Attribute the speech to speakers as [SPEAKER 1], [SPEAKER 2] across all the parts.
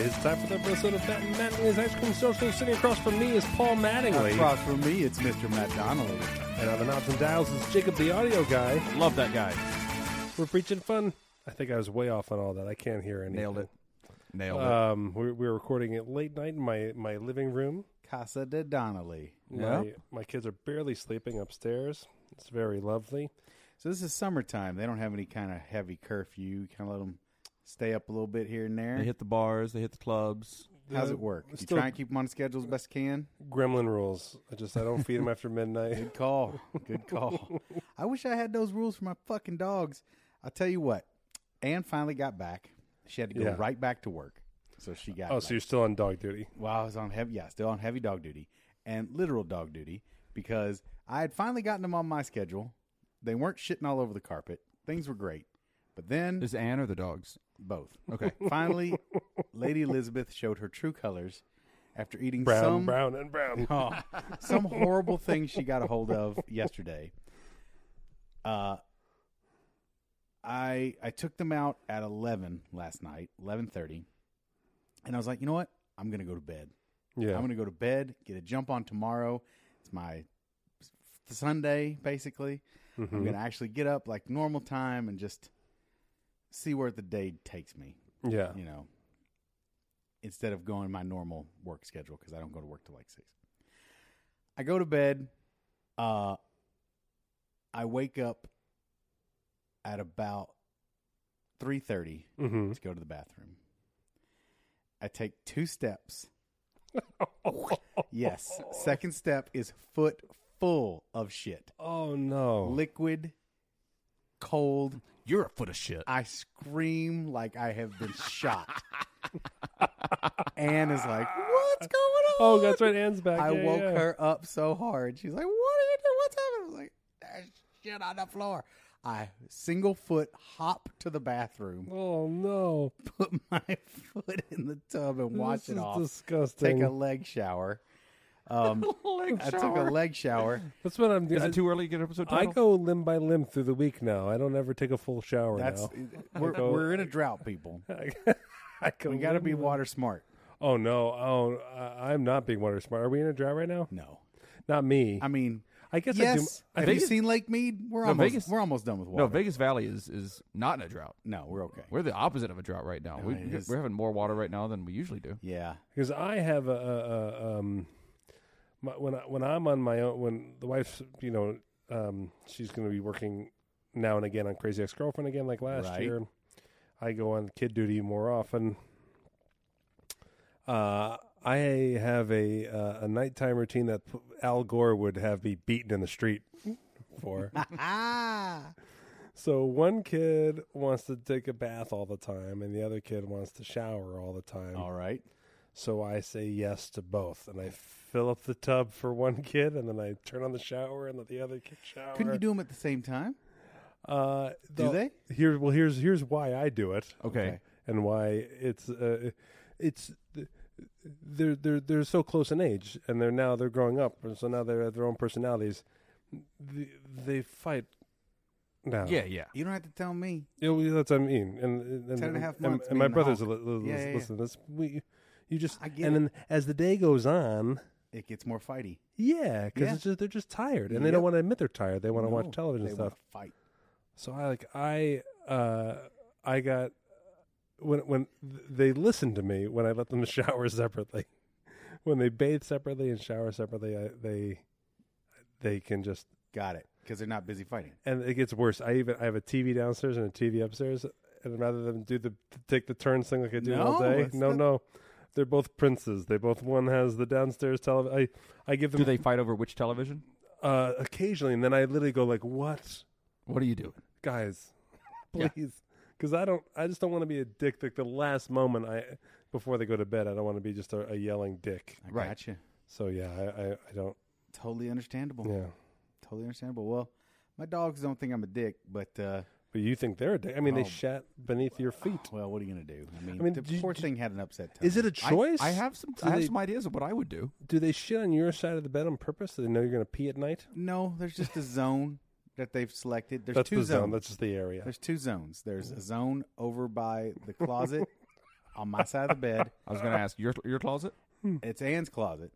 [SPEAKER 1] It's time for the episode of Matt and Mattingly's Ice Cream Social. Sitting across from me is Paul Mattingly.
[SPEAKER 2] Across from me, it's Mr. Matt Donnelly.
[SPEAKER 1] And on the knobs and dials is Jacob the audio guy.
[SPEAKER 2] Love that guy.
[SPEAKER 1] We're preaching fun. I think I was way off on all that. I can't hear anything.
[SPEAKER 2] Nailed it. Nailed
[SPEAKER 3] Uh,
[SPEAKER 2] it.
[SPEAKER 1] Um, we're, we're recording it late night in my, my living room.
[SPEAKER 2] Casa de Donnelly.
[SPEAKER 1] My,
[SPEAKER 2] Well,
[SPEAKER 1] my kids are barely sleeping upstairs. It's very lovely.
[SPEAKER 2] so this is summertime. They don't have any kind of heavy curfew. You kind of let them stay up a little bit here and there.
[SPEAKER 3] They hit the bars, they hit the clubs.
[SPEAKER 2] How's
[SPEAKER 1] Uh,
[SPEAKER 2] it work? You
[SPEAKER 1] still-
[SPEAKER 2] try and keep them on schedule as best you can?
[SPEAKER 1] Gremlin rules. I just I don't feed them after midnight.
[SPEAKER 2] Good call. Good call. I wish I had those rules for my fucking dogs. I'll tell you what. Anne finally got back. She had to go
[SPEAKER 1] Yeah.
[SPEAKER 2] right back to work. So she got
[SPEAKER 1] Oh,
[SPEAKER 2] like,
[SPEAKER 1] so you're still on dog duty?
[SPEAKER 2] Well, I was on heavy, yeah, still on heavy dog duty and literal dog duty because I had finally gotten them on my schedule. They weren't shitting all over the carpet. Things were great. But then
[SPEAKER 3] Is Ann or the dogs?
[SPEAKER 2] both. Okay. Finally, Lady Elizabeth showed her true colors after eating
[SPEAKER 1] Brown,
[SPEAKER 2] some
[SPEAKER 1] brown, and brown.
[SPEAKER 2] Oh, some horrible thing she got a hold of yesterday. Uh, I I took them out at eleven last night, eleven thirty, and I was like, you know what? I'm gonna go to bed.
[SPEAKER 1] Yeah.
[SPEAKER 2] I'm going to go to bed, get a jump on tomorrow. It's my s- Sunday, basically.
[SPEAKER 1] Mm-hmm.
[SPEAKER 2] I'm going to actually get up like normal time and just see where the day takes me,
[SPEAKER 1] yeah.
[SPEAKER 2] you know, instead of going my normal work schedule because I don't go to work till like six. I go to bed. Uh, I wake up at about three thirty
[SPEAKER 1] Mm-hmm.
[SPEAKER 2] to go to the bathroom. I take two steps.
[SPEAKER 1] Mm-hmm.
[SPEAKER 2] yes. Second step is foot full of shit.
[SPEAKER 1] Oh no.
[SPEAKER 2] Liquid, cold.
[SPEAKER 3] You're a foot of shit.
[SPEAKER 2] I scream like I have been shot. Anne is like, What's going on?
[SPEAKER 1] oh, that's right. Anne's back.
[SPEAKER 2] I
[SPEAKER 1] Yeah,
[SPEAKER 2] woke
[SPEAKER 1] yeah.
[SPEAKER 2] her up so hard. She's like, What are you doing? What's happening? I was like, There's shit on the floor. I single foot hop to the bathroom,
[SPEAKER 1] Oh no.
[SPEAKER 2] put my foot in the tub, and wash
[SPEAKER 1] this
[SPEAKER 2] it
[SPEAKER 1] is
[SPEAKER 2] off.
[SPEAKER 1] disgusting.
[SPEAKER 2] take a leg shower. Um, I took a leg shower.
[SPEAKER 1] That's what I'm doing.
[SPEAKER 3] Is it too early to get an episode
[SPEAKER 1] I
[SPEAKER 3] title?
[SPEAKER 1] go limb by limb through the week now. I don't ever take a full shower
[SPEAKER 2] That's
[SPEAKER 1] now.
[SPEAKER 2] we're,
[SPEAKER 1] go-
[SPEAKER 2] we're in a drought, people.
[SPEAKER 1] I go
[SPEAKER 2] We got to
[SPEAKER 1] limb
[SPEAKER 2] be
[SPEAKER 1] by-
[SPEAKER 2] water smart.
[SPEAKER 1] Oh no. Oh, I, I'm not being water smart. Are we in a drought right now?
[SPEAKER 2] No,
[SPEAKER 1] Not me.
[SPEAKER 2] I mean,
[SPEAKER 1] I guess
[SPEAKER 2] yes.
[SPEAKER 1] I do.
[SPEAKER 2] Have
[SPEAKER 3] Vegas-
[SPEAKER 2] you seen Lake Mead? We're
[SPEAKER 3] No,
[SPEAKER 2] almost
[SPEAKER 3] Vegas-
[SPEAKER 2] we're almost done with water.
[SPEAKER 3] No, Vegas Valley is, is not in a drought.
[SPEAKER 2] No, we're okay.
[SPEAKER 3] We're the opposite of a drought right now. we,
[SPEAKER 2] it is.
[SPEAKER 3] we're having more water right now than we usually do.
[SPEAKER 2] yeah,
[SPEAKER 1] because I have a, a, a um, my, when I, when I'm on my own, when the wife's you know, um, she's going to be working now and again on Crazy Ex Girlfriend again, like last
[SPEAKER 2] Right.
[SPEAKER 1] year. I go on kid duty more often. Uh, I have a uh, a nighttime routine that p- Al Gore would have me beaten in the street for.
[SPEAKER 2] ah,
[SPEAKER 1] So one kid wants to take a bath all the time, and the other kid wants to shower all the time.
[SPEAKER 2] all right.
[SPEAKER 1] So I say yes to both, and I fill up the tub for one kid, and then I turn on the shower and let the other kid shower.
[SPEAKER 2] Couldn't you do them at the same time?
[SPEAKER 1] Uh,
[SPEAKER 2] Do
[SPEAKER 1] the- Here, well, here's here's why I do it,
[SPEAKER 3] Okay.
[SPEAKER 1] and why it's uh, it's they're they're they're so close in age, and they're now they're growing up, and so now they're their own personalities. They, they fight now.
[SPEAKER 3] Yeah, yeah.
[SPEAKER 2] You don't have to tell me.
[SPEAKER 1] Yeah, well, that's what I mean. And, and,
[SPEAKER 2] Ten and a half
[SPEAKER 1] and-
[SPEAKER 2] months
[SPEAKER 1] And my
[SPEAKER 2] being the
[SPEAKER 1] brother's a
[SPEAKER 2] hawk.
[SPEAKER 1] li- li-
[SPEAKER 2] Yeah, yeah, yeah.
[SPEAKER 1] listen. That's we. You just
[SPEAKER 2] I get
[SPEAKER 1] and
[SPEAKER 2] it.
[SPEAKER 1] then as the day goes on,
[SPEAKER 2] It gets more fighty.
[SPEAKER 1] yeah,
[SPEAKER 2] Yeah.
[SPEAKER 1] because just they're just tired and they don't
[SPEAKER 2] Yep.
[SPEAKER 1] want to admit they're tired. They want to
[SPEAKER 2] No,
[SPEAKER 1] watch television
[SPEAKER 2] they
[SPEAKER 1] and stuff.
[SPEAKER 2] wanna Fight.
[SPEAKER 1] So I like I uh I got when when th- they listened to me when I let them shower separately, when they bathe separately and shower separately, I, they they can just
[SPEAKER 2] Got it. Because they're not busy fighting.
[SPEAKER 1] and it gets worse. I even I have a TV downstairs and a TV upstairs, and rather than do the take the turns thing like I do all
[SPEAKER 2] No,
[SPEAKER 1] day,
[SPEAKER 2] that's
[SPEAKER 1] no,
[SPEAKER 2] not-
[SPEAKER 1] no, they're both princes. They both one has the downstairs television. I I give
[SPEAKER 3] Do
[SPEAKER 1] them
[SPEAKER 3] they fight over which television?
[SPEAKER 1] uh, occasionally, and then I literally go like, "What,
[SPEAKER 3] What are you doing?
[SPEAKER 1] guys?
[SPEAKER 3] Yeah.
[SPEAKER 1] Please." Because I don't, I just don't want to be a dick. Like the last moment I, before they go to bed, I don't want to be just a, a yelling dick.
[SPEAKER 2] I
[SPEAKER 3] Right.
[SPEAKER 2] gotcha.
[SPEAKER 1] So yeah, I, I, I don't.
[SPEAKER 2] Totally understandable.
[SPEAKER 1] Yeah,
[SPEAKER 2] totally understandable. Well, my dogs don't think I'm a dick, but uh,
[SPEAKER 1] But you think they're a dick? I mean,
[SPEAKER 2] Oh.
[SPEAKER 1] they shat beneath your feet.
[SPEAKER 2] well, what are you gonna do? I mean,
[SPEAKER 1] mean,
[SPEAKER 2] the
[SPEAKER 1] do you-
[SPEAKER 2] poor
[SPEAKER 1] do-
[SPEAKER 2] thing had an upset. Tummy.
[SPEAKER 1] Is it a
[SPEAKER 3] I-
[SPEAKER 1] choice?
[SPEAKER 3] I, have some.
[SPEAKER 1] Do
[SPEAKER 3] I have
[SPEAKER 1] they-
[SPEAKER 3] some ideas of what I would do.
[SPEAKER 1] Do they shit on your side of the bed on purpose? So they know you're going to pee at night.
[SPEAKER 2] No, there's just a zone that they've selected. There's
[SPEAKER 1] That's
[SPEAKER 2] two
[SPEAKER 1] the
[SPEAKER 2] zones.
[SPEAKER 1] zone. That's Mm. just the area.
[SPEAKER 2] There's two zones. There's a zone over by the closet on my side of the bed.
[SPEAKER 3] I was going to ask your your closet.
[SPEAKER 2] It's Anne's closet.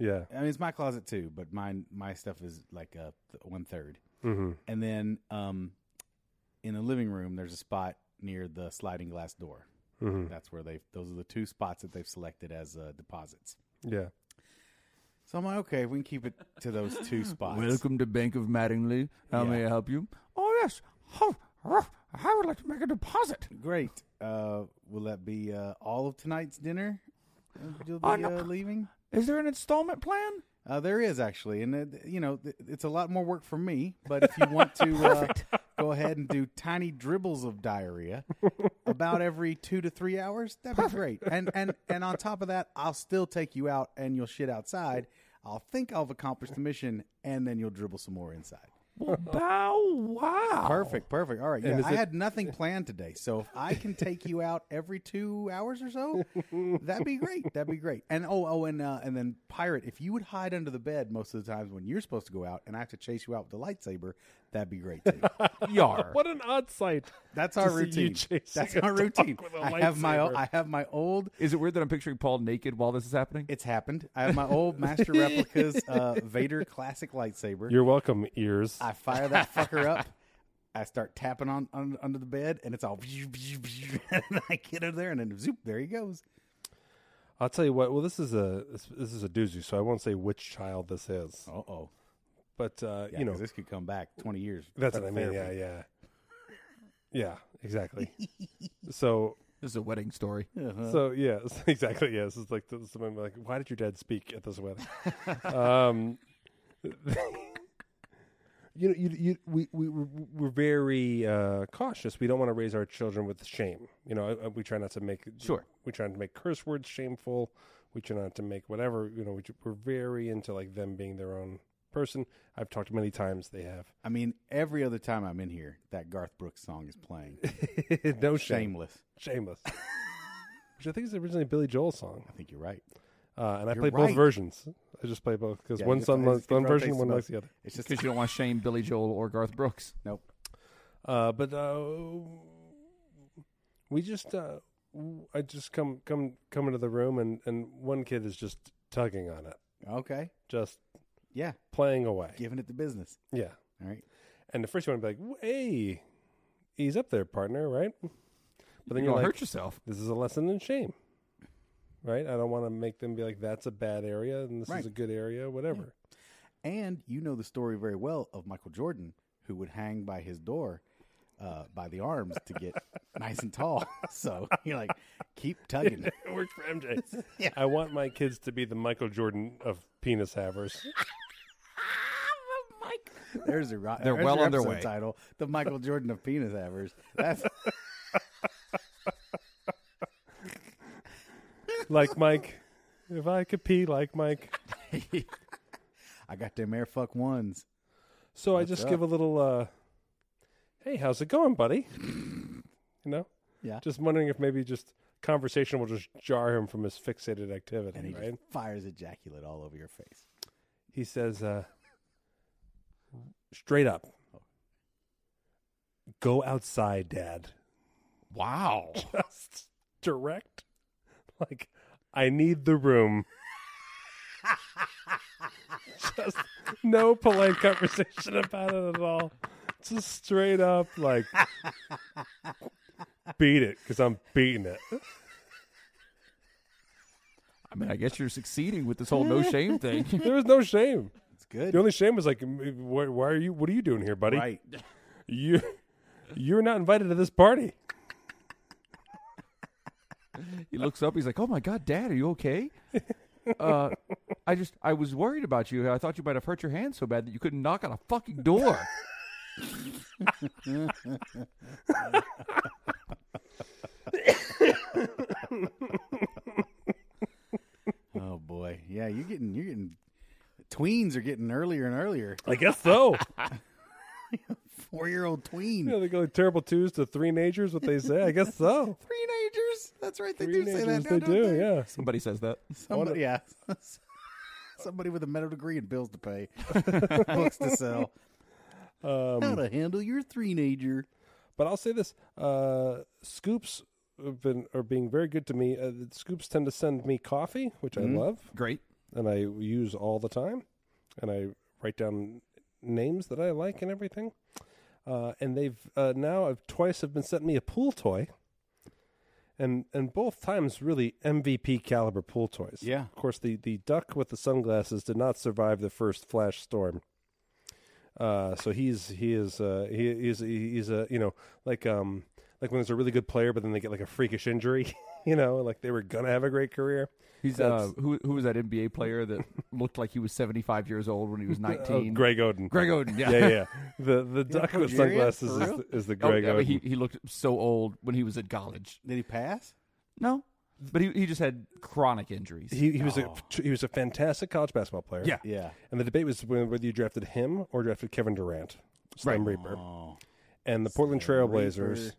[SPEAKER 1] yeah.
[SPEAKER 2] I mean, it's my closet too, but mine my stuff is like uh th- one third.
[SPEAKER 1] Mm-hmm.
[SPEAKER 2] And then um, in the living room, there's a spot near the sliding glass door.
[SPEAKER 1] Mhm.
[SPEAKER 2] That's where they've. Those are the two spots that they've selected as uh, deposits.
[SPEAKER 1] Yeah.
[SPEAKER 2] So I'm like, okay, we can keep it to those two spots.
[SPEAKER 3] to Bank of Mattingly. How
[SPEAKER 2] may
[SPEAKER 3] I help you? Oh yes. Oh, I would like to make a deposit.
[SPEAKER 2] Great. Uh, will that be uh, all of tonight's dinner? Uh, You'll
[SPEAKER 3] Oh,
[SPEAKER 2] be
[SPEAKER 3] no.
[SPEAKER 2] uh, leaving.
[SPEAKER 3] Is there an installment plan?
[SPEAKER 2] Uh, there is actually, and uh, you know, th- it's a lot more work for me. But if you want to uh, go ahead and do tiny dribbles of diarrhea about every two to three hours, that'd be great. And and and on top of that, I'll still take you out, and you'll shit outside. I'll think I've accomplished the mission, and then you'll dribble some more inside.
[SPEAKER 3] Well, bow wow.
[SPEAKER 2] Perfect, perfect. All right, yeah,
[SPEAKER 1] is
[SPEAKER 2] I
[SPEAKER 1] it-
[SPEAKER 2] had nothing planned today, so if I can take you out every two hours or so, that'd be great. That'd be great. And oh, oh, and uh, and then pirate, if you would hide under the bed most of the times when you're supposed to go out, and I have to chase you out with the lightsaber, that'd be great too.
[SPEAKER 3] Yar.
[SPEAKER 1] What an odd sight.
[SPEAKER 2] That's our
[SPEAKER 1] To see you
[SPEAKER 2] routine.
[SPEAKER 1] chasing
[SPEAKER 2] That's
[SPEAKER 1] a
[SPEAKER 2] our
[SPEAKER 1] dog
[SPEAKER 2] routine.
[SPEAKER 1] with a
[SPEAKER 2] I have my
[SPEAKER 1] lightsaber.
[SPEAKER 2] I have my old.
[SPEAKER 3] Is it weird that I'm picturing Paul naked while this is happening?
[SPEAKER 2] It's happened. I have my old master replicas uh, Vader classic lightsaber.
[SPEAKER 1] You're welcome, ears.
[SPEAKER 2] I fire that fucker up. I start tapping on, on under the bed, and it's all. and I get under there, and then zoop, there he goes.
[SPEAKER 1] I'll tell you what. Well, this is a this, this is a doozy, so I won't say which child this is.
[SPEAKER 2] Uh oh,
[SPEAKER 1] But uh,
[SPEAKER 2] yeah,
[SPEAKER 1] you know,
[SPEAKER 2] 'cause this could come back twenty years.
[SPEAKER 1] that's what I mean. Yeah,
[SPEAKER 2] Therapy.
[SPEAKER 1] yeah, yeah. Exactly. so
[SPEAKER 3] This is a wedding story.
[SPEAKER 1] So yeah, s- exactly. Yes, it's like this- someone be like, "Why did your dad speak at this wedding?" um, you know, you, you, we we we're we're very uh, cautious. We don't want to raise our children with shame. You know, uh, we try not to make
[SPEAKER 3] Sure.
[SPEAKER 1] We try not to make curse words shameful. We try not to make whatever. You know, we, ju- we're very into like them being their own person. I've talked many times. They have
[SPEAKER 2] I mean, every other time I'm in here, that Garth Brooks song is playing.
[SPEAKER 1] no shame,
[SPEAKER 2] Shameless.
[SPEAKER 1] shameless. Which I think is originally a Billy Joel song.
[SPEAKER 2] I think you're right.
[SPEAKER 1] Uh, and I
[SPEAKER 2] You're
[SPEAKER 1] play
[SPEAKER 2] right.
[SPEAKER 1] both versions. I just play both because
[SPEAKER 2] Yeah,
[SPEAKER 1] one
[SPEAKER 2] it's-
[SPEAKER 1] son
[SPEAKER 2] it's-
[SPEAKER 1] likes
[SPEAKER 2] it
[SPEAKER 1] one version,
[SPEAKER 2] rotates
[SPEAKER 1] one
[SPEAKER 2] both.
[SPEAKER 1] likes the other.
[SPEAKER 2] It's just
[SPEAKER 3] Because you don't want to shame Billy Joel or Garth Brooks.
[SPEAKER 2] nope.
[SPEAKER 1] Uh, but uh, we just, uh, w- I just come come come into the room, and and one kid is just tugging on it,
[SPEAKER 2] Okay,
[SPEAKER 1] just
[SPEAKER 2] yeah,
[SPEAKER 1] playing away. Yeah,
[SPEAKER 2] giving it the business. All right.
[SPEAKER 1] and at first you want to be like, "Hey, ease up there, partner," right? But
[SPEAKER 3] You're
[SPEAKER 1] then you're
[SPEAKER 3] going
[SPEAKER 1] like,
[SPEAKER 3] to hurt yourself.
[SPEAKER 1] "This is a lesson in shame." Right, I don't want to make them be like that's a bad area and this
[SPEAKER 2] Right.
[SPEAKER 1] is a good area, whatever.
[SPEAKER 2] And you know the story very well of Michael Jordan, who would hang by his door uh, by the arms to get nice and tall. So you're like, keep tugging.
[SPEAKER 1] It worked for MJ. I want my kids to be the Michael Jordan of penis havers.
[SPEAKER 2] There's a
[SPEAKER 3] They're well on their way.
[SPEAKER 2] title, the Michael Jordan of penis havers. That's
[SPEAKER 1] like Mike. If I could pee like Mike.
[SPEAKER 2] I got them air fuck ones.
[SPEAKER 1] So I just give a little uh Hey, how's it going, buddy? you know?
[SPEAKER 2] Yeah.
[SPEAKER 1] Just wondering if maybe just conversation will just jar him from his fixated activity,
[SPEAKER 2] And he
[SPEAKER 1] right?
[SPEAKER 2] just fires ejaculate all over your face.
[SPEAKER 1] He says, uh straight up. Go outside, Dad.
[SPEAKER 3] Wow.
[SPEAKER 1] Just direct. Like, I need the room. Just no polite conversation about it at all. Just straight up, like, beat it because I'm beating it.
[SPEAKER 3] I mean, I guess you're succeeding with this whole no shame thing.
[SPEAKER 1] There was no shame.
[SPEAKER 2] It's good.
[SPEAKER 1] The only shame was like, "M- why, why are you? What are you doing here, buddy?
[SPEAKER 2] right.
[SPEAKER 1] You, you're not invited to this party.
[SPEAKER 3] He looks up. He's like, "Oh my God, Dad, are you okay?" Uh, I just, I was worried about you. I thought you might have hurt your hand so bad that you couldn't knock on a fucking door.
[SPEAKER 2] Oh boy. Yeah, you're getting you're getting tweens are getting earlier and earlier.
[SPEAKER 1] I guess so.
[SPEAKER 2] Four year old tween.
[SPEAKER 1] you know, they go terrible twos to three natures. What they say? I guess so.
[SPEAKER 2] Threenagers. That's right. They
[SPEAKER 1] Three
[SPEAKER 2] do say that.
[SPEAKER 1] natures.
[SPEAKER 2] now,
[SPEAKER 1] They
[SPEAKER 2] don't
[SPEAKER 1] do.
[SPEAKER 2] they?
[SPEAKER 1] Yeah.
[SPEAKER 3] Somebody says that.
[SPEAKER 2] Somebody, yeah. Somebody with a medical degree and bills to pay, books to sell. How to handle your three-nager.
[SPEAKER 1] But I'll say this: uh, scoops have been are being very good to me. Uh, the scoops tend to send me coffee, which I love
[SPEAKER 3] Great.
[SPEAKER 1] and I use all the time, and I write down names that I like and everything. Uh, and they've uh, now I've twice have been sent me a pool toy, and and both times really MVP caliber pool toys.
[SPEAKER 2] Yeah.
[SPEAKER 1] of course the the duck with the sunglasses did not survive the first flash storm. Uh, so he's he is uh, he is he's a you know like um like when there's a really good player, but then they get like a freakish injury, you know, like they were gonna have a great career.
[SPEAKER 3] He's uh,
[SPEAKER 1] That's-
[SPEAKER 3] who who was that NBA player that looked like he was 75 years old when he was 19?
[SPEAKER 1] Oh, Greg Oden.
[SPEAKER 3] Greg Oden, yeah.
[SPEAKER 1] yeah, yeah. The the duck with
[SPEAKER 2] Nigerian?
[SPEAKER 1] sunglasses
[SPEAKER 2] For
[SPEAKER 1] is
[SPEAKER 2] real?
[SPEAKER 1] the, is the
[SPEAKER 3] Oh,
[SPEAKER 1] Greg
[SPEAKER 3] yeah,
[SPEAKER 1] Oden.
[SPEAKER 3] but he, he looked so old when he was in college.
[SPEAKER 2] Did he pass?
[SPEAKER 3] No, but he, he just had chronic injuries.
[SPEAKER 1] he, he was a he was a fantastic college basketball player.
[SPEAKER 3] Yeah.
[SPEAKER 2] Yeah.
[SPEAKER 1] And the debate was when- whether you drafted him or drafted Kevin Durant, Slim Reaper,
[SPEAKER 2] Oh,
[SPEAKER 1] and the Portland
[SPEAKER 2] Slim
[SPEAKER 1] Trailblazers.
[SPEAKER 2] Reaper.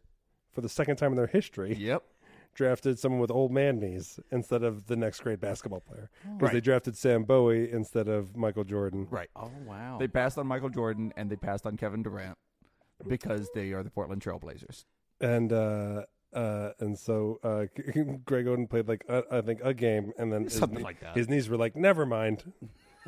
[SPEAKER 1] For the second time in their history,
[SPEAKER 3] yep.
[SPEAKER 1] drafted someone with old man knees instead of the next great basketball player. Because
[SPEAKER 3] Right.
[SPEAKER 1] they drafted Sam Bowie instead of Michael Jordan.
[SPEAKER 3] Right.
[SPEAKER 2] oh wow.
[SPEAKER 3] They passed on Michael Jordan and they passed on Kevin Durant because they are the Portland Trailblazers.
[SPEAKER 1] And uh, uh, and so uh, Greg Oden played like uh, I think a game, and then his
[SPEAKER 3] Something
[SPEAKER 1] knee-
[SPEAKER 3] like that.
[SPEAKER 1] His knees were like, never mind,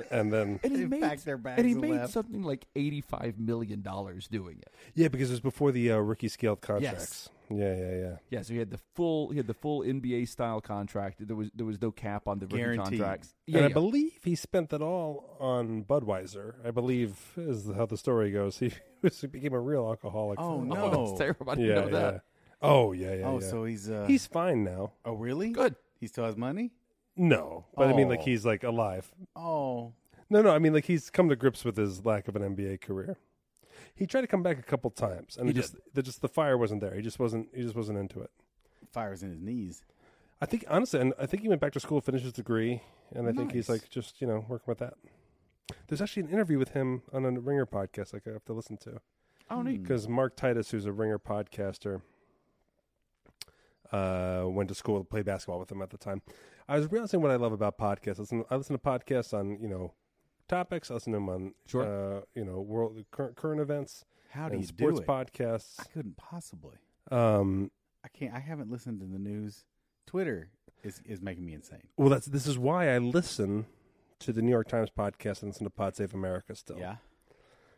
[SPEAKER 1] and then
[SPEAKER 3] And he
[SPEAKER 2] They
[SPEAKER 3] made,
[SPEAKER 2] packed their
[SPEAKER 3] and he
[SPEAKER 2] bags and
[SPEAKER 3] made
[SPEAKER 2] left.
[SPEAKER 3] something like $85 million doing it.
[SPEAKER 1] Yeah, because it was before the uh, rookie scaled contracts. Yeah, yeah, yeah.
[SPEAKER 3] Yeah, so he had the full he had the full NBA style contract. There was there was no cap on the rookie
[SPEAKER 2] Guaranteed.
[SPEAKER 3] contracts.
[SPEAKER 1] And
[SPEAKER 3] Yeah,
[SPEAKER 1] I
[SPEAKER 3] yeah.
[SPEAKER 1] believe he spent that all on Budweiser. I believe is how the story goes. He was, became a real alcoholic.
[SPEAKER 2] Oh,
[SPEAKER 1] from-
[SPEAKER 2] no.
[SPEAKER 3] Oh, that's terrible. I didn't
[SPEAKER 1] Yeah,
[SPEAKER 3] know that.
[SPEAKER 1] yeah. Oh yeah, yeah.
[SPEAKER 2] oh,
[SPEAKER 1] yeah.
[SPEAKER 2] so he's uh,
[SPEAKER 1] he's fine now.
[SPEAKER 2] oh really
[SPEAKER 3] Good.
[SPEAKER 2] He still has money.
[SPEAKER 1] No, but I mean, like
[SPEAKER 2] Oh.
[SPEAKER 1] he's like alive.
[SPEAKER 2] Oh,
[SPEAKER 1] No, no, I mean like he's come to grips with his lack of an NBA career. He tried to come back a couple times, and
[SPEAKER 3] He
[SPEAKER 1] it just the, just the fire wasn't there. He just wasn't. He just wasn't into it.
[SPEAKER 2] fires in his knees.
[SPEAKER 1] I think honestly, and I think he went back to school, finished his degree, and I think he's
[SPEAKER 2] Nice.
[SPEAKER 1] like just you know working with that. There's actually an interview with him on a Ringer podcast. Like I have to listen to
[SPEAKER 3] Oh
[SPEAKER 2] Hmm.
[SPEAKER 3] neat.
[SPEAKER 1] because Mark Titus, who's a Ringer podcaster, uh, went to school to play basketball with him at the time. I was realizing what I love about podcasts. Listen, I listen to podcasts on you know topics. I listen to them on
[SPEAKER 3] Sure.
[SPEAKER 1] uh, you know world current current events
[SPEAKER 2] How do
[SPEAKER 1] and
[SPEAKER 2] you
[SPEAKER 1] sports
[SPEAKER 2] do it? I
[SPEAKER 1] podcasts.
[SPEAKER 2] couldn't possibly.
[SPEAKER 1] Um,
[SPEAKER 2] I can't. I haven't listened to the news. Twitter is is making me insane.
[SPEAKER 1] Well, that's this is why I listen to the New York Times podcast and listen to Pod Save America still.
[SPEAKER 2] Yeah.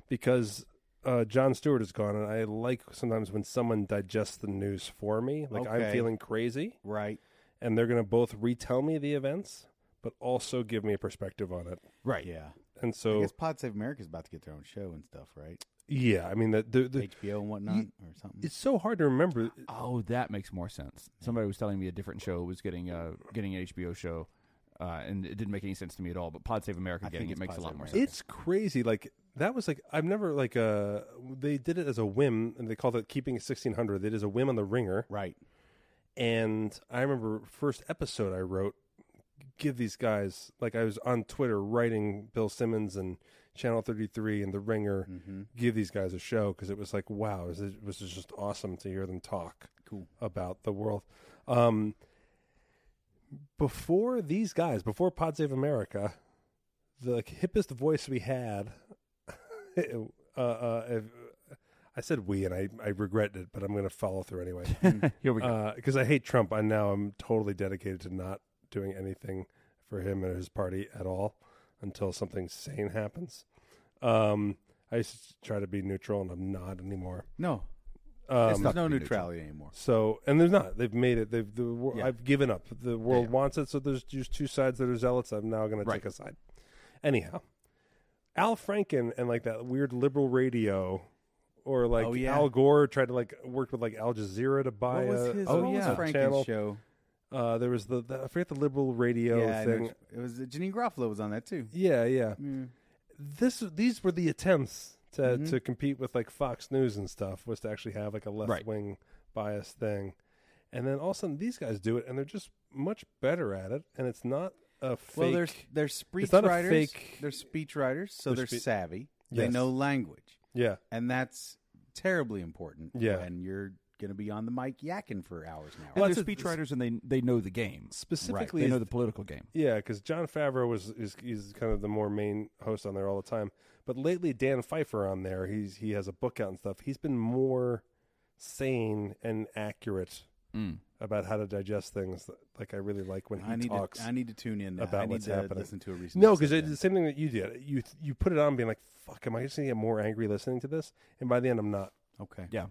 [SPEAKER 1] Because uh, John Stewart is gone, and I like sometimes when someone digests the news for me. Like
[SPEAKER 2] Okay.
[SPEAKER 1] I'm feeling crazy,
[SPEAKER 2] Right.
[SPEAKER 1] and they're going to both retell me the events, but also give me a perspective on it.
[SPEAKER 3] Right.
[SPEAKER 2] Yeah.
[SPEAKER 1] And
[SPEAKER 2] I
[SPEAKER 1] so,
[SPEAKER 2] guess Pod Save America's about to get their own show and stuff, right?
[SPEAKER 1] yeah, I mean, the, the, the,
[SPEAKER 2] HBO and whatnot or something.
[SPEAKER 1] it's so hard to remember.
[SPEAKER 3] Oh, that makes more sense. Somebody was telling me a different show was getting uh getting an HBO show, uh, and it didn't make any sense to me at all. But Pod Save America
[SPEAKER 2] I
[SPEAKER 3] getting it
[SPEAKER 2] think it's
[SPEAKER 3] makes
[SPEAKER 2] Pod
[SPEAKER 3] a lot
[SPEAKER 2] Save
[SPEAKER 3] more sense.
[SPEAKER 2] America.
[SPEAKER 1] It's crazy. Like that was like I've never like uh they did it as a whim, and they called it keeping it 1600. It is a whim on the ringer.
[SPEAKER 2] Right.
[SPEAKER 1] and I remember first episode I wrote give these guys like I was on Twitter writing Bill Simmons and Channel 33 and The Ringer
[SPEAKER 2] Mm-hmm.
[SPEAKER 1] give these guys a show because it was like wow it was, it was just awesome to hear them talk
[SPEAKER 2] Cool.
[SPEAKER 1] about the world um before these guys before Pod Save America the hippest voice we had uh, uh if- I said we and I I regret it but I'm going to follow through anyway
[SPEAKER 3] Here we go.
[SPEAKER 1] because I hate Trump. I now I'm totally dedicated to not doing anything for him and his party at all until something sane happens. Um, I used to try to be neutral, and I'm not anymore.
[SPEAKER 2] No.
[SPEAKER 1] Um,
[SPEAKER 2] There's
[SPEAKER 3] not
[SPEAKER 2] no
[SPEAKER 3] gonna be
[SPEAKER 2] neutrality anymore.
[SPEAKER 1] so, and there's not. They've made it. They've. The, wor-
[SPEAKER 2] Yeah.
[SPEAKER 1] I've given up. The world wants it. So there's just two sides that are zealots. I'm now going to
[SPEAKER 3] Right.
[SPEAKER 1] take a side. Anyhow, Al Franken and like that weird liberal radio, or like
[SPEAKER 2] Oh, yeah.
[SPEAKER 1] Al Gore tried to like work with like Al Jazeera to buy.
[SPEAKER 2] What was
[SPEAKER 1] a-
[SPEAKER 2] his?
[SPEAKER 1] a-
[SPEAKER 2] what
[SPEAKER 3] yeah.
[SPEAKER 2] was Franken's
[SPEAKER 1] Oh, channel.
[SPEAKER 2] show?
[SPEAKER 1] Uh, there was the, the I forget the liberal radio
[SPEAKER 2] Yeah, I know
[SPEAKER 1] thing.
[SPEAKER 2] which- it was Janine Garofalo was on that too.
[SPEAKER 1] Yeah, yeah. This these were the attempts to
[SPEAKER 2] Mm-hmm.
[SPEAKER 1] to compete with like Fox News and stuff was to actually have like a left wing bias thing, and then all of a sudden these guys do it and they're just much better at it, and it's not a fake.
[SPEAKER 2] Well, there's there's speech
[SPEAKER 1] not a
[SPEAKER 2] writers.
[SPEAKER 1] fake-
[SPEAKER 2] There's speech writers, so they're
[SPEAKER 1] There's spe-
[SPEAKER 2] savvy. They
[SPEAKER 1] Yes.
[SPEAKER 2] know language,
[SPEAKER 1] yeah,
[SPEAKER 2] and that's terribly important.
[SPEAKER 1] Yeah.
[SPEAKER 2] when you're going to be on the mic yakking for hours now.
[SPEAKER 1] Well,
[SPEAKER 3] and
[SPEAKER 1] it's
[SPEAKER 3] they're
[SPEAKER 1] a-
[SPEAKER 3] speechwriters, and they they know the game.
[SPEAKER 1] specifically,
[SPEAKER 3] They know the political game.
[SPEAKER 1] yeah, because John Favreau was is he's kind of the more main host on there all the time. But lately, Dan Pfeiffer on there, he's he has a book out and stuff. He's been more sane and accurate
[SPEAKER 3] Mm.
[SPEAKER 1] about how to digest things. Like I really like when he
[SPEAKER 2] I need
[SPEAKER 1] talks.
[SPEAKER 2] to I need to tune in now.
[SPEAKER 1] about
[SPEAKER 2] I need
[SPEAKER 1] what's
[SPEAKER 2] to
[SPEAKER 1] happening.
[SPEAKER 2] listen to a recent.
[SPEAKER 1] No, because
[SPEAKER 2] episode
[SPEAKER 1] it's the same thing that you did. You you put it on, being like, "Fuck, am I just gonna get more angry listening to this?" And by the end, I'm not.
[SPEAKER 2] then. okay.
[SPEAKER 3] Yeah.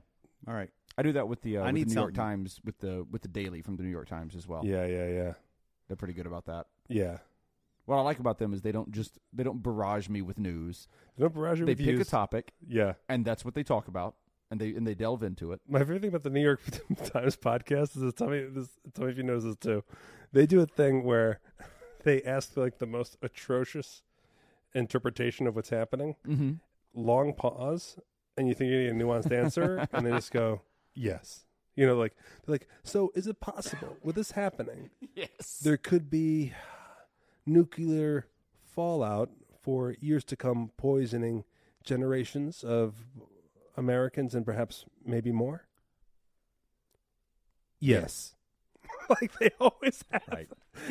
[SPEAKER 2] All right.
[SPEAKER 3] I do that with the, uh,
[SPEAKER 2] I
[SPEAKER 3] with the
[SPEAKER 2] need
[SPEAKER 3] New York
[SPEAKER 2] something.
[SPEAKER 3] Times with the with the Daily from the New York Times as well.
[SPEAKER 1] Yeah, yeah, yeah,
[SPEAKER 3] They're pretty good about that.
[SPEAKER 1] yeah.
[SPEAKER 3] What I like about them is they don't just they don't barrage me with news.
[SPEAKER 1] No barrage of
[SPEAKER 3] They pick a
[SPEAKER 1] reviews.
[SPEAKER 3] topic
[SPEAKER 1] Yeah,
[SPEAKER 3] and that's what they talk about and they and they delve into it.
[SPEAKER 1] my favorite thing about the New York Times podcast is tell me this. Tell me if you notice this too. They do a thing where they ask like the most atrocious interpretation of what's happening.
[SPEAKER 3] Mm-hmm.
[SPEAKER 1] Long pause, and you think you need a nuanced answer, and they just go, "Yes." You know, like they're like, "So is it possible with this happening?"
[SPEAKER 3] Yes.
[SPEAKER 1] there could be nuclear fallout for years to come, poisoning generations of Americans and perhaps maybe more. Yes. like they always have.
[SPEAKER 2] Right.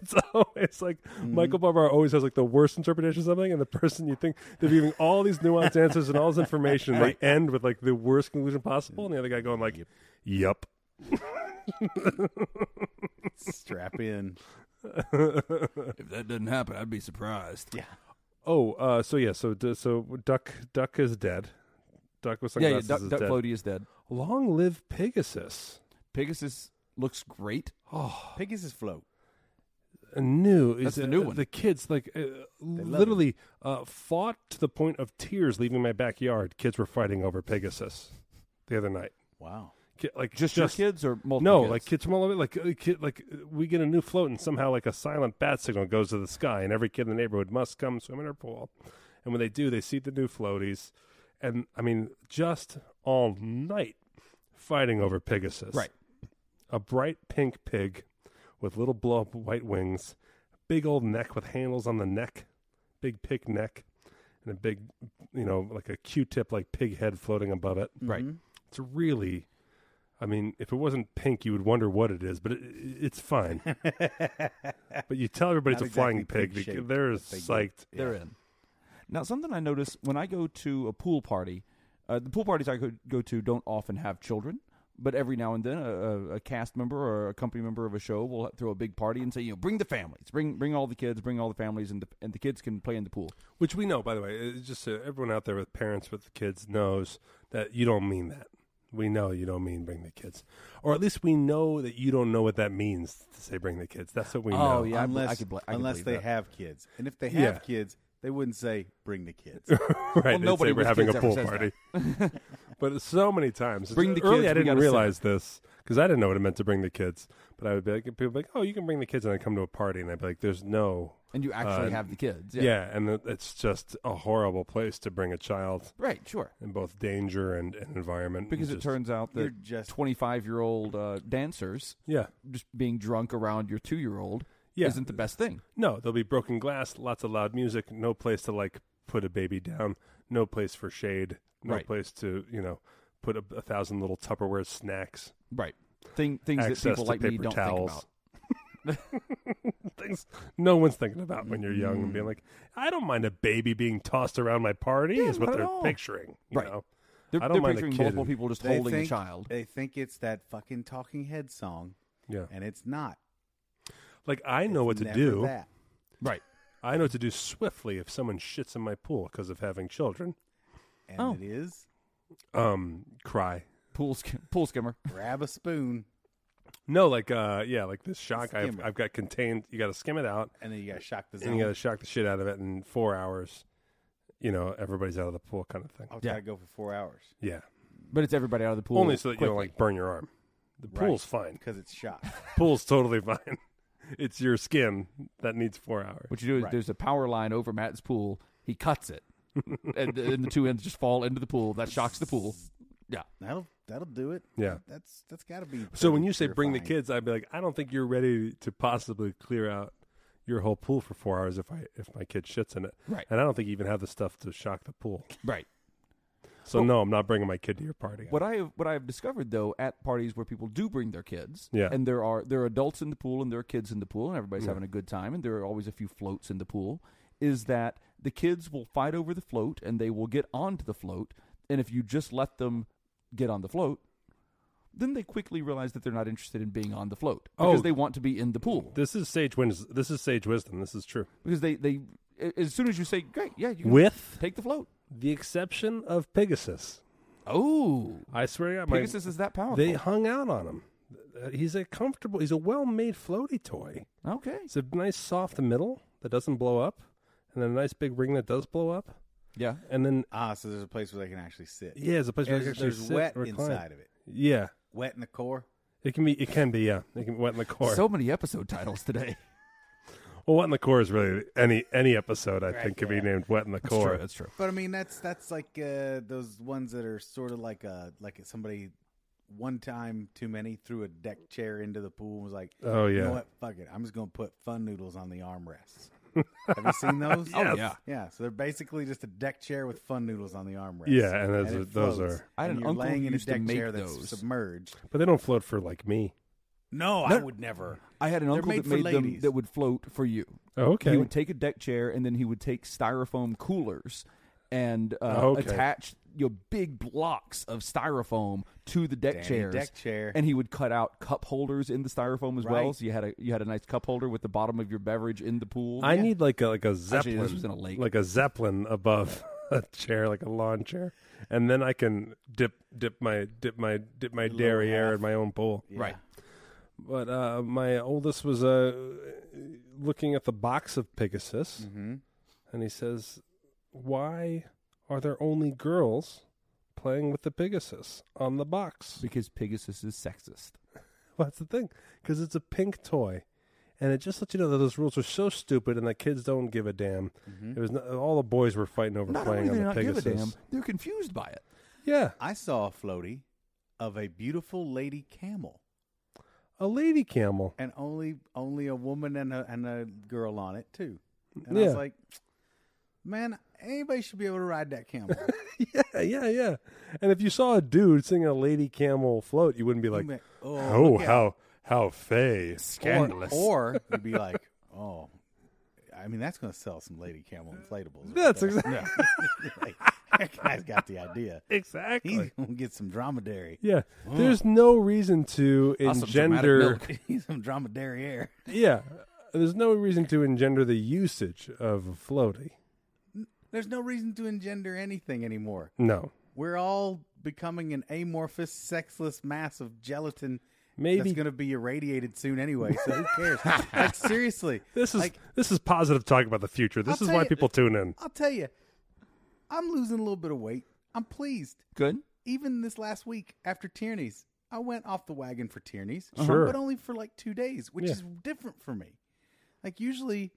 [SPEAKER 1] it's always like Michael Barber always has like the worst interpretation of something, and the person you think they're giving all these nuanced answers and all this information, they end with like the worst conclusion possible, and the other guy going like, "Yup."
[SPEAKER 2] Strap in.
[SPEAKER 3] If that doesn't happen, I'd be surprised. Yeah.
[SPEAKER 1] Oh, uh, so yeah, so d- so Duck Duck is dead. Duck with
[SPEAKER 3] Yeah, yeah,
[SPEAKER 1] sunglasses
[SPEAKER 3] Duck,
[SPEAKER 1] is
[SPEAKER 3] Duck
[SPEAKER 1] dead.
[SPEAKER 3] Floaty is dead.
[SPEAKER 1] Long live Pegasus!
[SPEAKER 3] Pegasus looks great.
[SPEAKER 1] Oh,
[SPEAKER 2] Pegasus float.
[SPEAKER 1] a new
[SPEAKER 3] That's
[SPEAKER 1] is
[SPEAKER 3] the new
[SPEAKER 1] uh,
[SPEAKER 3] one.
[SPEAKER 1] The kids like uh,
[SPEAKER 2] love
[SPEAKER 1] literally uh, fought to the point of tears leaving my backyard. Kids were fighting over Pegasus the other night.
[SPEAKER 2] Wow.
[SPEAKER 1] Ki- like
[SPEAKER 3] Just, your kids or multiple
[SPEAKER 1] No,
[SPEAKER 3] kids?
[SPEAKER 1] like kids from all over. Like uh, kid, like uh, we get a new float, and somehow like a silent bat signal goes to the sky, and every kid in the neighborhood must come swim in our pool. And when they do, they see the new floaties, and I mean, just all night fighting over Pegasus,
[SPEAKER 3] Right.
[SPEAKER 1] A bright pink pig with little blow up white wings, big old neck with handles on the neck, big pig neck, and a big, you know, like a Q tip like pig head floating above it.
[SPEAKER 3] Right.
[SPEAKER 2] Mhm.
[SPEAKER 1] It's really, I mean, if it wasn't pink, you would wonder what it is, but it, it's fine. but you tell everybody it's
[SPEAKER 2] Not
[SPEAKER 1] a flying
[SPEAKER 2] exactly
[SPEAKER 1] pig,
[SPEAKER 2] pig-shaped,
[SPEAKER 1] because they're
[SPEAKER 2] but they get it.
[SPEAKER 1] psyched.
[SPEAKER 3] They're in. Now, something I notice when I go to a pool party, uh, the pool parties I go, go to don't often have children, but every now and then a, a, a cast member or a company member of a show will throw a big party and say, you know, bring the families, bring bring all the kids, bring all the families, and the, and the kids can play in the pool.
[SPEAKER 1] Which we know, by the way, it's just uh, everyone out there with parents with kids knows that you don't mean that. We know you don't mean bring the kids, or at least we know that you don't know what that means to say bring the kids. That's what we know.
[SPEAKER 3] Oh, yeah, I bel-
[SPEAKER 2] unless
[SPEAKER 3] I could bel- I could
[SPEAKER 2] unless
[SPEAKER 3] believe
[SPEAKER 2] they
[SPEAKER 3] that.
[SPEAKER 2] have kids, and if they have
[SPEAKER 1] Yeah.
[SPEAKER 2] kids, they wouldn't say bring the kids.
[SPEAKER 1] right? they'd
[SPEAKER 3] nobody
[SPEAKER 1] say we're
[SPEAKER 3] with
[SPEAKER 1] having
[SPEAKER 3] kids
[SPEAKER 1] a
[SPEAKER 3] ever
[SPEAKER 1] pool
[SPEAKER 3] says
[SPEAKER 1] party. but so many times, It's-
[SPEAKER 3] Bring the
[SPEAKER 1] early
[SPEAKER 3] kids,
[SPEAKER 1] I
[SPEAKER 3] we
[SPEAKER 1] didn't
[SPEAKER 3] gotta
[SPEAKER 1] realize this because I didn't know what it meant to bring the kids. But I would be like, people would be like, oh, you can bring the kids, and I come to a party, and I'd be like, there's no,
[SPEAKER 3] And you actually
[SPEAKER 1] Uh,
[SPEAKER 3] have the kids.
[SPEAKER 1] yeah, and it- it's just a horrible place to bring a child
[SPEAKER 3] Right, sure.
[SPEAKER 1] in both danger and, and environment.
[SPEAKER 3] Because
[SPEAKER 1] and
[SPEAKER 3] it
[SPEAKER 1] just-
[SPEAKER 3] turns out
[SPEAKER 2] You're
[SPEAKER 3] that
[SPEAKER 2] just
[SPEAKER 3] 25 year old uh, dancers
[SPEAKER 1] yeah,
[SPEAKER 3] just being drunk around your two year old
[SPEAKER 1] Yeah.
[SPEAKER 3] isn't the best thing.
[SPEAKER 1] no, there'll be broken glass, lots of loud music, no place to like put a baby down, no place for shade, no
[SPEAKER 3] Right.
[SPEAKER 1] place to you know put a, a thousand little Tupperware snacks.
[SPEAKER 3] Right. Thing, things that
[SPEAKER 1] access
[SPEAKER 3] people
[SPEAKER 1] to
[SPEAKER 3] like me
[SPEAKER 1] paper
[SPEAKER 3] don't think about.
[SPEAKER 1] towels. Things no one's thinking about when you're young
[SPEAKER 3] Mm.
[SPEAKER 1] and being like, I don't mind a baby being tossed around my party is
[SPEAKER 3] not
[SPEAKER 1] what
[SPEAKER 3] at
[SPEAKER 1] they're
[SPEAKER 3] all.
[SPEAKER 1] picturing. You
[SPEAKER 3] Right.
[SPEAKER 1] know?
[SPEAKER 3] They're,
[SPEAKER 1] I don't
[SPEAKER 3] they're
[SPEAKER 1] mind a
[SPEAKER 3] picturing
[SPEAKER 1] kid
[SPEAKER 3] multiple
[SPEAKER 1] in-
[SPEAKER 3] people just
[SPEAKER 2] they
[SPEAKER 3] holding
[SPEAKER 2] think,
[SPEAKER 3] a child.
[SPEAKER 2] They think it's that fucking Talking Head song,
[SPEAKER 1] Yeah.
[SPEAKER 2] and it's not.
[SPEAKER 1] Like I know what
[SPEAKER 2] It's
[SPEAKER 1] to
[SPEAKER 2] never
[SPEAKER 1] do.
[SPEAKER 2] That.
[SPEAKER 3] Right.
[SPEAKER 1] I know what to do swiftly if someone shits in my pool because of having children.
[SPEAKER 2] And
[SPEAKER 3] Oh.
[SPEAKER 2] it is
[SPEAKER 1] Um, cry.
[SPEAKER 3] Pool, skim, pool skimmer.
[SPEAKER 2] grab a spoon,
[SPEAKER 1] No, like uh, yeah, like this shock I've,
[SPEAKER 2] Skimmer.
[SPEAKER 1] I've got contained. You got to skim it out,
[SPEAKER 2] and then you got to shock the
[SPEAKER 1] and
[SPEAKER 2] zone.
[SPEAKER 1] you got to shock the shit out of it in four hours. You know, everybody's out of the pool, kind of thing.
[SPEAKER 2] I'll
[SPEAKER 3] Yeah.
[SPEAKER 2] try to go for four hours
[SPEAKER 1] Yeah,
[SPEAKER 3] But it's everybody out of the pool.
[SPEAKER 1] only so that you don't
[SPEAKER 3] quickly.
[SPEAKER 1] like burn your arm. The
[SPEAKER 2] Right.
[SPEAKER 1] pool's fine.
[SPEAKER 2] because it's shock.
[SPEAKER 1] pool's totally fine. It's your skin that needs four hours.
[SPEAKER 3] What you do is
[SPEAKER 2] Right.
[SPEAKER 3] there's a power line over Matt's pool. He cuts it. and, and the two ends just fall into the pool. That shocks the pool. Yeah.
[SPEAKER 2] that'll that'll do it.
[SPEAKER 1] Yeah.
[SPEAKER 2] That's that's got to be.
[SPEAKER 1] so when
[SPEAKER 2] pretty
[SPEAKER 1] you say bring the
[SPEAKER 2] purifying.
[SPEAKER 1] kids, I'd be like, I don't think you're ready to possibly clear out your whole pool for four hours if I if my kid shits in it.
[SPEAKER 3] Right.
[SPEAKER 1] And I don't think you even have the stuff to shock the pool.
[SPEAKER 3] Right.
[SPEAKER 1] So no, I'm not bringing my kid to your party.
[SPEAKER 3] What I have, what I have discovered though at parties where people do bring their kids,
[SPEAKER 1] Yeah.
[SPEAKER 3] and there are there are adults in the pool and there are kids in the pool and everybody's having a good time and there are always a few floats in the pool, is that the kids will fight over the float and they will get onto the float and if you just let them get on the float, then they quickly realize that they're not interested in being on the float because
[SPEAKER 1] Oh.
[SPEAKER 3] they want to be in the pool
[SPEAKER 1] This is sage wins. This is sage wisdom. This is true.
[SPEAKER 3] because they they a- as soon as you say great yeah you can
[SPEAKER 1] With
[SPEAKER 3] take the float
[SPEAKER 1] the exception of Pegasus,
[SPEAKER 3] oh
[SPEAKER 1] I swear to God, my,
[SPEAKER 3] Pegasus is that powerful
[SPEAKER 1] they hung out on him. Uh, He's a comfortable. He's a well-made floaty toy.
[SPEAKER 3] okay
[SPEAKER 1] It's a nice soft middle that doesn't blow up, and then a nice big ring that does blow up,
[SPEAKER 3] yeah
[SPEAKER 1] and then
[SPEAKER 2] Ah, so there's a place where they can actually sit.
[SPEAKER 1] yeah, it's a place where you
[SPEAKER 2] There's,
[SPEAKER 1] can actually
[SPEAKER 2] there's
[SPEAKER 1] sit
[SPEAKER 2] wet
[SPEAKER 1] or recline.
[SPEAKER 2] inside of it.
[SPEAKER 1] Yeah,
[SPEAKER 2] Wet in the core.
[SPEAKER 1] it can be. It can be. Yeah, it can be wet in the core.
[SPEAKER 3] so many episode titles today.
[SPEAKER 1] well, wet in the core is really any any episode I think could be named wet in the core.
[SPEAKER 3] That's true.
[SPEAKER 2] But I mean, that's that's like uh, those ones that are sort of like a like somebody one time too many threw a deck chair into the pool and was like,
[SPEAKER 1] Oh,
[SPEAKER 2] you know
[SPEAKER 1] yeah.
[SPEAKER 2] what? Fuck it, I'm just gonna put fun noodles on the armrests." Have you seen those?
[SPEAKER 3] Oh, yeah.
[SPEAKER 2] yeah. So they're basically just a deck chair with fun noodles on the armrests.
[SPEAKER 1] Yeah, and those are-
[SPEAKER 2] it
[SPEAKER 1] those
[SPEAKER 2] floats.
[SPEAKER 1] are-
[SPEAKER 3] I had
[SPEAKER 2] And
[SPEAKER 3] an
[SPEAKER 2] you're
[SPEAKER 3] uncle
[SPEAKER 2] laying
[SPEAKER 3] who
[SPEAKER 2] in a
[SPEAKER 3] used to
[SPEAKER 2] deck
[SPEAKER 3] make
[SPEAKER 2] chair that's
[SPEAKER 3] those.
[SPEAKER 2] submerged.
[SPEAKER 1] But they don't float for like me.
[SPEAKER 2] No, I
[SPEAKER 3] No.
[SPEAKER 2] would never.
[SPEAKER 3] I had an
[SPEAKER 2] They're
[SPEAKER 3] uncle
[SPEAKER 2] made
[SPEAKER 3] that
[SPEAKER 2] for
[SPEAKER 3] made them
[SPEAKER 2] ladies.
[SPEAKER 3] that would float for you. He
[SPEAKER 1] Oh, okay.
[SPEAKER 3] would take a deck chair and then he would take styrofoam coolers and uh,
[SPEAKER 1] Okay.
[SPEAKER 3] attach your big blocks of styrofoam to the deck
[SPEAKER 2] Danny
[SPEAKER 3] chairs.
[SPEAKER 2] deck chair.
[SPEAKER 3] And he would cut out cup holders in the styrofoam as well.
[SPEAKER 2] Right.
[SPEAKER 3] So you had a you had a nice cup holder with the bottom of your beverage in the pool.
[SPEAKER 1] I need like a like a
[SPEAKER 3] Actually,
[SPEAKER 1] zeppelin,
[SPEAKER 3] this was in a lake.
[SPEAKER 1] like a zeppelin above a chair, like a lawn chair, and then I can dip dip my dip my dip my derriere in my own pool.
[SPEAKER 3] Right.
[SPEAKER 1] But uh, my oldest was uh, looking at the box of
[SPEAKER 3] Mm.
[SPEAKER 1] Pegasus,
[SPEAKER 2] Mm-hmm.
[SPEAKER 1] and he says, "Why are there only girls playing with the Pegasus on the box?"
[SPEAKER 3] Because Pegasus is sexist.
[SPEAKER 1] Well, that's the thing, because it's a pink toy, and it just lets you know that those rules are so stupid and that kids don't give a damn. It was not, all the boys were fighting over
[SPEAKER 3] Mm-hmm. Not
[SPEAKER 1] playing
[SPEAKER 3] only
[SPEAKER 1] on
[SPEAKER 3] they
[SPEAKER 1] the
[SPEAKER 3] not give a
[SPEAKER 1] Pegasus.
[SPEAKER 3] damn, they're confused by it.
[SPEAKER 1] Yeah,
[SPEAKER 2] I saw a floaty of a beautiful lady camel.
[SPEAKER 1] a lady camel.
[SPEAKER 2] and only only a woman and a and a girl on it too. And I was
[SPEAKER 1] Yeah.
[SPEAKER 2] like, man, anybody should be able to ride that camel.
[SPEAKER 1] Yeah, yeah, yeah. And if you saw a dude singing a lady camel float, you wouldn't be like,
[SPEAKER 2] may- oh,
[SPEAKER 1] "Oh,
[SPEAKER 2] look at
[SPEAKER 1] how how fey."
[SPEAKER 3] Scandalous.
[SPEAKER 2] Or, or you'd be like, oh, I mean, that's going to sell some lady camel inflatables.
[SPEAKER 1] That's
[SPEAKER 2] right
[SPEAKER 1] exactly
[SPEAKER 2] there. Like, that guy's got the idea.
[SPEAKER 1] exactly.
[SPEAKER 2] He's going to get some dromedary.
[SPEAKER 1] yeah, there's no reason to
[SPEAKER 3] Awesome dramatic
[SPEAKER 1] engender.
[SPEAKER 3] milk.
[SPEAKER 2] He's some dromedary air.
[SPEAKER 1] Yeah, there's no reason to engender the usage of a floaty.
[SPEAKER 2] There's no reason to engender anything anymore.
[SPEAKER 1] No,
[SPEAKER 2] We're all becoming an amorphous, sexless mass of gelatin.
[SPEAKER 1] Maybe-
[SPEAKER 2] that's going to be irradiated soon anyway. So who cares? like seriously,
[SPEAKER 1] This is
[SPEAKER 2] Like,
[SPEAKER 1] this is positive talk about the future. This
[SPEAKER 2] I'll
[SPEAKER 1] is
[SPEAKER 2] tell
[SPEAKER 1] why
[SPEAKER 2] you-
[SPEAKER 1] people tune in.
[SPEAKER 2] I'll tell you, I'm losing a little bit of weight. I'm pleased.
[SPEAKER 3] Good.
[SPEAKER 2] Even this last week after Tierney's, I went off the wagon for Tierney's,
[SPEAKER 1] Uh-huh. Sure.
[SPEAKER 2] but only for like two days, which
[SPEAKER 1] Yeah.
[SPEAKER 2] is different for me. Like usually,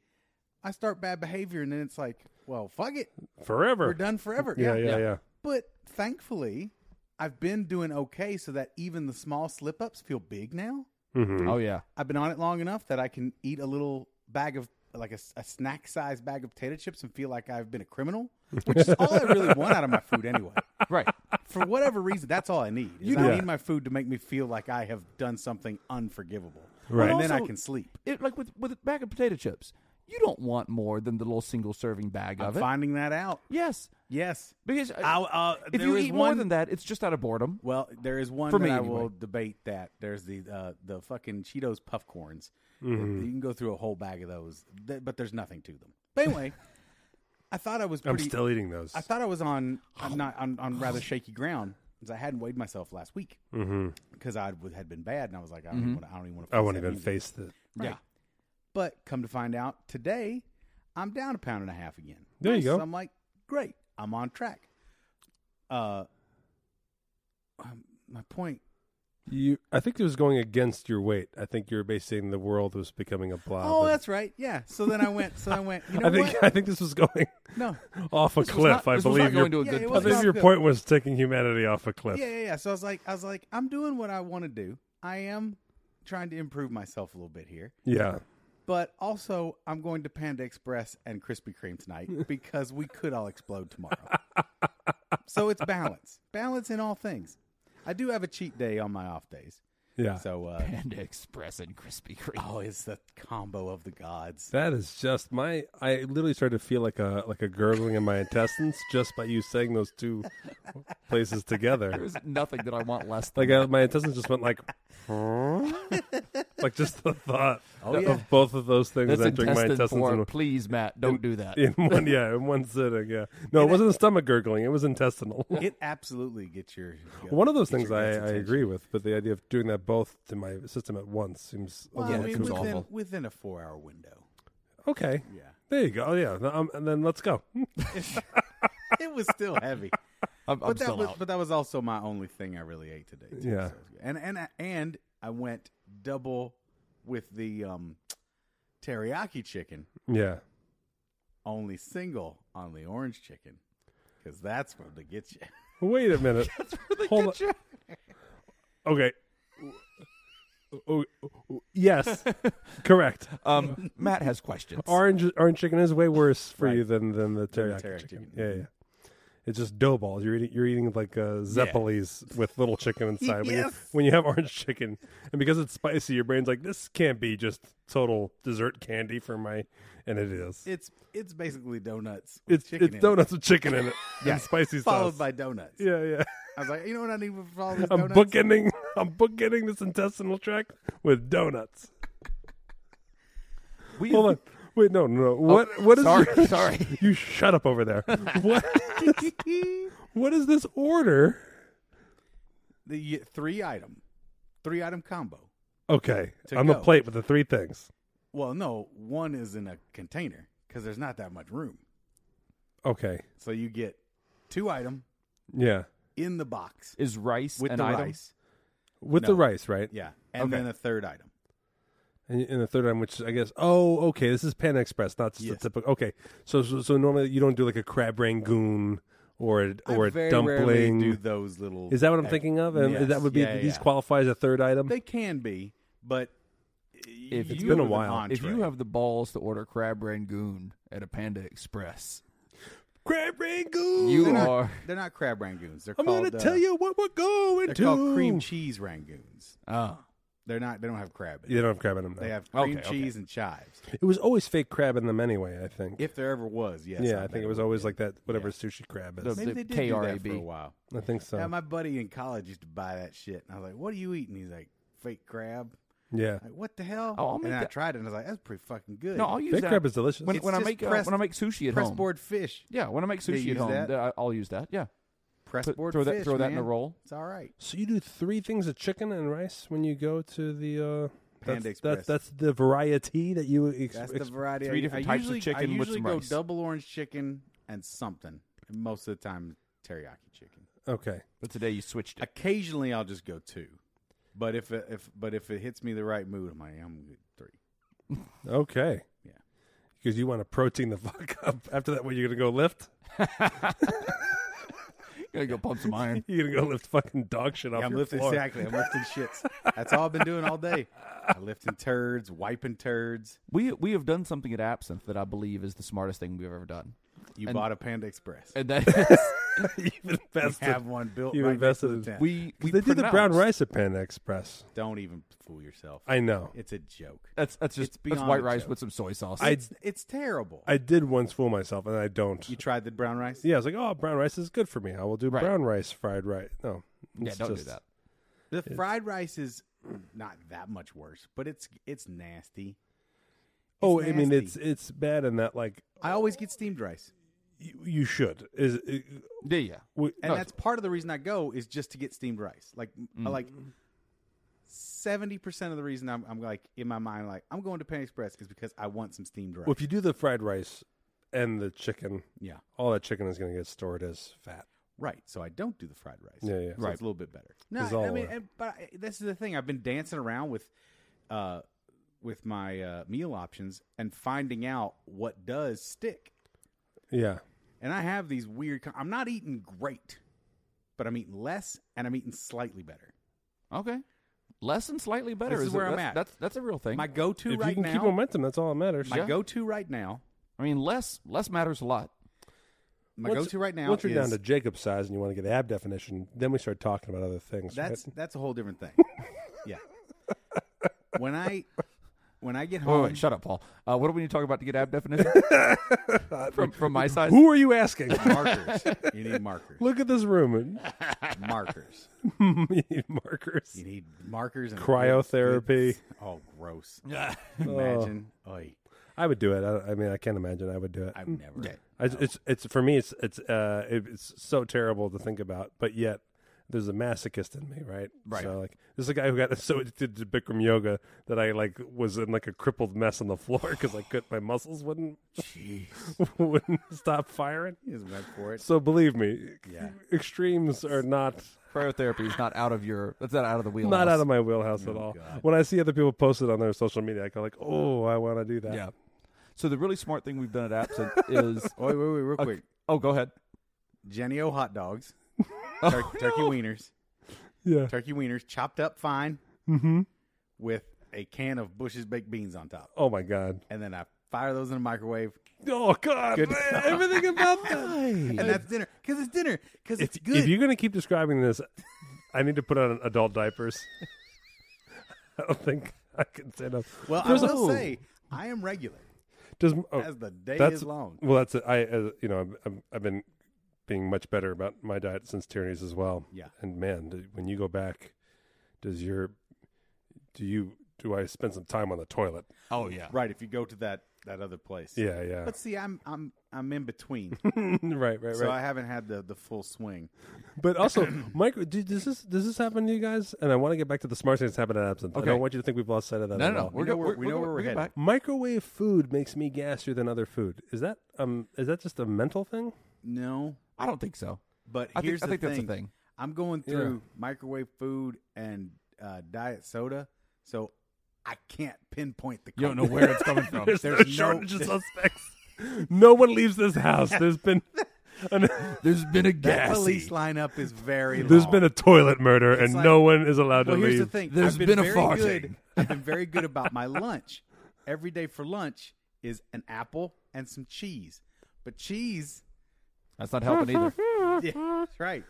[SPEAKER 2] I start bad behavior and then it's like, well, fuck it,
[SPEAKER 1] Forever.
[SPEAKER 2] we're done forever.
[SPEAKER 1] Yeah, yeah, yeah.
[SPEAKER 2] But thankfully, I've been doing okay so that even the small slip ups feel big now.
[SPEAKER 1] Mhm.
[SPEAKER 3] Oh yeah.
[SPEAKER 2] I've been on it long enough that I can eat a little bag of like a, snack sized bag of potato chips and feel like I've been a criminal, which is all I really want out of my food anyway.
[SPEAKER 3] Right.
[SPEAKER 2] For whatever reason, that's all I need. is
[SPEAKER 3] You
[SPEAKER 2] I
[SPEAKER 1] know-
[SPEAKER 2] need my food to make me feel like I have done something unforgivable.
[SPEAKER 1] Right.
[SPEAKER 2] And then
[SPEAKER 3] Also-
[SPEAKER 2] I can sleep.
[SPEAKER 3] it, like with with a bag of potato chips, you don't want more than the little single serving bag
[SPEAKER 2] I'm
[SPEAKER 3] of it.
[SPEAKER 2] finding that out.
[SPEAKER 3] Yes,
[SPEAKER 2] Yes.
[SPEAKER 3] because uh,
[SPEAKER 2] I'll- uh,
[SPEAKER 3] if
[SPEAKER 2] there
[SPEAKER 3] you
[SPEAKER 2] is
[SPEAKER 3] eat more
[SPEAKER 2] one-
[SPEAKER 3] than that, it's just out of boredom.
[SPEAKER 2] Well, there is one
[SPEAKER 3] For
[SPEAKER 2] that
[SPEAKER 3] me,
[SPEAKER 2] I
[SPEAKER 3] anyway.
[SPEAKER 2] will debate that. There's the uh, the fucking Cheetos puff corns. You can go through a whole bag of those, th- but there's nothing to them. But anyway, I thought I was
[SPEAKER 1] I'm
[SPEAKER 2] pretty.
[SPEAKER 1] still eating those.
[SPEAKER 2] I thought I was on I'm not on, on rather shaky ground because I hadn't weighed myself last week because I w- had been bad and I was like I don't even want to I don't even want to
[SPEAKER 1] I won't even face the.
[SPEAKER 2] yeah. But come to find out today I'm down a pound and a half again.
[SPEAKER 1] There you go.
[SPEAKER 2] So I'm like great. I'm on track. Uh, um, my point
[SPEAKER 1] You, I think it was going against your weight. I think you were basically the world was becoming a blob.
[SPEAKER 2] Oh,
[SPEAKER 1] of-
[SPEAKER 2] that's right. Yeah. So then I went. So I went. You know
[SPEAKER 1] I think
[SPEAKER 2] what?
[SPEAKER 1] I think this was going
[SPEAKER 2] no.
[SPEAKER 1] off a
[SPEAKER 3] This was
[SPEAKER 1] cliff.
[SPEAKER 3] not-
[SPEAKER 1] I
[SPEAKER 3] this was not
[SPEAKER 1] believe your,
[SPEAKER 3] going to a
[SPEAKER 2] Yeah,
[SPEAKER 3] good
[SPEAKER 2] it
[SPEAKER 1] I
[SPEAKER 3] place.
[SPEAKER 2] wasn't-
[SPEAKER 1] think
[SPEAKER 2] not
[SPEAKER 1] your
[SPEAKER 2] good.
[SPEAKER 1] point was taking humanity off a cliff.
[SPEAKER 2] Yeah, yeah, yeah. So I was like, I was like, I'm doing what I want to do. I am trying to improve myself a little bit here.
[SPEAKER 1] Yeah.
[SPEAKER 2] But also, I'm going to Panda Express and Krispy Kreme tonight because we could all explode tomorrow. so it's balance, balance in all things. I do have a cheat day on my off days.
[SPEAKER 1] Yeah.
[SPEAKER 2] So, uh,
[SPEAKER 3] Panda Express and Krispy Kreme.
[SPEAKER 2] oh, it's the combo of the gods.
[SPEAKER 1] That is just my. I literally started to feel like a like a gurgling in my intestines just by you saying those two places together.
[SPEAKER 3] There's nothing that I want less than
[SPEAKER 1] Like uh my intestines just went like, like just the thought
[SPEAKER 2] Oh, yeah.
[SPEAKER 1] of both of those things
[SPEAKER 3] that's
[SPEAKER 1] entering my
[SPEAKER 3] intestine
[SPEAKER 1] intestines
[SPEAKER 3] porn.
[SPEAKER 1] in,
[SPEAKER 3] Please, Matt, don't do that.
[SPEAKER 1] in one. Yeah, in one sitting. Yeah. No, it wasn't stomach gurgling. It was intestinal.
[SPEAKER 2] It absolutely gets your
[SPEAKER 1] One of those
[SPEAKER 2] get
[SPEAKER 1] things
[SPEAKER 2] your
[SPEAKER 1] I,
[SPEAKER 2] guts'
[SPEAKER 1] I
[SPEAKER 2] attention.
[SPEAKER 1] agree with, but the idea of doing that both to my system at once seems a
[SPEAKER 2] Well,
[SPEAKER 1] little
[SPEAKER 2] I mean,
[SPEAKER 1] too
[SPEAKER 2] within,
[SPEAKER 3] awful.
[SPEAKER 2] within a four hour window.
[SPEAKER 1] Okay.
[SPEAKER 2] Yeah.
[SPEAKER 1] There you go. Yeah. th- Um, and then let's go.
[SPEAKER 2] It was still heavy.
[SPEAKER 3] I'm, I'm
[SPEAKER 2] but that
[SPEAKER 3] still
[SPEAKER 2] was
[SPEAKER 3] out.
[SPEAKER 2] but that was also my only thing I really ate today. too,
[SPEAKER 1] Yeah.
[SPEAKER 2] so it was good. and and I- and I went double with the um, teriyaki chicken,
[SPEAKER 1] yeah.
[SPEAKER 2] only single on the orange chicken, because that's what to get you.
[SPEAKER 1] Wait a minute. Hold on. Okay. Oh, oh, oh, yes. Correct.
[SPEAKER 2] Uh,
[SPEAKER 3] Um, Matt has questions.
[SPEAKER 1] Orange orange chicken is way worse for
[SPEAKER 2] Right.
[SPEAKER 1] you than than the
[SPEAKER 2] Than the
[SPEAKER 1] teriyaki,
[SPEAKER 2] teriyaki
[SPEAKER 1] chicken.
[SPEAKER 2] chicken.
[SPEAKER 1] Yeah, yeah. It's just dough balls. You're eating you're eating like uh, Zeppelis with little chicken inside. when, you,
[SPEAKER 2] Yes.
[SPEAKER 1] when you have orange chicken, and because it's spicy, your brain's like, this can't be just total dessert candy for my, and it is.
[SPEAKER 2] It's it's basically donuts. with
[SPEAKER 1] it's
[SPEAKER 2] chicken
[SPEAKER 1] it's
[SPEAKER 2] in it,
[SPEAKER 1] donuts with chicken in it. and spicy
[SPEAKER 2] followed
[SPEAKER 1] sauce.
[SPEAKER 2] by donuts.
[SPEAKER 1] yeah, yeah.
[SPEAKER 2] I was like, you know what I need for all these
[SPEAKER 1] I'm
[SPEAKER 2] donuts?
[SPEAKER 1] bookending I'm bookending this intestinal tract with donuts.
[SPEAKER 3] We-
[SPEAKER 1] Hold on. Wait, no, no, no.
[SPEAKER 2] Oh,
[SPEAKER 1] What what is
[SPEAKER 3] sorry,
[SPEAKER 1] your-
[SPEAKER 3] sorry.
[SPEAKER 1] You shut up over there. What What is this order?
[SPEAKER 2] the three item, three item combo.
[SPEAKER 1] Okay.
[SPEAKER 2] To
[SPEAKER 1] on the
[SPEAKER 2] go.
[SPEAKER 1] plate with the three things.
[SPEAKER 2] Well, no, one is in a container because there's not that much room.
[SPEAKER 1] Okay.
[SPEAKER 2] So you get two item
[SPEAKER 1] Yeah.
[SPEAKER 2] in the box
[SPEAKER 3] Is rice
[SPEAKER 2] with
[SPEAKER 3] an
[SPEAKER 2] the
[SPEAKER 3] item?
[SPEAKER 2] rice.
[SPEAKER 1] With
[SPEAKER 2] No.
[SPEAKER 1] the rice, right?
[SPEAKER 2] Yeah, and
[SPEAKER 1] Okay.
[SPEAKER 2] then a third item.
[SPEAKER 1] And, and the third item, which I guess, oh, okay, this is Pan Express, not just
[SPEAKER 2] Yes.
[SPEAKER 1] the typical. Okay, so, so so normally you don't do like a crab rangoon or a, or
[SPEAKER 2] I
[SPEAKER 1] a
[SPEAKER 2] very
[SPEAKER 1] dumpling.
[SPEAKER 2] Rarely do those little.
[SPEAKER 1] Is that what I'm
[SPEAKER 2] ex-
[SPEAKER 1] thinking of? And
[SPEAKER 2] Yes.
[SPEAKER 1] that would be
[SPEAKER 2] Yeah,
[SPEAKER 1] these
[SPEAKER 2] yeah.
[SPEAKER 1] qualify as a third item.
[SPEAKER 2] They can be, but
[SPEAKER 3] If
[SPEAKER 2] it's
[SPEAKER 3] you-
[SPEAKER 1] been a while.
[SPEAKER 3] If you have the balls to order crab rangoon at a Panda Express,
[SPEAKER 1] crab rangoon.
[SPEAKER 3] you
[SPEAKER 2] they're not,
[SPEAKER 3] are.
[SPEAKER 2] they're not crab rangoons. They're
[SPEAKER 1] I'm
[SPEAKER 2] called.
[SPEAKER 1] gonna
[SPEAKER 2] uh,
[SPEAKER 1] tell you what we're going
[SPEAKER 2] They're
[SPEAKER 1] to.
[SPEAKER 2] called cream cheese rangoons.
[SPEAKER 3] Oh,
[SPEAKER 2] They're not. They don't have crab. In
[SPEAKER 1] You
[SPEAKER 2] it.
[SPEAKER 1] don't have crab in them.
[SPEAKER 2] They
[SPEAKER 1] no.
[SPEAKER 2] have cream
[SPEAKER 3] Okay, okay.
[SPEAKER 2] cheese and chives.
[SPEAKER 1] It was always fake crab in them anyway. I think.
[SPEAKER 2] If there ever was, yes.
[SPEAKER 1] yeah, I think
[SPEAKER 2] bet
[SPEAKER 1] it was
[SPEAKER 2] would
[SPEAKER 1] always
[SPEAKER 2] be.
[SPEAKER 1] like that. Whatever sushi crab is.
[SPEAKER 3] The-
[SPEAKER 2] Maybe they did do that
[SPEAKER 3] KRAB.
[SPEAKER 2] for a while. Oh.
[SPEAKER 1] I think so.
[SPEAKER 2] Yeah, my buddy in college used to buy that shit, and I was like, "What are you eating?" He's like, "Fake crab."
[SPEAKER 1] yeah.
[SPEAKER 2] Like, what the hell?
[SPEAKER 3] Oh, I'll
[SPEAKER 2] and
[SPEAKER 3] make
[SPEAKER 2] I
[SPEAKER 3] that-
[SPEAKER 2] tried it, and I was like, "That's pretty fucking good."
[SPEAKER 3] no, I'll use
[SPEAKER 1] Fake
[SPEAKER 3] that.
[SPEAKER 1] crab is delicious.
[SPEAKER 3] When,
[SPEAKER 2] It's
[SPEAKER 3] when I
[SPEAKER 2] just
[SPEAKER 3] make uh,
[SPEAKER 2] pressed-
[SPEAKER 3] when I make sushi at
[SPEAKER 2] press
[SPEAKER 3] home,
[SPEAKER 2] board fish.
[SPEAKER 3] yeah, when I make
[SPEAKER 2] They
[SPEAKER 3] sushi at
[SPEAKER 2] use
[SPEAKER 3] home,
[SPEAKER 2] that?
[SPEAKER 3] th- I- I'll use that. Yeah,
[SPEAKER 2] Press
[SPEAKER 3] Put-
[SPEAKER 2] board
[SPEAKER 3] throw that
[SPEAKER 2] fish,
[SPEAKER 3] throw that in a
[SPEAKER 2] man.
[SPEAKER 3] roll.
[SPEAKER 2] It's all right.
[SPEAKER 1] So you do three things of chicken and rice when you go to the uh,
[SPEAKER 2] Panda
[SPEAKER 1] that's,
[SPEAKER 2] Express.
[SPEAKER 1] That's, that's the variety that you. Ex-
[SPEAKER 2] That's
[SPEAKER 1] ex-
[SPEAKER 2] the variety.
[SPEAKER 3] three
[SPEAKER 2] I-
[SPEAKER 3] different
[SPEAKER 2] I
[SPEAKER 3] types of
[SPEAKER 2] usually, I
[SPEAKER 3] chicken with
[SPEAKER 2] usually
[SPEAKER 3] some
[SPEAKER 2] go
[SPEAKER 3] rice.
[SPEAKER 2] double orange chicken and something. And most of the time, teriyaki chicken.
[SPEAKER 1] okay.
[SPEAKER 3] But today you switched it.
[SPEAKER 2] Occasionally, I'll just go two. But if it, if but if it hits me the right mood, I'm like, I'm good three.
[SPEAKER 1] Okay.
[SPEAKER 2] Yeah.
[SPEAKER 1] Because you want to protein the fuck up. After that, what you're gonna go lift?
[SPEAKER 3] Gotta go pump some iron.
[SPEAKER 1] You're gonna go lift fucking dog shit off
[SPEAKER 2] Yeah, I'm
[SPEAKER 1] your
[SPEAKER 2] lifting
[SPEAKER 1] floor.
[SPEAKER 2] exactly. I'm lifting shits. That's all I've been doing all day. I'm lifting turds, wiping turds.
[SPEAKER 3] We we have done something at Absinthe that I believe is the smartest thing we've ever done,
[SPEAKER 2] You
[SPEAKER 3] And-
[SPEAKER 2] bought a Panda Express.
[SPEAKER 3] and that is
[SPEAKER 1] You've
[SPEAKER 2] You
[SPEAKER 1] invested.
[SPEAKER 2] have one built.
[SPEAKER 1] You
[SPEAKER 2] right next
[SPEAKER 1] invested
[SPEAKER 2] to
[SPEAKER 1] in-
[SPEAKER 2] the tent.
[SPEAKER 3] we we
[SPEAKER 1] they do the brown
[SPEAKER 3] pronounce-
[SPEAKER 1] rice at Panda Express.
[SPEAKER 2] Don't even fool yourself.
[SPEAKER 1] I know. Uh,
[SPEAKER 2] It's a joke.
[SPEAKER 3] That's that's
[SPEAKER 2] It's
[SPEAKER 3] just that's
[SPEAKER 2] beyond
[SPEAKER 3] white
[SPEAKER 2] a
[SPEAKER 3] rice
[SPEAKER 2] joke.
[SPEAKER 3] with some soy sauce.
[SPEAKER 1] I-
[SPEAKER 2] It's, it's terrible.
[SPEAKER 1] I did once fool myself, and I don't.
[SPEAKER 2] you tried the brown rice?
[SPEAKER 1] Yeah, I was like, oh, brown rice is good for me. I will do
[SPEAKER 3] Right.
[SPEAKER 1] brown rice fried rice. No,
[SPEAKER 3] yeah,
[SPEAKER 1] it's
[SPEAKER 3] don't do
[SPEAKER 1] just-
[SPEAKER 3] that.
[SPEAKER 2] The fried rice is not that much worse, but it's it's nasty.
[SPEAKER 1] Oh,
[SPEAKER 2] It's
[SPEAKER 1] I mean,
[SPEAKER 2] nasty.
[SPEAKER 1] it's it's bad in that like
[SPEAKER 2] I always get steamed rice,
[SPEAKER 1] you, you should is it,
[SPEAKER 3] Yeah, yeah.
[SPEAKER 1] we,
[SPEAKER 2] and
[SPEAKER 3] No,
[SPEAKER 2] that's part of the reason I go is just to get steamed rice. Like like
[SPEAKER 1] Mm-hmm.
[SPEAKER 2] seventy percent of the reason I'm, I'm like in my mind like I'm going to Pan Express is because I want some steamed rice.
[SPEAKER 1] well, if you do the fried rice and the chicken,
[SPEAKER 2] yeah,
[SPEAKER 1] all that chicken is going to get stored as fat.
[SPEAKER 2] right. So I don't do the fried rice.
[SPEAKER 1] Yeah, yeah.
[SPEAKER 2] So
[SPEAKER 1] Right.
[SPEAKER 2] It's a little bit better. No,
[SPEAKER 1] It's all
[SPEAKER 2] I mean,
[SPEAKER 1] over.
[SPEAKER 2] and, but I, this is the thing. I've been dancing around with, uh, with my uh, meal options and finding out what does stick.
[SPEAKER 1] Yeah,
[SPEAKER 2] and I have these weird. co- I'm not eating great, but I'm eating less and I'm eating slightly better.
[SPEAKER 3] Okay. less and slightly better.
[SPEAKER 2] This is
[SPEAKER 3] a-
[SPEAKER 2] where I'm
[SPEAKER 3] that's-
[SPEAKER 2] at.
[SPEAKER 3] That's that's a real thing.
[SPEAKER 2] My go to
[SPEAKER 1] if
[SPEAKER 2] right
[SPEAKER 1] you can
[SPEAKER 2] now.
[SPEAKER 1] keep momentum, that's all that matters.
[SPEAKER 2] my
[SPEAKER 3] Yeah.
[SPEAKER 2] go to right now.
[SPEAKER 3] I mean, less less matters a lot.
[SPEAKER 2] My
[SPEAKER 1] Once-
[SPEAKER 2] go to right now.
[SPEAKER 1] Once you're
[SPEAKER 2] is,
[SPEAKER 1] down to Jacob's size and you want to get ab definition, then we start talking about other things.
[SPEAKER 2] That's
[SPEAKER 1] right?
[SPEAKER 2] that's a whole different thing. yeah. When I when I get
[SPEAKER 3] Wait,
[SPEAKER 2] home,
[SPEAKER 3] wait, wait, shut up, Paul. Uh, what do we need to talk about to get ab definition? from from my side,
[SPEAKER 1] who are you asking?
[SPEAKER 2] markers. You need markers.
[SPEAKER 1] Look at this room.
[SPEAKER 2] Markers.
[SPEAKER 1] you need markers.
[SPEAKER 2] You need markers and
[SPEAKER 1] Cryotherapy.
[SPEAKER 2] Oh, gross! Imagine. Oy,
[SPEAKER 1] I would do it. I, I mean, I can't imagine I would do it.
[SPEAKER 2] I would never.
[SPEAKER 1] I, it's it's for me. It's it's uh it, it's so terrible to think about, but yet there's a masochist in me, right?
[SPEAKER 2] Right.
[SPEAKER 1] So like this is a guy who got so addicted to Bikram yoga that I like was in like a crippled mess on the floor because I could my muscles wouldn't
[SPEAKER 2] Jeez.
[SPEAKER 1] wouldn't stop firing.
[SPEAKER 2] He just went for it.
[SPEAKER 1] So believe me,
[SPEAKER 2] Yeah.
[SPEAKER 1] extremes are not
[SPEAKER 3] cryotherapy is not out of your. That's not out of the wheelhouse.
[SPEAKER 1] not out of my wheelhouse at all.
[SPEAKER 2] Oh, God.
[SPEAKER 1] When I see other people post it on their social media, I go like, oh, I want to do that.
[SPEAKER 3] yeah. So the really smart thing we've done at Absent is.
[SPEAKER 2] Oh, wait, wait, wait, real quick.
[SPEAKER 3] Oh, go ahead.
[SPEAKER 2] Jenny O hot dogs, tur- turkey wieners,
[SPEAKER 1] yeah.
[SPEAKER 2] turkey wieners, chopped up fine, mm-hmm. with a can of Bush's baked beans on top,
[SPEAKER 1] Oh my god.
[SPEAKER 2] and then I fire those in the microwave,
[SPEAKER 1] Oh god.
[SPEAKER 2] Good.
[SPEAKER 1] man, everything about that.
[SPEAKER 2] and that's dinner because it's dinner because
[SPEAKER 1] if,
[SPEAKER 2] it's good.
[SPEAKER 1] if you're going to keep describing this, I need to put on adult diapers. I don't think I can stand up.
[SPEAKER 2] well, I
[SPEAKER 1] First of
[SPEAKER 2] will
[SPEAKER 1] all,
[SPEAKER 2] say I am regular
[SPEAKER 1] does, oh,
[SPEAKER 2] as the day
[SPEAKER 1] that's
[SPEAKER 2] is long.
[SPEAKER 1] well, that's it. I uh, you know I've, I've- I've been being much better about my diet since tyrannies as well.
[SPEAKER 2] Yeah.
[SPEAKER 1] and man, d- when you go back, does your do you do I spend some time on the toilet?
[SPEAKER 3] Oh yeah.
[SPEAKER 2] Right, if you go to that that other place,
[SPEAKER 1] Yeah, yeah,
[SPEAKER 2] But see, I'm I'm I'm in between,
[SPEAKER 1] right, right, right.
[SPEAKER 2] so I haven't had the the full swing.
[SPEAKER 1] But also, Mike, do, does this does this happen to you guys? And I want to get back to the smart things that happen at absinthe. I
[SPEAKER 3] Okay.
[SPEAKER 1] don't want you to think we've lost sight of that.
[SPEAKER 3] No,
[SPEAKER 1] at
[SPEAKER 3] no, no.
[SPEAKER 1] all.
[SPEAKER 3] We're
[SPEAKER 2] know
[SPEAKER 3] go-
[SPEAKER 2] where-
[SPEAKER 3] we're,
[SPEAKER 2] we know
[SPEAKER 3] go-
[SPEAKER 2] where we're
[SPEAKER 3] go
[SPEAKER 2] headed.
[SPEAKER 3] back.
[SPEAKER 1] microwave food makes me gassier than other food. Is that um is that just a mental thing?
[SPEAKER 2] No,
[SPEAKER 3] I don't think so.
[SPEAKER 2] but
[SPEAKER 3] I think-
[SPEAKER 2] here's
[SPEAKER 3] I
[SPEAKER 2] the
[SPEAKER 3] think
[SPEAKER 2] thing.
[SPEAKER 3] that's the thing.
[SPEAKER 2] I'm going through microwave food and uh, diet soda, so I can't pinpoint the.
[SPEAKER 3] You don't know
[SPEAKER 2] culprit.
[SPEAKER 3] where it's coming from.
[SPEAKER 1] There's,
[SPEAKER 2] There's
[SPEAKER 1] no
[SPEAKER 2] no-
[SPEAKER 1] shortage of suspects. no one leaves this house. There's been an,
[SPEAKER 3] There's been a
[SPEAKER 2] that
[SPEAKER 3] gas.
[SPEAKER 2] police lineup is very.
[SPEAKER 1] there's
[SPEAKER 2] long.
[SPEAKER 1] been a toilet murder and
[SPEAKER 2] like-
[SPEAKER 1] no one is allowed
[SPEAKER 2] Well,
[SPEAKER 1] to
[SPEAKER 2] here's
[SPEAKER 1] leave.
[SPEAKER 2] the thing.
[SPEAKER 3] There's
[SPEAKER 2] I've been,
[SPEAKER 3] been a
[SPEAKER 2] very
[SPEAKER 3] farting.
[SPEAKER 2] good. I've been very good about my lunch. Every day for lunch is an apple and some cheese, but cheese.
[SPEAKER 3] That's not helping either.
[SPEAKER 2] Yeah, that's right.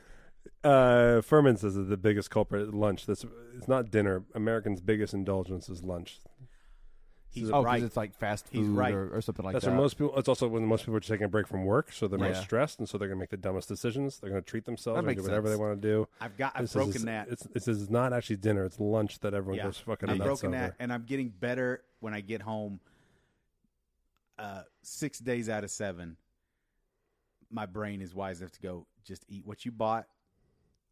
[SPEAKER 1] Uh, Furman says that the biggest culprit at lunch. That's it's not dinner. Americans' biggest indulgence is lunch.
[SPEAKER 2] He's
[SPEAKER 3] Oh,
[SPEAKER 2] right.
[SPEAKER 3] because it's like fast
[SPEAKER 2] He's
[SPEAKER 3] food
[SPEAKER 2] right.
[SPEAKER 3] or, or something like
[SPEAKER 1] That's
[SPEAKER 3] that.
[SPEAKER 1] when most people. It's also when most people are taking a break from work, so they're
[SPEAKER 3] Yeah.
[SPEAKER 1] most stressed, and so they're going to make the dumbest decisions. They're going to treat themselves,
[SPEAKER 3] That
[SPEAKER 1] and
[SPEAKER 3] makes
[SPEAKER 1] do whatever
[SPEAKER 3] sense.
[SPEAKER 1] they want to do.
[SPEAKER 2] I've got. I've
[SPEAKER 1] This is-
[SPEAKER 2] broken
[SPEAKER 1] it's-
[SPEAKER 2] that.
[SPEAKER 1] It's, this is not actually dinner. It's lunch that everyone
[SPEAKER 2] Yeah.
[SPEAKER 1] goes fucking
[SPEAKER 2] I've
[SPEAKER 1] nuts
[SPEAKER 2] broken
[SPEAKER 1] over.
[SPEAKER 2] that, and I'm getting better when I get home. Uh, six days out of seven, my brain is wise enough to go. Just eat what you bought.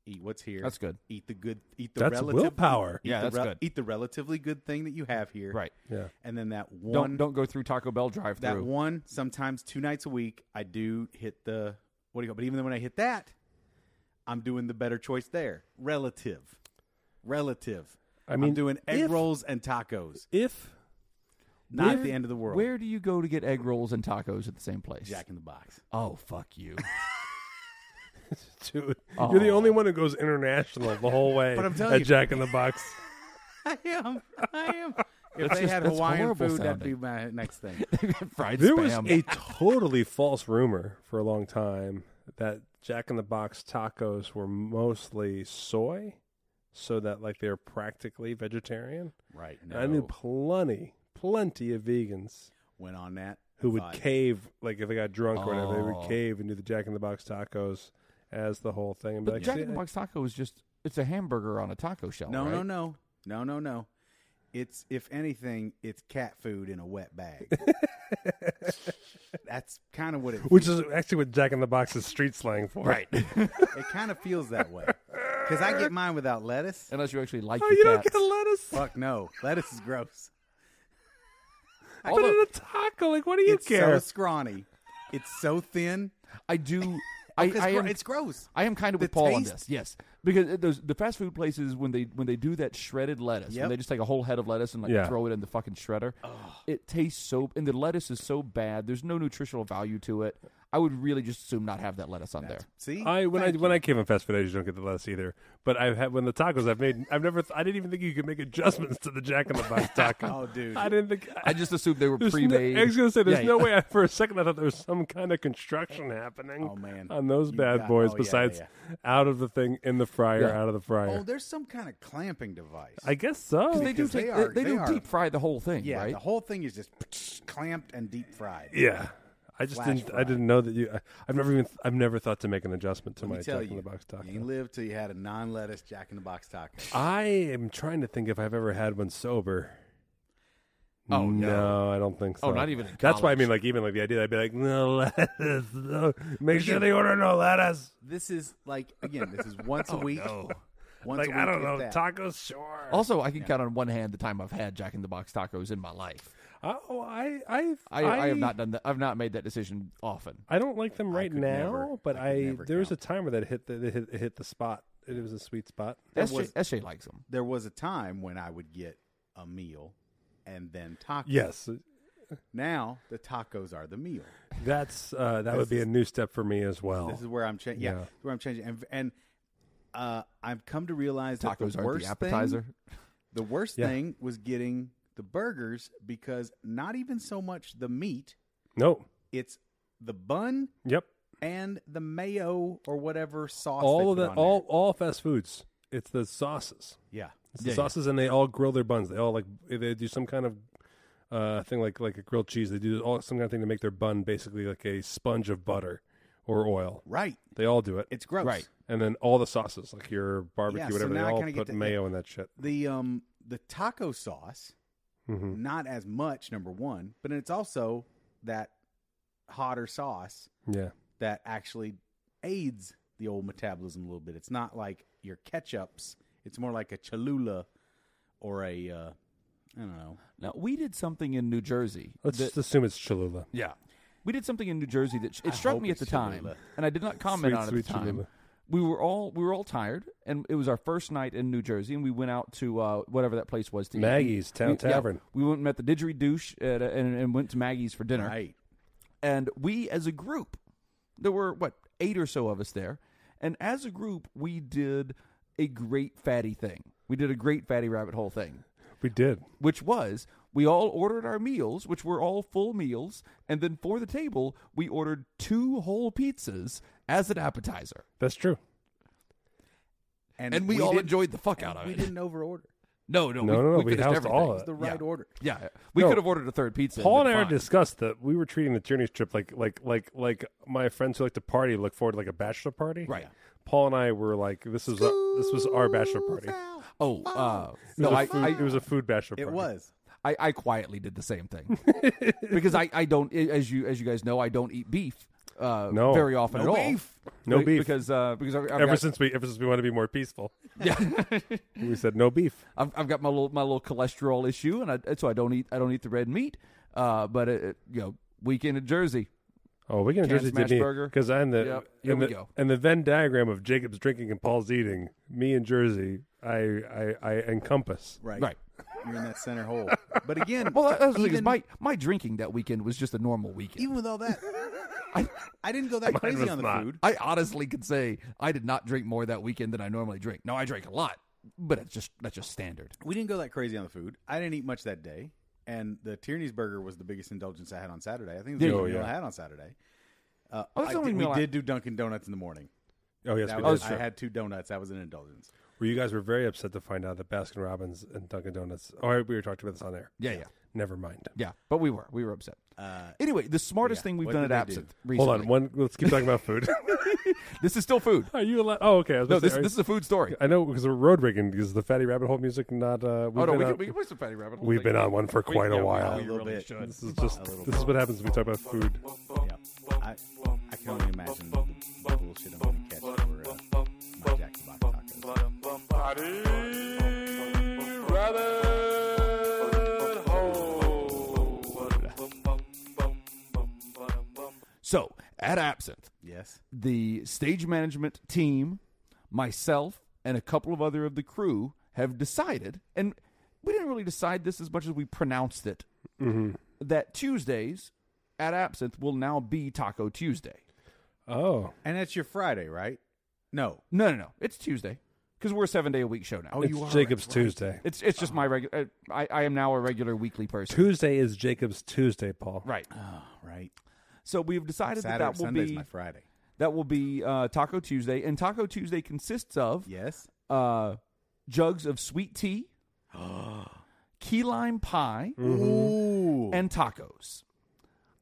[SPEAKER 2] Eat what's here.
[SPEAKER 3] That's good.
[SPEAKER 2] Eat the good. Eat the
[SPEAKER 1] That's
[SPEAKER 2] relative,
[SPEAKER 1] willpower.
[SPEAKER 2] eat
[SPEAKER 3] Yeah,
[SPEAKER 2] the
[SPEAKER 3] that's good.
[SPEAKER 2] Eat the relatively good thing that you have here.
[SPEAKER 3] Right.
[SPEAKER 1] Yeah.
[SPEAKER 2] And then that one.
[SPEAKER 3] Don't don't go through Taco Bell drive
[SPEAKER 2] that
[SPEAKER 3] through.
[SPEAKER 2] one. Sometimes two nights a week, I do hit the. What do you call? But even then, when I hit that, I'm doing the better choice there. Relative. Relative.
[SPEAKER 1] I
[SPEAKER 2] I
[SPEAKER 1] mean,
[SPEAKER 2] am doing egg
[SPEAKER 1] if-
[SPEAKER 2] rolls and tacos.
[SPEAKER 1] If
[SPEAKER 2] Not
[SPEAKER 3] Where-
[SPEAKER 2] the end of the world.
[SPEAKER 3] Where do you go to get egg rolls and tacos at the same place?
[SPEAKER 2] Jack in the Box.
[SPEAKER 3] Oh fuck you.
[SPEAKER 1] dude, you're the
[SPEAKER 3] Oh.
[SPEAKER 1] only one who goes international the whole way
[SPEAKER 2] But I'm telling
[SPEAKER 1] at
[SPEAKER 2] you-
[SPEAKER 1] Jack in the Box.
[SPEAKER 2] I am. I am. If
[SPEAKER 3] That's
[SPEAKER 2] they
[SPEAKER 3] just-
[SPEAKER 2] had
[SPEAKER 3] that's
[SPEAKER 2] Hawaiian
[SPEAKER 3] horrible
[SPEAKER 2] food, that'd be my next thing.
[SPEAKER 3] Fried
[SPEAKER 1] There was
[SPEAKER 3] spam.
[SPEAKER 1] a totally false rumor for a long time that Jack in the Box tacos were mostly soy, so that like they're practically vegetarian.
[SPEAKER 2] right.
[SPEAKER 1] And I knew plenty, plenty of vegans
[SPEAKER 2] Went on that.
[SPEAKER 1] who would
[SPEAKER 2] thought,
[SPEAKER 1] cave, like if they got drunk or whatever, they
[SPEAKER 3] Oh.
[SPEAKER 1] would cave and do the Jack in the Box tacos as the whole thing. And be
[SPEAKER 3] but
[SPEAKER 1] like,
[SPEAKER 3] Jack
[SPEAKER 1] "See,
[SPEAKER 3] in the
[SPEAKER 1] I-
[SPEAKER 3] Box taco is just it's a hamburger on a taco shell.
[SPEAKER 2] No, no,
[SPEAKER 3] right?
[SPEAKER 2] no. No, no, no. It's, if anything, it's cat food in a wet bag. That's kind of what it
[SPEAKER 1] Which is actually what Jack in the Box is street slang for.
[SPEAKER 3] Right.
[SPEAKER 2] It kind of feels that way. Because I get mine without lettuce.
[SPEAKER 3] Unless you actually like
[SPEAKER 1] Oh,
[SPEAKER 3] your
[SPEAKER 1] you don't
[SPEAKER 3] cat.
[SPEAKER 1] get lettuce.
[SPEAKER 2] Fuck no. Lettuce is gross.
[SPEAKER 1] I put it in a taco. Like, what do you
[SPEAKER 2] It's
[SPEAKER 1] care?
[SPEAKER 2] so scrawny. It's so thin.
[SPEAKER 3] I do. I,
[SPEAKER 2] It's,
[SPEAKER 3] I
[SPEAKER 2] gro-
[SPEAKER 3] am.
[SPEAKER 2] it's gross.
[SPEAKER 3] I am kind of
[SPEAKER 2] the
[SPEAKER 3] with Paul on
[SPEAKER 2] taste-
[SPEAKER 3] this. Yes, because it- those the fast food places when they when they do that shredded lettuce, when
[SPEAKER 2] Yep.
[SPEAKER 3] they just take a whole head of lettuce and like
[SPEAKER 1] Yeah.
[SPEAKER 3] throw it in the fucking shredder, it tastes so. And the lettuce is so bad. There's no nutritional value to it. I would really just assume not have that lettuce on there.
[SPEAKER 2] See,
[SPEAKER 1] I when
[SPEAKER 2] Thank
[SPEAKER 1] I when
[SPEAKER 2] you.
[SPEAKER 1] I came in fast food, I usually don't get the lettuce either. But I've had when the tacos I've made, I've never, th- I didn't even think you could make adjustments to the Jack in the Box taco.
[SPEAKER 2] oh, dude,
[SPEAKER 1] I didn't think.
[SPEAKER 3] I just assumed they were
[SPEAKER 1] there's no-
[SPEAKER 3] pre-made.
[SPEAKER 1] I was gonna say, there's
[SPEAKER 3] Yeah,
[SPEAKER 1] no way. I, for a second, I thought there was some kind of construction happening.
[SPEAKER 2] Oh, man.
[SPEAKER 1] on those
[SPEAKER 2] You
[SPEAKER 1] bad
[SPEAKER 2] got-
[SPEAKER 1] boys.
[SPEAKER 2] oh, yeah,
[SPEAKER 1] besides,
[SPEAKER 2] yeah,
[SPEAKER 1] out of the thing in the fryer,
[SPEAKER 3] Yeah.
[SPEAKER 1] out of the fryer.
[SPEAKER 2] oh, there's some kind of clamping device.
[SPEAKER 1] I guess so.
[SPEAKER 3] They do
[SPEAKER 2] Because
[SPEAKER 3] take,
[SPEAKER 2] they
[SPEAKER 3] they,
[SPEAKER 2] are-
[SPEAKER 3] they
[SPEAKER 2] they
[SPEAKER 3] do
[SPEAKER 2] are-
[SPEAKER 3] deep fry the whole thing,
[SPEAKER 2] yeah,
[SPEAKER 3] right?
[SPEAKER 2] the whole thing is just clamped and deep fried.
[SPEAKER 1] yeah, I just
[SPEAKER 2] Flash
[SPEAKER 1] didn't. I
[SPEAKER 2] fry.
[SPEAKER 1] didn't know that you. I, I've never even. I've never thought to make an adjustment to
[SPEAKER 2] Let
[SPEAKER 1] my
[SPEAKER 2] me tell
[SPEAKER 1] Jack in
[SPEAKER 2] you,
[SPEAKER 1] the Box taco.
[SPEAKER 2] you live till you had a non-lettuce Jack in the Box taco.
[SPEAKER 1] I am trying to think if I've ever had one sober.
[SPEAKER 3] Oh, no.
[SPEAKER 1] I don't think so.
[SPEAKER 3] Oh, not even in
[SPEAKER 1] That's why I
[SPEAKER 3] college.
[SPEAKER 1] mean, like even like the idea, I'd be like, no lettuce, no. make sure they order no lettuce.
[SPEAKER 2] This is like again, this is once a week.
[SPEAKER 1] Oh, Like
[SPEAKER 2] Once a week,
[SPEAKER 1] I don't
[SPEAKER 2] if
[SPEAKER 1] know,
[SPEAKER 2] that.
[SPEAKER 1] tacos, sure.
[SPEAKER 3] Also, I can count on one hand the time I've had Jack in the Box tacos in my life.
[SPEAKER 1] oh, I, I've,
[SPEAKER 3] I, I, have not done that. I've not made that decision often.
[SPEAKER 1] I don't like them right
[SPEAKER 2] could
[SPEAKER 1] now,
[SPEAKER 2] never-
[SPEAKER 1] but
[SPEAKER 2] I could
[SPEAKER 1] I,
[SPEAKER 2] never
[SPEAKER 1] there was a
[SPEAKER 2] count.
[SPEAKER 1] time where that hit the it hit, it hit the spot. It was a sweet spot.
[SPEAKER 3] SJ,
[SPEAKER 2] was-
[SPEAKER 3] SJ likes them.
[SPEAKER 2] There was a time when I would get a meal and then tacos.
[SPEAKER 1] Yes,
[SPEAKER 2] Now the tacos are the meal.
[SPEAKER 1] that's uh, that would be a new step for me as well.
[SPEAKER 2] This is where I'm changing. Yeah,
[SPEAKER 1] Yeah.
[SPEAKER 2] where I'm changing. And, and uh, I've come to realize that
[SPEAKER 3] Tacos
[SPEAKER 2] the
[SPEAKER 3] aren't
[SPEAKER 2] worst
[SPEAKER 3] the appetizer.
[SPEAKER 2] Thing, the worst
[SPEAKER 1] Yeah.
[SPEAKER 2] thing was getting the burgers because not even so much the meat;
[SPEAKER 1] no,
[SPEAKER 2] it's the bun
[SPEAKER 1] yep,
[SPEAKER 2] and the mayo or whatever sauce. they
[SPEAKER 1] all of
[SPEAKER 2] put
[SPEAKER 1] that,
[SPEAKER 2] on
[SPEAKER 1] all all fast foods. It's the sauces.
[SPEAKER 2] there.
[SPEAKER 1] It's
[SPEAKER 3] Yeah,
[SPEAKER 1] the
[SPEAKER 3] yeah.
[SPEAKER 1] sauces, and they all grill their buns. They all like they do some kind of uh, thing like like a grilled cheese. They do all some kind of thing to make their bun basically like a sponge of butter or oil.
[SPEAKER 2] right.
[SPEAKER 1] They all do it,
[SPEAKER 2] It's gross.
[SPEAKER 3] Right.
[SPEAKER 1] and then all the sauces like your barbecue,
[SPEAKER 2] Yeah, so
[SPEAKER 1] whatever.
[SPEAKER 2] now I
[SPEAKER 1] they all
[SPEAKER 2] kinda get
[SPEAKER 1] put
[SPEAKER 2] to-
[SPEAKER 1] mayo in that shit.
[SPEAKER 2] The um the taco sauce,
[SPEAKER 1] Mhm.
[SPEAKER 2] not as much number one, but it's also that hotter sauce
[SPEAKER 1] Yeah,
[SPEAKER 2] that actually aids the old metabolism a little bit. It's not like your ketchups. It's more like a Cholula or a uh, I don't know.
[SPEAKER 3] Now, we did something in New Jersey.
[SPEAKER 1] let's
[SPEAKER 3] that-
[SPEAKER 1] just assume it's Cholula.
[SPEAKER 3] yeah. We did something in New Jersey that it
[SPEAKER 2] I
[SPEAKER 3] struck
[SPEAKER 2] hope
[SPEAKER 3] me at the
[SPEAKER 2] it's
[SPEAKER 3] time,
[SPEAKER 2] Cholula.
[SPEAKER 3] and I did not comment
[SPEAKER 1] Sweet,
[SPEAKER 3] on it
[SPEAKER 1] sweet
[SPEAKER 3] at the time.
[SPEAKER 1] Cholula.
[SPEAKER 3] We were all we were all tired, and it was our first night in New Jersey, and we went out to uh, whatever that place was. To eat.
[SPEAKER 1] Maggie's Town
[SPEAKER 3] We- yeah,
[SPEAKER 1] Tavern.
[SPEAKER 3] we went and met the Didgeridoo douche at a, and, and went to Maggie's for dinner.
[SPEAKER 2] Right.
[SPEAKER 3] and we as a group there were what eight or so of us there and as a group we did a great fatty thing we did a great fatty rabbit hole thing
[SPEAKER 1] We did.
[SPEAKER 3] which was we all ordered our meals which were all full meals and then for the table we ordered two whole pizzas as an appetizer
[SPEAKER 1] That's true.
[SPEAKER 3] and, we, all
[SPEAKER 2] didn't-
[SPEAKER 3] enjoyed the fuck out of
[SPEAKER 2] We
[SPEAKER 3] it
[SPEAKER 2] didn't overorder.
[SPEAKER 3] no no
[SPEAKER 1] No, no, no, we
[SPEAKER 3] finished
[SPEAKER 1] housed
[SPEAKER 3] everything.
[SPEAKER 1] all of
[SPEAKER 2] It's the
[SPEAKER 3] Yeah.
[SPEAKER 2] right order.
[SPEAKER 3] yeah we
[SPEAKER 1] No.
[SPEAKER 3] could have ordered a third pizza
[SPEAKER 1] Paul and
[SPEAKER 3] been
[SPEAKER 1] I
[SPEAKER 3] fine.
[SPEAKER 1] discussed that we were treating the journey trip like like like like my friends who like to party look forward to like a bachelor party.
[SPEAKER 3] Right.
[SPEAKER 1] Paul and I were like, this is a, this was our bachelor party. It
[SPEAKER 3] oh uh,
[SPEAKER 1] was,
[SPEAKER 3] no
[SPEAKER 1] a
[SPEAKER 3] I,
[SPEAKER 1] food,
[SPEAKER 3] I
[SPEAKER 1] it was a food bachelor
[SPEAKER 2] It
[SPEAKER 1] party.
[SPEAKER 2] was.
[SPEAKER 3] I, I quietly did the same thing because I, I don't as you as you guys know I don't eat beef uh,
[SPEAKER 1] No.
[SPEAKER 3] very often
[SPEAKER 2] No
[SPEAKER 3] at
[SPEAKER 2] beef.
[SPEAKER 3] all
[SPEAKER 1] No
[SPEAKER 3] Be-
[SPEAKER 1] beef.
[SPEAKER 3] because uh, because I've, I've
[SPEAKER 1] Ever
[SPEAKER 3] got,
[SPEAKER 1] since we ever since we want to be more peaceful, we said no beef.
[SPEAKER 3] I've, I've got my little my little cholesterol issue and I, and so I don't eat I don't eat the red meat uh, but it, it- you know weekend in Jersey
[SPEAKER 1] Oh, we're gonna
[SPEAKER 3] Can
[SPEAKER 1] Jersey
[SPEAKER 3] smash
[SPEAKER 1] did
[SPEAKER 3] burger.
[SPEAKER 1] because I'm the
[SPEAKER 3] Yep, here
[SPEAKER 1] and
[SPEAKER 3] we
[SPEAKER 1] the,
[SPEAKER 3] go.
[SPEAKER 1] and the Venn diagram of Jacob's drinking and Paul's eating. Me and Jersey, I I, I encompass.
[SPEAKER 2] Right.
[SPEAKER 3] Right.
[SPEAKER 2] You're in that center hole. But again,
[SPEAKER 3] well that, that's the thing is
[SPEAKER 2] even,
[SPEAKER 3] my my drinking that weekend was just a normal weekend
[SPEAKER 2] even with all that,
[SPEAKER 3] I,
[SPEAKER 2] I didn't go that crazy
[SPEAKER 1] was
[SPEAKER 2] on the
[SPEAKER 1] not.
[SPEAKER 2] food.
[SPEAKER 3] I honestly could say I did not drink more that weekend than I normally drink no I drank a lot but it's just that's just standard
[SPEAKER 2] We didn't go that crazy on the food. I didn't eat much that day, and the Tierney's burger was the biggest indulgence I had on Saturday. I think it was the
[SPEAKER 3] Did
[SPEAKER 2] only
[SPEAKER 1] you?
[SPEAKER 2] meal
[SPEAKER 1] Oh,
[SPEAKER 2] I
[SPEAKER 1] yeah.
[SPEAKER 2] had on Saturday. Uh,
[SPEAKER 3] Oh, that's
[SPEAKER 2] I
[SPEAKER 3] the only
[SPEAKER 2] did-
[SPEAKER 3] meal
[SPEAKER 2] we
[SPEAKER 3] I-
[SPEAKER 2] did do Dunkin' Donuts in the morning.
[SPEAKER 1] Oh yes,
[SPEAKER 2] That
[SPEAKER 1] we
[SPEAKER 2] was,
[SPEAKER 1] did.
[SPEAKER 2] I had two donuts. That was an indulgence.
[SPEAKER 1] Where you guys were very upset to find out that Baskin Robbins and Dunkin' Donuts. Oh, we were talking about this on air.
[SPEAKER 3] yeah yeah
[SPEAKER 1] Never mind.
[SPEAKER 3] Yeah, but we were we were upset.
[SPEAKER 2] Uh,
[SPEAKER 3] anyway, the smartest
[SPEAKER 2] yeah.
[SPEAKER 3] thing we've
[SPEAKER 2] What
[SPEAKER 3] done at
[SPEAKER 2] did they do?
[SPEAKER 3] Absinthe recently.
[SPEAKER 1] Hold on, one. Let's keep talking about food.
[SPEAKER 3] This is still food.
[SPEAKER 1] are you allowed? Oh, okay. I was
[SPEAKER 3] No,
[SPEAKER 1] gonna
[SPEAKER 3] this
[SPEAKER 1] say, are-
[SPEAKER 3] this is a food story.
[SPEAKER 1] I know because we're road rigging because the fatty rabbit hole music. Not. Uh, we've
[SPEAKER 3] Oh no,
[SPEAKER 1] been
[SPEAKER 3] we
[SPEAKER 1] on,
[SPEAKER 3] can, we can play some fatty rabbit. Hole
[SPEAKER 1] we've
[SPEAKER 3] thing.
[SPEAKER 1] been on one for
[SPEAKER 3] We-
[SPEAKER 1] quite
[SPEAKER 3] yeah,
[SPEAKER 1] a
[SPEAKER 3] we-
[SPEAKER 1] while.
[SPEAKER 3] we
[SPEAKER 2] A little
[SPEAKER 3] Oh, really
[SPEAKER 2] bit.
[SPEAKER 3] should.
[SPEAKER 1] This is just. This is what happens when we talk about food.
[SPEAKER 2] yeah. I, I can only imagine the, the bullshit I'm going to catch for uh, my Jack in the Box tacos.
[SPEAKER 3] So at Absinthe,
[SPEAKER 2] Yes.
[SPEAKER 3] the stage management team, myself, and a couple of other of the crew have decided, and
[SPEAKER 2] Mm-hmm.
[SPEAKER 3] we didn't really decide this as much as we pronounced it, that Tuesdays at Absinthe will now be Taco Tuesday.
[SPEAKER 1] Oh,
[SPEAKER 2] And that's your Friday, right? No.
[SPEAKER 3] No, no, no. It's Tuesday because we're a seven day a week show now.
[SPEAKER 2] Oh,
[SPEAKER 1] it's
[SPEAKER 2] you are
[SPEAKER 1] Jacob's
[SPEAKER 2] right.
[SPEAKER 1] Tuesday.
[SPEAKER 3] It's it's just my regular. I, I am now a regular weekly person.
[SPEAKER 1] Tuesday is Jacob's Tuesday, Paul.
[SPEAKER 3] Right.
[SPEAKER 2] Oh, right.
[SPEAKER 3] So we've decided
[SPEAKER 2] Saturday,
[SPEAKER 3] that that will
[SPEAKER 2] Sunday's
[SPEAKER 3] be
[SPEAKER 2] my Friday.
[SPEAKER 3] that will be uh, Taco Tuesday, and Taco Tuesday consists of
[SPEAKER 2] Yes.
[SPEAKER 3] uh, jugs of sweet tea, key lime pie,
[SPEAKER 2] Ooh.
[SPEAKER 3] and tacos.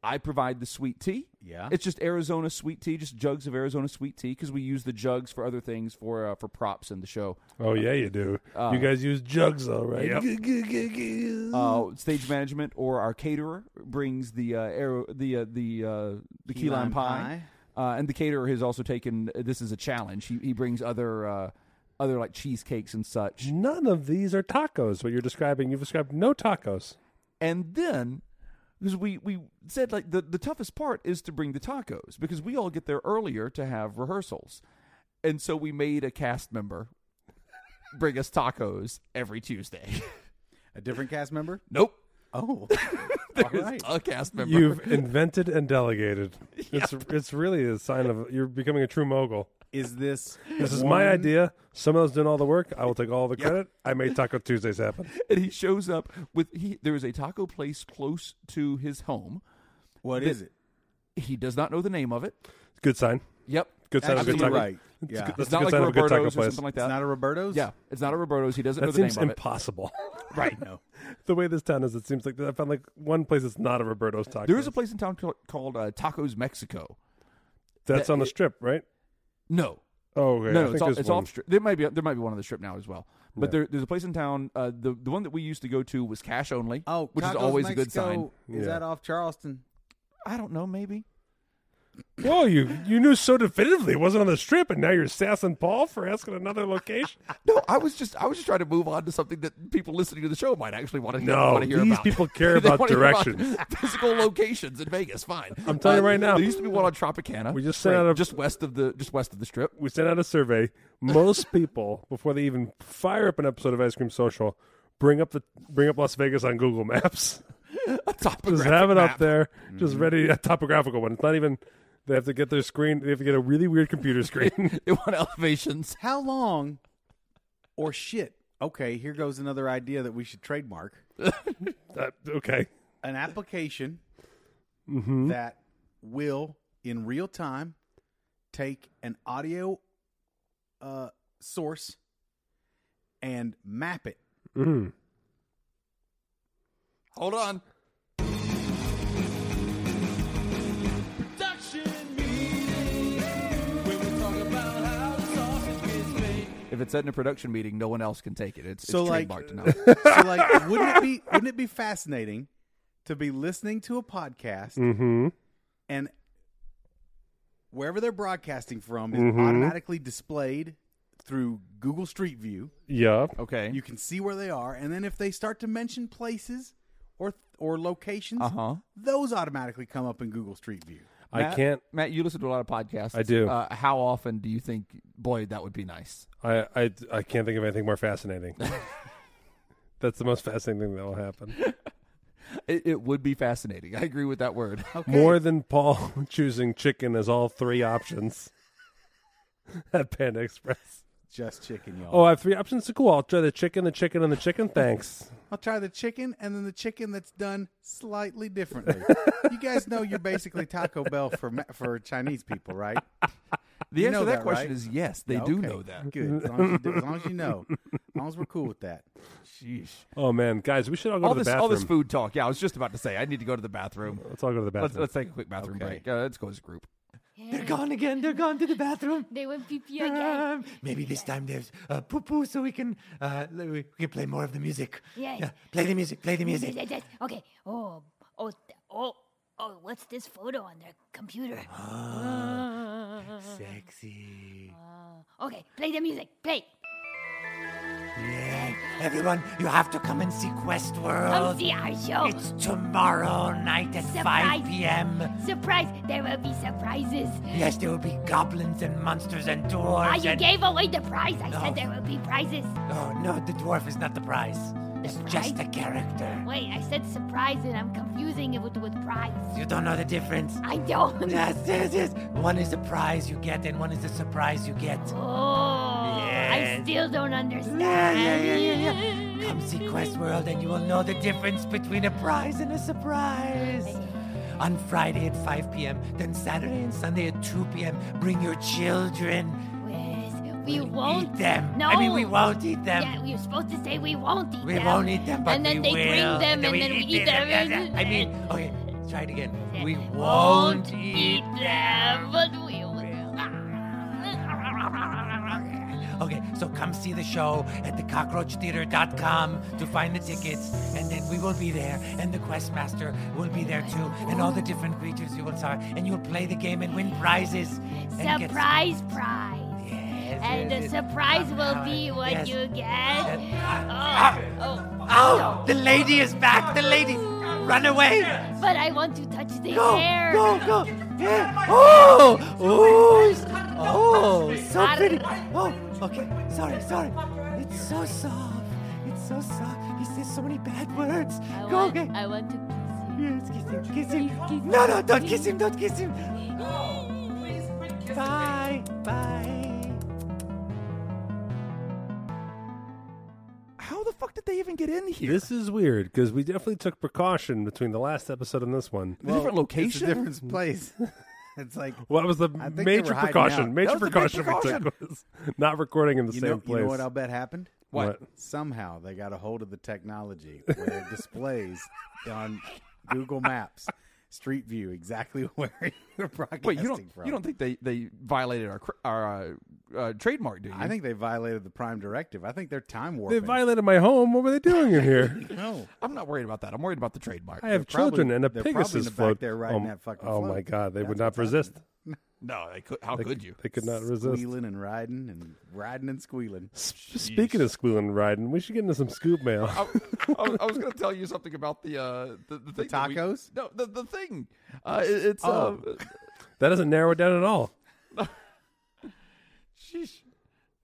[SPEAKER 3] I provide the sweet tea.
[SPEAKER 2] Yeah.
[SPEAKER 3] it's just Arizona sweet tea, just jugs of Arizona sweet tea because we use the jugs for other things for uh, for props in the show.
[SPEAKER 1] Oh yeah, you do. you guys use jugs, all right?
[SPEAKER 3] Uh, stage management or our caterer brings the uh, arrow, the uh, the uh, the key, lime,
[SPEAKER 2] lime
[SPEAKER 3] pie, Uh, and the caterer has also taken this is a challenge. He he brings other uh, other like cheesecakes and such.
[SPEAKER 1] None of these are tacos. What you're describing, you've described no tacos.
[SPEAKER 3] and then because we, we said like the, the toughest part is to bring the tacos because we all get there earlier to have rehearsals and so we made a cast member bring us tacos every tuesday
[SPEAKER 2] a different cast member?
[SPEAKER 3] nope
[SPEAKER 2] Oh.
[SPEAKER 3] there's
[SPEAKER 2] right.
[SPEAKER 3] a cast member
[SPEAKER 1] You've invented and delegated. It's it's really a sign of you're becoming a true mogul.
[SPEAKER 2] Is this
[SPEAKER 1] This is my
[SPEAKER 2] one-
[SPEAKER 1] idea. Someone's doing all the work. I will take all the credit. I made Taco Tuesdays happen.
[SPEAKER 3] and he shows up with he there is a taco place close to his home
[SPEAKER 2] What is it?
[SPEAKER 3] he does not know the name of it
[SPEAKER 1] Good sign.
[SPEAKER 3] yep
[SPEAKER 1] Good sign of a good
[SPEAKER 2] Actually,
[SPEAKER 1] taco.
[SPEAKER 2] you're right.
[SPEAKER 1] It's
[SPEAKER 2] Yeah.
[SPEAKER 1] good-
[SPEAKER 3] it's
[SPEAKER 1] that's a
[SPEAKER 3] not
[SPEAKER 1] good
[SPEAKER 3] like
[SPEAKER 1] sign of a good taco
[SPEAKER 3] roberto's or
[SPEAKER 1] place.
[SPEAKER 3] something like
[SPEAKER 2] It's
[SPEAKER 3] that
[SPEAKER 2] not a Roberto's?
[SPEAKER 3] yeah it's not a roberto's he doesn't know
[SPEAKER 1] That
[SPEAKER 3] the
[SPEAKER 1] seems
[SPEAKER 3] name of it
[SPEAKER 1] impossible.
[SPEAKER 3] right no
[SPEAKER 1] the way this town is, it seems like I found like one place that's not a Roberto's taco.
[SPEAKER 3] There is a place in town called, called uh, Tacos Mexico.
[SPEAKER 1] that's
[SPEAKER 3] that-
[SPEAKER 1] on the
[SPEAKER 3] it-
[SPEAKER 1] strip, right?
[SPEAKER 3] No,
[SPEAKER 1] Oh, okay. I
[SPEAKER 3] no, no,
[SPEAKER 1] think
[SPEAKER 3] it's off,
[SPEAKER 1] there's
[SPEAKER 3] it's
[SPEAKER 1] one.
[SPEAKER 3] off strip. There might be there might be one on the strip now as well. But
[SPEAKER 1] Yeah.
[SPEAKER 3] there, there's a place in town. Uh, the the one that we used to go to was cash only.
[SPEAKER 2] Oh,
[SPEAKER 3] which is
[SPEAKER 2] Tacos
[SPEAKER 3] always a good
[SPEAKER 2] Mexico.
[SPEAKER 3] sign.
[SPEAKER 2] Is
[SPEAKER 1] Yeah.
[SPEAKER 2] that off Charleston?
[SPEAKER 3] I don't know, maybe.
[SPEAKER 1] Whoa, you you knew so definitively it wasn't on the strip, and now you're sassing Paul for asking another location.
[SPEAKER 3] No, I was just I was just trying to move on to something that people listening to the show might actually want to
[SPEAKER 1] No,
[SPEAKER 3] want to hear
[SPEAKER 1] these
[SPEAKER 3] about.
[SPEAKER 1] people care
[SPEAKER 3] They
[SPEAKER 1] about
[SPEAKER 3] wanna hear
[SPEAKER 1] directions.
[SPEAKER 3] physical locations in Vegas. Fine, Uh,
[SPEAKER 1] I'm telling you right now.
[SPEAKER 3] There used to be one on Tropicana.
[SPEAKER 1] We just sent out a-
[SPEAKER 3] just west of the just west of the strip.
[SPEAKER 1] we sent out a survey. Most people, before they even fire up an episode of Ice Cream Social, bring up the bring up Las Vegas on Google Maps.
[SPEAKER 3] A
[SPEAKER 1] Just
[SPEAKER 3] topographic
[SPEAKER 1] have it
[SPEAKER 3] map. Mm-hmm.
[SPEAKER 1] up there, just ready a topographical one. It's not even they have to get their screen. They have to get a really weird computer screen.
[SPEAKER 3] They want elevations.
[SPEAKER 2] How long or shit? Okay, here goes another idea that we should trademark.
[SPEAKER 1] Uh, okay,
[SPEAKER 2] An application
[SPEAKER 1] Hmm? Mm-hmm.
[SPEAKER 2] that will in real time take an audio uh, source and map it.
[SPEAKER 1] Mm-hmm.
[SPEAKER 3] Hold on. If it's said in a production meeting, no one else can take it. It's,
[SPEAKER 2] So,
[SPEAKER 3] it's
[SPEAKER 2] like-
[SPEAKER 3] trademarked now.
[SPEAKER 2] So like wouldn't it be wouldn't it be fascinating to be listening to a podcast
[SPEAKER 1] Mm. Mm-hmm.
[SPEAKER 2] and wherever they're broadcasting from is
[SPEAKER 1] Mm-hmm.
[SPEAKER 2] automatically displayed through Google Street View.
[SPEAKER 1] yeah,
[SPEAKER 3] Okay.
[SPEAKER 2] You can see where they are, and then if they start to mention places or or locations,
[SPEAKER 3] Uh
[SPEAKER 1] Uh-huh.
[SPEAKER 3] huh.
[SPEAKER 2] those automatically come up in Google Street View.
[SPEAKER 1] I can't.
[SPEAKER 3] Matt, you listen to a lot of podcasts.
[SPEAKER 1] I do.
[SPEAKER 3] Uh, how often do you think, boy, that would be nice?
[SPEAKER 1] I, I I can't think of anything more fascinating. That's the most fascinating thing that will happen.
[SPEAKER 3] It, it would be fascinating. I agree with that word.
[SPEAKER 1] More than Paul choosing chicken as all three options at Panda Express.
[SPEAKER 2] Just chicken, y'all.
[SPEAKER 1] Oh, I have three options. Cool. I'll try the chicken, the chicken, and the chicken. Thanks.
[SPEAKER 2] I'll try the chicken and then the chicken that's done slightly differently. you guys know you're basically Taco Bell for me- for Chinese people, right?
[SPEAKER 3] the
[SPEAKER 2] You
[SPEAKER 3] answer
[SPEAKER 2] know
[SPEAKER 3] to that,
[SPEAKER 2] that,
[SPEAKER 3] question
[SPEAKER 2] right?
[SPEAKER 3] is yes. They
[SPEAKER 2] Yeah,
[SPEAKER 3] do
[SPEAKER 2] okay.
[SPEAKER 3] know that.
[SPEAKER 2] Good. As long as, you do, as long as you know. As long as we're cool with that.
[SPEAKER 3] Sheesh.
[SPEAKER 1] Oh man, guys, we should all go
[SPEAKER 3] All
[SPEAKER 1] to the
[SPEAKER 3] this,
[SPEAKER 1] bathroom.
[SPEAKER 3] all this food talk. Yeah, I was just about to say. I need to go to the bathroom.
[SPEAKER 1] Let's all go to the
[SPEAKER 3] Let's,
[SPEAKER 1] bathroom.
[SPEAKER 3] let's take a quick bathroom
[SPEAKER 2] Okay.
[SPEAKER 3] break. Uh, let's go as a group.
[SPEAKER 4] They're
[SPEAKER 5] gone again. They're gone to the bathroom.
[SPEAKER 4] They went pee pee again.
[SPEAKER 5] Um, maybe this time there's uh, poo poo, so we can uh, l- we can play more of the music.
[SPEAKER 4] Yes.
[SPEAKER 5] play the music. Play the
[SPEAKER 4] Yes,
[SPEAKER 5] music.
[SPEAKER 4] yes, yes. Okay. Oh, oh, th- oh, oh. What's this photo on their computer?
[SPEAKER 5] Sexy.
[SPEAKER 4] Okay, play the music. Play.
[SPEAKER 5] Yeah. Everyone, you have to come and see
[SPEAKER 4] Come
[SPEAKER 5] Questworld.
[SPEAKER 4] see our show.
[SPEAKER 5] It's tomorrow night at
[SPEAKER 4] Surprise.
[SPEAKER 5] 5 p.m.
[SPEAKER 4] Surprise! There will be surprises.
[SPEAKER 5] Yes, there will be goblins and monsters and dwarves.
[SPEAKER 4] Ah, you
[SPEAKER 5] and-
[SPEAKER 4] gave away the prize. I
[SPEAKER 5] No.
[SPEAKER 4] said there will be prizes.
[SPEAKER 5] Oh no, the dwarf is not the prize. It's just a character.
[SPEAKER 4] Wait, I said surprise and I'm confusing it with, with prize.
[SPEAKER 5] You don't know the difference.
[SPEAKER 4] I don't.
[SPEAKER 5] Yes, yes, yes. One is a prize you get, and one is a surprise you get.
[SPEAKER 4] Oh, I
[SPEAKER 5] Yes.
[SPEAKER 4] still don't understand.
[SPEAKER 5] Yeah, yeah, yeah, yeah, yeah. Come see Quest World, and you will know the difference between a prize and a surprise. On Friday at 5 p.m., then Saturday and Sunday at 2 p.m., bring your children.
[SPEAKER 4] Wes, we won't
[SPEAKER 5] eat them.
[SPEAKER 4] No.
[SPEAKER 5] I mean, we won't eat them.
[SPEAKER 4] Yeah, we were supposed to say we won't eat
[SPEAKER 5] We
[SPEAKER 4] them.
[SPEAKER 5] won't eat them, but
[SPEAKER 4] and
[SPEAKER 5] we
[SPEAKER 4] then they
[SPEAKER 5] will.
[SPEAKER 4] bring them, and, then, we eat them.
[SPEAKER 5] I mean, okay, let's try it again. We
[SPEAKER 4] Won't
[SPEAKER 5] won't
[SPEAKER 4] eat
[SPEAKER 5] eat
[SPEAKER 4] them, but we will. Ah,
[SPEAKER 5] Okay, so come see the show at thecockroachtheater.com to find the tickets, and then we will be there, and the quest master will be there too, and all the different creatures you will saw, and you'll play the game and win prizes. and get-
[SPEAKER 4] Surprise prize.
[SPEAKER 5] Yes,
[SPEAKER 4] And
[SPEAKER 5] yes,
[SPEAKER 4] the
[SPEAKER 5] yes.
[SPEAKER 4] surprise will
[SPEAKER 5] Ah,
[SPEAKER 4] be what
[SPEAKER 5] yes.
[SPEAKER 4] you
[SPEAKER 5] That-
[SPEAKER 4] get.
[SPEAKER 5] ah,
[SPEAKER 4] Oh, oh,
[SPEAKER 5] Ow! The lady is back! The lady! Run away!
[SPEAKER 4] but I want to touch the
[SPEAKER 5] Go!
[SPEAKER 4] hair.
[SPEAKER 5] Go! Go! Yeah. Oh! Oh! Oh! So pretty! Oh! Okay. Sorry, sorry. It's so soft. It's so soft. He says so many bad words.
[SPEAKER 4] I
[SPEAKER 5] Go!
[SPEAKER 4] want,
[SPEAKER 5] Okay.
[SPEAKER 4] I want to kiss you.
[SPEAKER 5] Yes, kiss him, kiss him. No, no, don't kiss him, don't kiss him. Bye, bye.
[SPEAKER 3] How the fuck did they even get in here?
[SPEAKER 1] This is weird because we definitely took precaution between the last episode and this one.
[SPEAKER 3] Well, different
[SPEAKER 2] It's
[SPEAKER 3] location?
[SPEAKER 2] a different place. it's like
[SPEAKER 1] Well, that was the
[SPEAKER 2] I think they
[SPEAKER 1] major
[SPEAKER 2] were hiding
[SPEAKER 1] precaution.
[SPEAKER 2] out.
[SPEAKER 1] Major
[SPEAKER 3] That was the big
[SPEAKER 1] precaution, we took was not recording in the
[SPEAKER 2] you
[SPEAKER 1] same
[SPEAKER 2] know,
[SPEAKER 1] place.
[SPEAKER 2] you know what I'll bet happened.
[SPEAKER 3] What?
[SPEAKER 2] Somehow they got a hold of the technology where it displays on Google Maps Street View exactly where you were broadcasting
[SPEAKER 3] Wait, you don't
[SPEAKER 2] from.
[SPEAKER 3] you don't think they they violated our cr- our uh, uh, trademark, do you?
[SPEAKER 2] I think they violated the Prime Directive. I think they're time
[SPEAKER 1] They
[SPEAKER 2] warping.
[SPEAKER 1] violated my home. What were they doing in here?
[SPEAKER 2] no.
[SPEAKER 3] I'm not worried about that. I'm worried about the trademark.
[SPEAKER 1] I have
[SPEAKER 2] probably-
[SPEAKER 1] children and a
[SPEAKER 2] they're probably in
[SPEAKER 1] Pegasus
[SPEAKER 2] the back
[SPEAKER 1] float.
[SPEAKER 2] there riding
[SPEAKER 1] oh,
[SPEAKER 2] that fucking
[SPEAKER 1] oh
[SPEAKER 2] float.
[SPEAKER 1] my god, they would
[SPEAKER 2] That's
[SPEAKER 1] not
[SPEAKER 2] what's
[SPEAKER 1] resist.
[SPEAKER 3] no, they could, how
[SPEAKER 1] They,
[SPEAKER 3] could you?
[SPEAKER 1] They could not resist.
[SPEAKER 2] Squealing and riding and riding and squealing.
[SPEAKER 1] S- Speaking of squealing and riding, we should get into some scoop mail.
[SPEAKER 3] I, I was- I was going to tell you something about the uh, the, the, thing that we-
[SPEAKER 2] tacos?
[SPEAKER 3] no, the the thing. Uh, it- it's
[SPEAKER 2] Oh.
[SPEAKER 3] uh,
[SPEAKER 1] that doesn't narrow it down at all.
[SPEAKER 3] sheesh.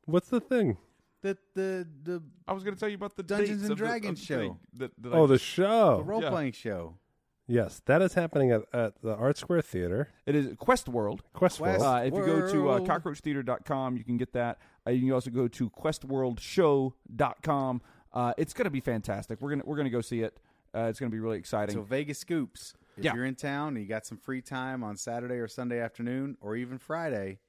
[SPEAKER 1] What's the thing?
[SPEAKER 2] The the the
[SPEAKER 3] I was going to tell you about the
[SPEAKER 2] Dungeons
[SPEAKER 3] dates
[SPEAKER 2] and
[SPEAKER 3] of the-
[SPEAKER 2] Dragons
[SPEAKER 3] of the
[SPEAKER 2] show.
[SPEAKER 3] thing That, that I-
[SPEAKER 1] Oh, the show.
[SPEAKER 2] role playing show.
[SPEAKER 1] Yes, that is happening at, at the Art Square Theater,
[SPEAKER 3] it is Quest World.
[SPEAKER 1] Quest World.
[SPEAKER 2] Quest-
[SPEAKER 3] Uh, if you go to uh,
[SPEAKER 2] World.
[SPEAKER 3] cockroachtheater.com, you can get that. Uh, you can also go to questworldshow.com. Uh, it's going to be fantastic. We're going to we're going to go see it. Uh, it's going to be really exciting.
[SPEAKER 2] So Vegas Scoops. If
[SPEAKER 3] Yeah.
[SPEAKER 2] you're in town and you got some free time on Saturday or Sunday afternoon or even Friday,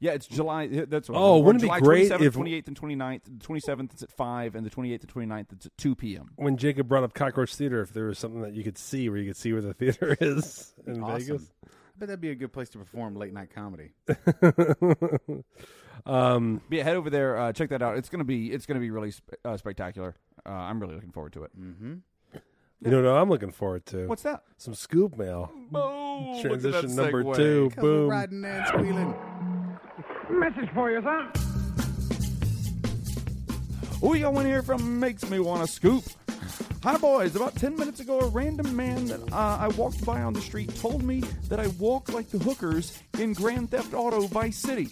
[SPEAKER 3] yeah, it's July. That's what
[SPEAKER 1] Oh,
[SPEAKER 3] we're-
[SPEAKER 1] wouldn't it be
[SPEAKER 3] July
[SPEAKER 1] great
[SPEAKER 3] 27th,
[SPEAKER 1] if-
[SPEAKER 3] 28th and 29th. The 27th is at 5 and the 28th and 29th it's at 2 p.m.
[SPEAKER 1] when Jacob brought up Cockroach Theater, if there was something that you could see where you could see where the theater is in
[SPEAKER 2] awesome.
[SPEAKER 1] Vegas.
[SPEAKER 2] I bet that'd be a good place to perform late night comedy.
[SPEAKER 1] um,
[SPEAKER 3] But yeah, head over there, uh, check that out. It's going to be it's going to be really sp- uh, spectacular. Uh, I'm really looking forward to it.
[SPEAKER 1] Mm. you know what I'm looking forward to?
[SPEAKER 3] What's that?
[SPEAKER 1] Some scoop mail.
[SPEAKER 3] Oh, look at that
[SPEAKER 1] Transition number
[SPEAKER 3] segue.
[SPEAKER 1] two.
[SPEAKER 2] Because we're
[SPEAKER 1] Boom.
[SPEAKER 2] riding and squealing.
[SPEAKER 3] We got one here from Makes Me Wanna Scoop. Hi, boys. About 10 minutes ago, a random man that uh, I walked by on the street told me that I walk like the hookers in Grand Theft Auto Vice City.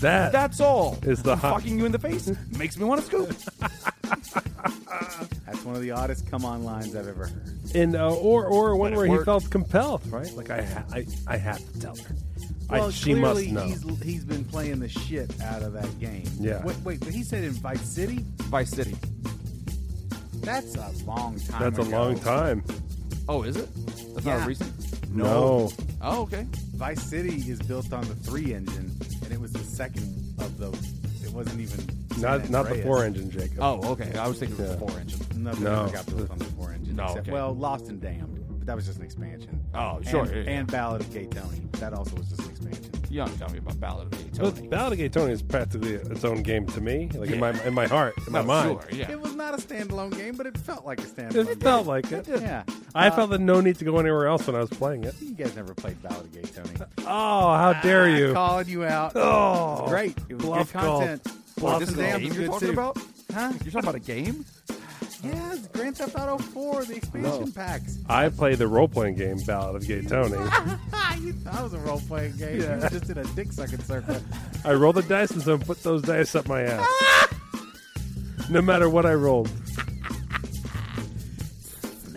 [SPEAKER 1] That,
[SPEAKER 3] That's all.
[SPEAKER 1] Is the hot-
[SPEAKER 3] fucking you in the face makes me want to scoop.
[SPEAKER 2] That's one of the oddest come on lines I've ever heard.
[SPEAKER 1] and uh, or or one
[SPEAKER 3] it
[SPEAKER 1] where he
[SPEAKER 3] worked.
[SPEAKER 1] felt compelled, right? Like I ha- I, I have to tell her. I, she must
[SPEAKER 2] clearly
[SPEAKER 1] know.
[SPEAKER 2] He's, he's been playing the shit out of that game.
[SPEAKER 1] Yeah.
[SPEAKER 2] Wait, wait, but he said in Vice City?
[SPEAKER 3] Vice City.
[SPEAKER 2] That's a long time
[SPEAKER 1] That's a
[SPEAKER 2] ago.
[SPEAKER 1] long time.
[SPEAKER 3] Oh, is it? That's not
[SPEAKER 2] Yeah.
[SPEAKER 3] a reason.
[SPEAKER 1] No.
[SPEAKER 3] Oh, okay.
[SPEAKER 2] Vice City is built on the 3 engine, and it was the second of those. It wasn't even. San
[SPEAKER 1] Not not the
[SPEAKER 2] Andreas.
[SPEAKER 1] four engine, Jacob.
[SPEAKER 3] Oh, okay. I was thinking it was
[SPEAKER 1] Yeah.
[SPEAKER 3] a four engine.
[SPEAKER 2] Nothing
[SPEAKER 1] No.
[SPEAKER 2] ever got built on the 4 engine.
[SPEAKER 3] No,
[SPEAKER 2] except-
[SPEAKER 3] okay.
[SPEAKER 2] Well, Lost and Damned. But that was just an expansion.
[SPEAKER 3] Oh, sure,
[SPEAKER 2] And,
[SPEAKER 3] yeah, yeah.
[SPEAKER 2] and Ballad of Gay Tony. That also was just an expansion.
[SPEAKER 3] You don't tell me about Ballad of
[SPEAKER 1] But
[SPEAKER 3] Tony.
[SPEAKER 1] Ballad of Gay Tony is practically its own game to me, like in my in my heart, in my
[SPEAKER 3] Oh,
[SPEAKER 1] mind.
[SPEAKER 3] Sure, yeah.
[SPEAKER 2] It was not a standalone game, but it felt like a standalone
[SPEAKER 1] It felt like it.
[SPEAKER 2] game. Yeah.
[SPEAKER 1] I felt the no need to go anywhere else when I was playing it.
[SPEAKER 2] You guys never played Ballad of Gay Tony.
[SPEAKER 1] Oh, how dare you!
[SPEAKER 2] Calling you out.
[SPEAKER 1] Oh,
[SPEAKER 2] It's great. It was
[SPEAKER 1] bluff
[SPEAKER 2] good
[SPEAKER 1] call.
[SPEAKER 2] content.
[SPEAKER 3] Boy,
[SPEAKER 2] Lost
[SPEAKER 3] this is a
[SPEAKER 2] and Damned
[SPEAKER 3] game
[SPEAKER 2] was
[SPEAKER 3] you're
[SPEAKER 2] good
[SPEAKER 3] talking
[SPEAKER 2] too.
[SPEAKER 3] about?
[SPEAKER 2] Huh?
[SPEAKER 3] You're talking about a game?
[SPEAKER 2] Yeah, it's Grand Theft Auto 4, the expansion packs.
[SPEAKER 1] I play the role playing game Ballad of Gay Tony.
[SPEAKER 2] you thought it was a role playing game. You were just in a dick sucking circle.
[SPEAKER 1] I roll the dice and someone put those dice up my ass. no matter what I rolled.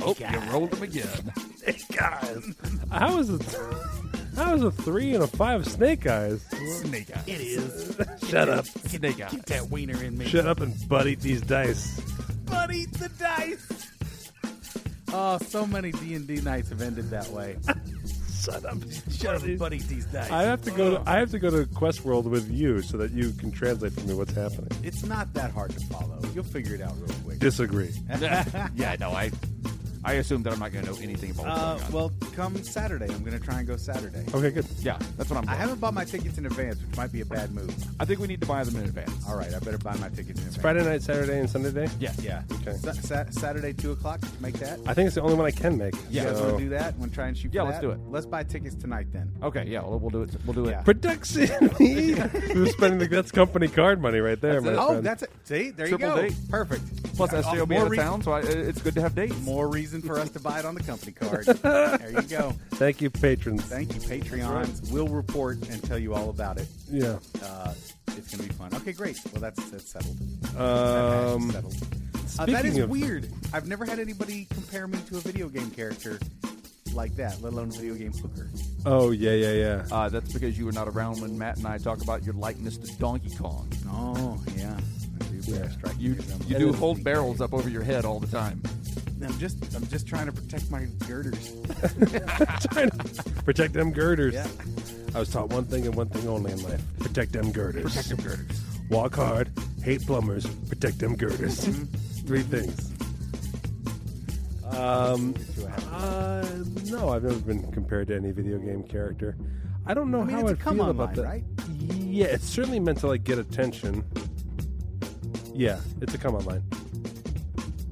[SPEAKER 3] Oh, you rolled them again.
[SPEAKER 1] Guys, how is it? How is a three and a five snake eyes?
[SPEAKER 2] Snake eye.
[SPEAKER 5] It is.
[SPEAKER 1] Shut up!
[SPEAKER 3] Snake eye.
[SPEAKER 2] Get that wiener in me.
[SPEAKER 1] Shut up and butt eat these dice.
[SPEAKER 2] But eat the dice. Oh, so many D and D nights have ended that way.
[SPEAKER 1] Shut up!
[SPEAKER 2] Shut up, buddy. These dice.
[SPEAKER 1] I have to go. To, I have to go to Questworld with you so that you can translate for me what's happening.
[SPEAKER 2] It's not that hard to follow. You'll figure it out real quick.
[SPEAKER 1] Disagree.
[SPEAKER 3] yeah, no, I I assume that I'm not going to know anything about what's
[SPEAKER 2] Uh,
[SPEAKER 3] going on.
[SPEAKER 2] well, come Saturday. I'm going to try and go Saturday.
[SPEAKER 1] Okay, good.
[SPEAKER 3] yeah, that's what I'm.
[SPEAKER 2] I
[SPEAKER 3] I,
[SPEAKER 2] haven't bought my tickets in advance, which might be a bad move.
[SPEAKER 3] I think we need to buy them in advance.
[SPEAKER 2] All right, I better buy my tickets in advance.
[SPEAKER 1] Friday night, Saturday, and Sunday day.
[SPEAKER 3] Yeah,
[SPEAKER 2] Yeah.
[SPEAKER 1] Okay.
[SPEAKER 2] Sa- sa- Saturday, 2 o'clock. Make that.
[SPEAKER 1] I think it's the only one I can make.
[SPEAKER 3] Yeah.
[SPEAKER 2] You guys
[SPEAKER 1] so-
[SPEAKER 2] want to do that? Want to try and shoot for
[SPEAKER 3] Yeah, let's
[SPEAKER 2] that?
[SPEAKER 3] do it.
[SPEAKER 2] Let's buy tickets tonight then.
[SPEAKER 3] Okay, yeah, we'll, we'll do it. We'll do it.
[SPEAKER 2] Yeah.
[SPEAKER 1] Production. We're spending the, that's company card money right there,
[SPEAKER 2] That's
[SPEAKER 1] man.
[SPEAKER 2] it. oh, that's it. See, there
[SPEAKER 3] Triple
[SPEAKER 2] you go.
[SPEAKER 3] date.
[SPEAKER 2] Perfect.
[SPEAKER 3] Plus, SJ will be
[SPEAKER 2] more
[SPEAKER 3] out of
[SPEAKER 2] reason-
[SPEAKER 3] town, so I, it's good to have dates.
[SPEAKER 2] More reason for us to buy it on the company card. there you go.
[SPEAKER 1] Thank you, patrons.
[SPEAKER 2] Thank you, Patreons. We'll report and tell you all about it.
[SPEAKER 1] yeah.
[SPEAKER 2] Uh, it's going to be fun. Okay, great. Well, that's, that's settled.
[SPEAKER 1] Um,
[SPEAKER 2] That hashtag's settled. Uh, that is
[SPEAKER 1] speaking of-
[SPEAKER 2] weird. I've never had anybody compare me to a video game character like that, let alone a video game hooker.
[SPEAKER 1] Oh yeah, yeah, yeah.
[SPEAKER 3] Uh, that's because you were not around when Matt and I talk about your likeness to Donkey Kong.
[SPEAKER 2] Oh, yeah. I do bear
[SPEAKER 1] Yeah.
[SPEAKER 2] strike
[SPEAKER 3] You
[SPEAKER 2] against them.
[SPEAKER 3] you
[SPEAKER 2] That
[SPEAKER 3] do
[SPEAKER 2] is-
[SPEAKER 3] hold barrels up over your head all the time.
[SPEAKER 2] I'm just I'm just trying to protect my girders.
[SPEAKER 1] Trying to protect them girders.
[SPEAKER 2] Uh, Yeah.
[SPEAKER 1] I was taught one thing and one thing only in life: protect them girders. Protect them girders. Walk hard, hate plumbers, protect them girders.
[SPEAKER 2] Mm-hmm.
[SPEAKER 1] Three things. Um, uh, no, I've never been compared to any video game character. I don't know
[SPEAKER 2] I mean,
[SPEAKER 1] how
[SPEAKER 2] it's a
[SPEAKER 1] I'd
[SPEAKER 2] come
[SPEAKER 1] feel
[SPEAKER 2] online,
[SPEAKER 1] about that.
[SPEAKER 2] right?
[SPEAKER 1] Yeah, it's certainly meant to like get attention. Yeah, it's a come on line.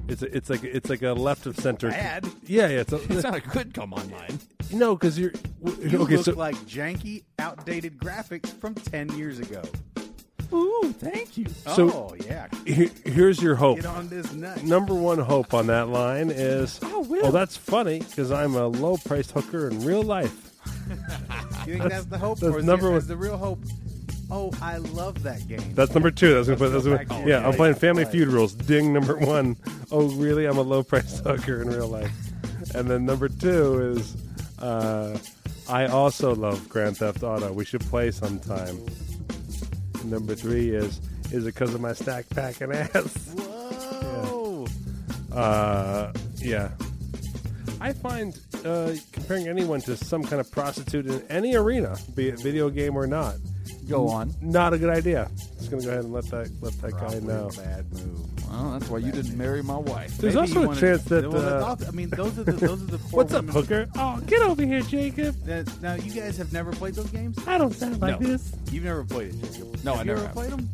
[SPEAKER 1] It's a, it's like it's like a left of center.
[SPEAKER 2] Bad.
[SPEAKER 1] Yeah, yeah. It's a,
[SPEAKER 3] It's not a good come online.
[SPEAKER 1] no, because you're w-
[SPEAKER 2] You
[SPEAKER 1] okay.
[SPEAKER 2] look
[SPEAKER 1] so
[SPEAKER 2] like janky, outdated graphics from ten years ago.
[SPEAKER 3] Ooh, thank you.
[SPEAKER 1] So-
[SPEAKER 2] oh yeah,
[SPEAKER 1] he- here's your hope.
[SPEAKER 2] get on this nut.
[SPEAKER 1] Number one hope on that line is
[SPEAKER 3] Will.
[SPEAKER 1] well, that's funny because I'm a low priced hooker in real life.
[SPEAKER 2] you think that's the hope?
[SPEAKER 1] that's
[SPEAKER 2] or is,
[SPEAKER 1] number
[SPEAKER 2] it,
[SPEAKER 1] one.
[SPEAKER 2] is the real hope? Oh, I love that game.
[SPEAKER 1] That's number two. That's gonna put. That's
[SPEAKER 2] Let's go
[SPEAKER 1] gonna,
[SPEAKER 2] back to
[SPEAKER 1] yeah,
[SPEAKER 2] your
[SPEAKER 1] I'm playing
[SPEAKER 2] life.
[SPEAKER 1] Family
[SPEAKER 2] Right.
[SPEAKER 1] Feud rules. Ding number one. Oh, really? I'm a low priced hooker in real life. And then number two is, uh, I also love Grand Theft Auto. We should play sometime. And number three is, is it because of my stack packing ass?
[SPEAKER 2] Whoa!
[SPEAKER 1] Uh, yeah. I find uh, comparing anyone to some kind of prostitute in any arena, be it video game or not,
[SPEAKER 2] Mm.
[SPEAKER 3] Go on.
[SPEAKER 1] not a good idea. Just gonna go ahead and let that let that guy know.
[SPEAKER 2] Bad move.
[SPEAKER 3] Well, that's why you didn't marry my wife.
[SPEAKER 1] There's
[SPEAKER 2] Maybe
[SPEAKER 1] also
[SPEAKER 2] you
[SPEAKER 1] a
[SPEAKER 2] wanna-
[SPEAKER 1] chance that.
[SPEAKER 2] Well, that's
[SPEAKER 1] uh,
[SPEAKER 2] also- I mean, those are the those are the four
[SPEAKER 1] what's up,
[SPEAKER 2] women-
[SPEAKER 1] hooker? Oh, get over here, Jacob.
[SPEAKER 2] that- now you guys have never played those games.
[SPEAKER 1] I don't sound like
[SPEAKER 3] No.
[SPEAKER 1] this.
[SPEAKER 2] You've never played it, Jacob.
[SPEAKER 3] No, I
[SPEAKER 2] have you
[SPEAKER 3] never
[SPEAKER 2] ever
[SPEAKER 3] have.
[SPEAKER 2] played them.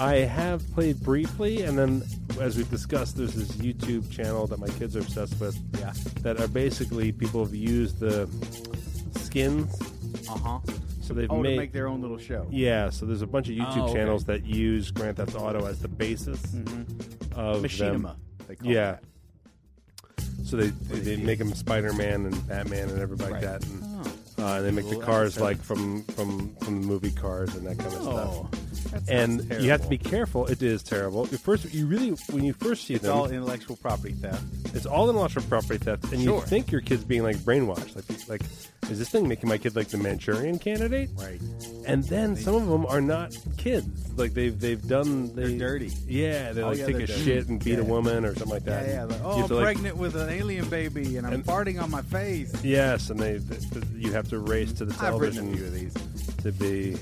[SPEAKER 1] I have played briefly, and then, as we've discussed, there's this YouTube channel that my kids are obsessed with.
[SPEAKER 2] Yeah.
[SPEAKER 1] That are basically people have used the skins,
[SPEAKER 2] Uh
[SPEAKER 3] uh-huh.
[SPEAKER 2] huh.
[SPEAKER 1] so they've
[SPEAKER 2] Oh,
[SPEAKER 1] made.
[SPEAKER 2] to make their own little show.
[SPEAKER 1] yeah, so there's a bunch of YouTube
[SPEAKER 3] Oh, okay.
[SPEAKER 1] channels that use Grand Theft Auto as the basis of them.
[SPEAKER 2] Mm-hmm. Machinima. They call
[SPEAKER 1] Yeah.
[SPEAKER 2] That.
[SPEAKER 1] So they they, they make them Spider Man and Batman and everybody like that, and, uh, and they make
[SPEAKER 2] Cool.
[SPEAKER 1] the cars
[SPEAKER 2] Oh. That's
[SPEAKER 1] like from from from the movie Cars and that kind of
[SPEAKER 2] Oh,
[SPEAKER 1] stuff.
[SPEAKER 2] that sounds
[SPEAKER 1] And you have to
[SPEAKER 2] terrible.
[SPEAKER 1] be careful. It is terrible. You first, you really when you first see
[SPEAKER 2] It's
[SPEAKER 1] them,
[SPEAKER 2] all intellectual property theft.
[SPEAKER 1] it's all intellectual property theft, and
[SPEAKER 3] Sure.
[SPEAKER 1] you think your kid's being like brainwashed. Like you- like, is this thing making my kid like the Manchurian Candidate?
[SPEAKER 2] Right.
[SPEAKER 1] And then some of them are not kids. Like they've they've done they,
[SPEAKER 2] They're dirty.
[SPEAKER 1] Yeah, they
[SPEAKER 2] Oh,
[SPEAKER 1] like
[SPEAKER 2] yeah,
[SPEAKER 1] take
[SPEAKER 2] they're
[SPEAKER 1] a
[SPEAKER 2] dirty.
[SPEAKER 1] shit and beat
[SPEAKER 2] Yeah.
[SPEAKER 1] a woman or something like
[SPEAKER 2] Yeah,
[SPEAKER 1] that.
[SPEAKER 2] yeah.
[SPEAKER 1] And
[SPEAKER 2] like,
[SPEAKER 1] you
[SPEAKER 2] oh,
[SPEAKER 1] have
[SPEAKER 2] I'm
[SPEAKER 1] to, like,
[SPEAKER 2] pregnant with an alien baby, and I'm
[SPEAKER 1] And-
[SPEAKER 2] farting on my face.
[SPEAKER 1] Yes, and they th- th- you have to race to the
[SPEAKER 2] I've
[SPEAKER 1] television
[SPEAKER 2] written a few of these.
[SPEAKER 1] to be.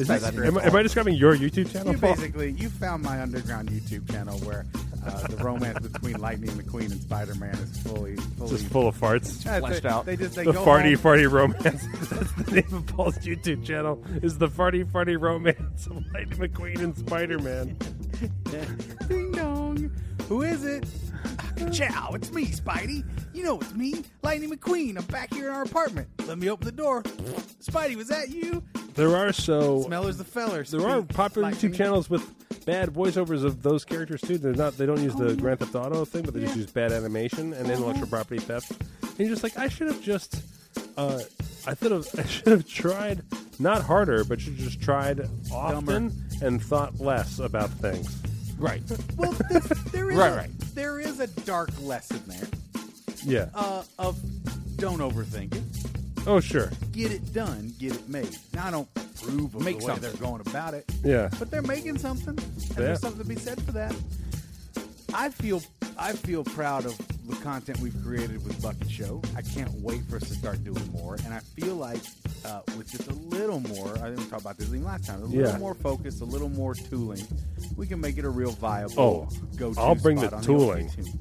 [SPEAKER 1] Is
[SPEAKER 2] That's
[SPEAKER 1] this,
[SPEAKER 2] your
[SPEAKER 1] am, I-
[SPEAKER 2] fault.
[SPEAKER 1] am I describing your YouTube channel?
[SPEAKER 2] You
[SPEAKER 1] Paul?
[SPEAKER 2] basically you found my underground YouTube channel where uh, the romance between Lightning McQueen and Spider Man is fully fully
[SPEAKER 1] Just full of farts.
[SPEAKER 2] Yeah,
[SPEAKER 3] fleshed
[SPEAKER 2] they,
[SPEAKER 3] out.
[SPEAKER 2] They just they
[SPEAKER 1] The
[SPEAKER 2] go
[SPEAKER 1] farty
[SPEAKER 2] home.
[SPEAKER 1] farty romance. That's the name of Paul's YouTube channel. Is the farty farty romance of Lightning McQueen and Spider Man.
[SPEAKER 2] Ding dong. Who is it? Chow, it's me, Spidey. You know it's me, Lightning McQueen. I'm back here in our apartment. Let me open the door. Spidey, was that you?
[SPEAKER 1] There are so
[SPEAKER 2] Smellers the feller.
[SPEAKER 1] there are
[SPEAKER 2] Speak,
[SPEAKER 1] popular
[SPEAKER 2] Lightning.
[SPEAKER 1] YouTube channels with bad voiceovers of those characters too. They're not they don't use
[SPEAKER 2] Oh.
[SPEAKER 1] the Grand Theft Auto thing, but they just use bad animation and intellectual
[SPEAKER 2] Uh-huh.
[SPEAKER 1] property theft. And you're just like, I should have just uh, I should have I should have tried not harder, but should have just tried often and thought less about things.
[SPEAKER 2] Right. well, there, there is
[SPEAKER 3] Right,
[SPEAKER 2] a,
[SPEAKER 3] right.
[SPEAKER 2] there is a dark lesson there
[SPEAKER 1] Yeah.
[SPEAKER 2] uh, of don't overthink it.
[SPEAKER 1] oh, sure.
[SPEAKER 2] Get it done. Get it made. Now I don't approve of
[SPEAKER 3] Make
[SPEAKER 2] the way
[SPEAKER 3] something.
[SPEAKER 2] they're going about it.
[SPEAKER 1] Yeah.
[SPEAKER 2] but they're making something, and
[SPEAKER 1] Yeah.
[SPEAKER 2] there's something to be said for that. I feel I feel proud of the content we've created with Bucket Show. I can't wait for us to start doing more, and I feel like uh, with just a little more, I didn't talk about this even last time. A little
[SPEAKER 1] Yeah.
[SPEAKER 2] more focus, a little more tooling, we can make it a real viable.
[SPEAKER 1] Oh,
[SPEAKER 2] go-to
[SPEAKER 1] I'll bring the
[SPEAKER 2] spot on
[SPEAKER 1] tooling.
[SPEAKER 2] OKC.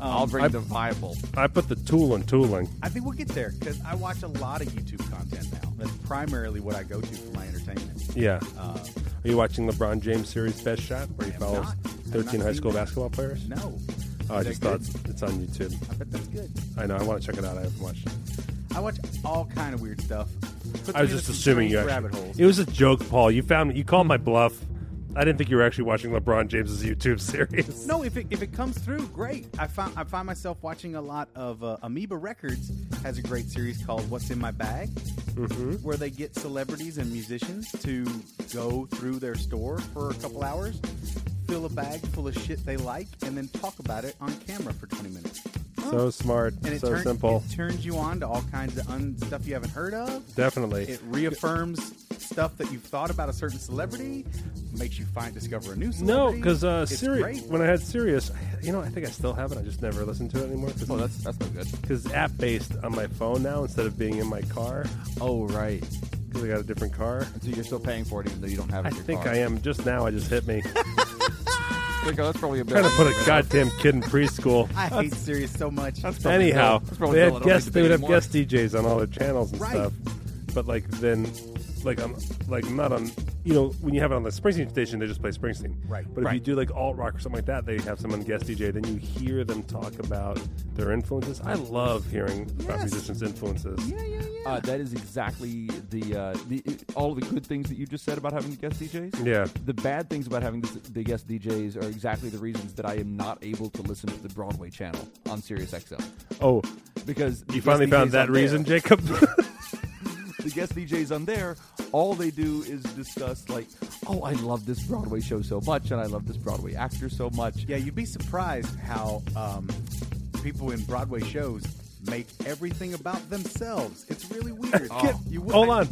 [SPEAKER 3] I'll
[SPEAKER 2] Um,
[SPEAKER 3] bring
[SPEAKER 1] I-
[SPEAKER 3] the viable.
[SPEAKER 1] I put the tool in tooling.
[SPEAKER 2] I think we'll get there because I watch a lot of YouTube content now. That's primarily what I go to for my entertainment.
[SPEAKER 1] Yeah.
[SPEAKER 2] Uh,
[SPEAKER 1] Are you watching LeBron James series Best Shot, where he
[SPEAKER 2] I am
[SPEAKER 1] follows
[SPEAKER 2] not. I have not
[SPEAKER 1] 13 high
[SPEAKER 2] seen
[SPEAKER 1] school
[SPEAKER 2] that.
[SPEAKER 1] basketball players?
[SPEAKER 2] no,
[SPEAKER 1] Oh, I
[SPEAKER 2] Is that
[SPEAKER 1] just
[SPEAKER 2] good?
[SPEAKER 1] thought it's- it's on YouTube.
[SPEAKER 2] I bet that's good.
[SPEAKER 1] I know. I want to check it out. I haven't watched it.
[SPEAKER 2] I watch all kind of weird stuff. Puts
[SPEAKER 1] I was
[SPEAKER 2] me in
[SPEAKER 1] just
[SPEAKER 2] some
[SPEAKER 1] assuming you
[SPEAKER 2] strange
[SPEAKER 1] actually.
[SPEAKER 2] rabbit holes. Hmm.
[SPEAKER 1] It was a joke, Paul. You found you called my bluff. I didn't think you were actually watching LeBron James's YouTube series.
[SPEAKER 2] no, if it, if it comes through, great. I find I find myself watching a lot of uh, Amoeba Records has a great series called "What's in My Bag,"
[SPEAKER 1] Mm-hmm.
[SPEAKER 2] where they get celebrities and musicians to go through their store for a couple hours, fill a bag full of shit they like, and then talk about it on camera for twenty minutes.
[SPEAKER 1] So smart,
[SPEAKER 2] And it,
[SPEAKER 1] so
[SPEAKER 2] turn-
[SPEAKER 1] simple.
[SPEAKER 2] it turns you on to all kinds of un- stuff you haven't heard of.
[SPEAKER 1] Definitely.
[SPEAKER 2] It reaffirms stuff that you've thought about a certain celebrity, makes you find discover a new
[SPEAKER 1] no,
[SPEAKER 2] celebrity.
[SPEAKER 1] because uh,
[SPEAKER 2] It's
[SPEAKER 1] Siri.
[SPEAKER 2] great.
[SPEAKER 1] When I had Sirius, you know, I think I still have it. I just never listen to it anymore.
[SPEAKER 3] Oh, that's that's no good.
[SPEAKER 1] because it's app based on my phone now instead of being in my car
[SPEAKER 3] Oh, right.
[SPEAKER 1] because I got a different car.
[SPEAKER 3] So you're still paying for it, even though you don't have it.
[SPEAKER 1] I
[SPEAKER 3] in your
[SPEAKER 1] think
[SPEAKER 3] car.
[SPEAKER 1] I am. Just now, I just hit me.
[SPEAKER 3] There you go, that's probably a better.
[SPEAKER 1] trying to put a goddamn kid in preschool.
[SPEAKER 2] I hate Siri so much.
[SPEAKER 3] probably no-
[SPEAKER 1] Anyhow,
[SPEAKER 3] that's probably
[SPEAKER 1] they
[SPEAKER 3] no, I
[SPEAKER 1] had
[SPEAKER 3] don't need
[SPEAKER 1] guest
[SPEAKER 3] to
[SPEAKER 1] they
[SPEAKER 3] do
[SPEAKER 1] would have
[SPEAKER 3] anymore.
[SPEAKER 1] guest DJs on all their channels and
[SPEAKER 2] Right.
[SPEAKER 1] stuff. But like then, like I'm like I'm not on. You know, when you have it on the Springsteen station, they just play Springsteen.
[SPEAKER 2] Right.
[SPEAKER 1] But if you
[SPEAKER 3] Right.
[SPEAKER 1] do like alt rock or something like that, they have someone guest DJ. Then you hear them talk about their influences. I love hearing about
[SPEAKER 2] Yes.
[SPEAKER 1] musicians' influences.
[SPEAKER 2] yeah, yeah, yeah.
[SPEAKER 3] Uh, that is exactly the uh, the all the good things that you just said about having the guest DJs.
[SPEAKER 1] Yeah.
[SPEAKER 3] The bad things about having this, the guest DJs are exactly the reasons that I am not able to listen to the Broadway channel on Sirius XM
[SPEAKER 1] Oh,
[SPEAKER 3] because the
[SPEAKER 1] you
[SPEAKER 3] guest
[SPEAKER 1] finally found
[SPEAKER 3] DJs
[SPEAKER 1] that
[SPEAKER 3] on there-
[SPEAKER 1] reason, Jacob.
[SPEAKER 3] the guest DJs on there, all they do is discuss like, oh, I love this Broadway show so much, and I love this Broadway actor so much.
[SPEAKER 2] yeah, you'd be surprised how um, people in Broadway shows make everything about themselves. It's really weird.
[SPEAKER 3] Oh,
[SPEAKER 2] You would-
[SPEAKER 1] Hold on.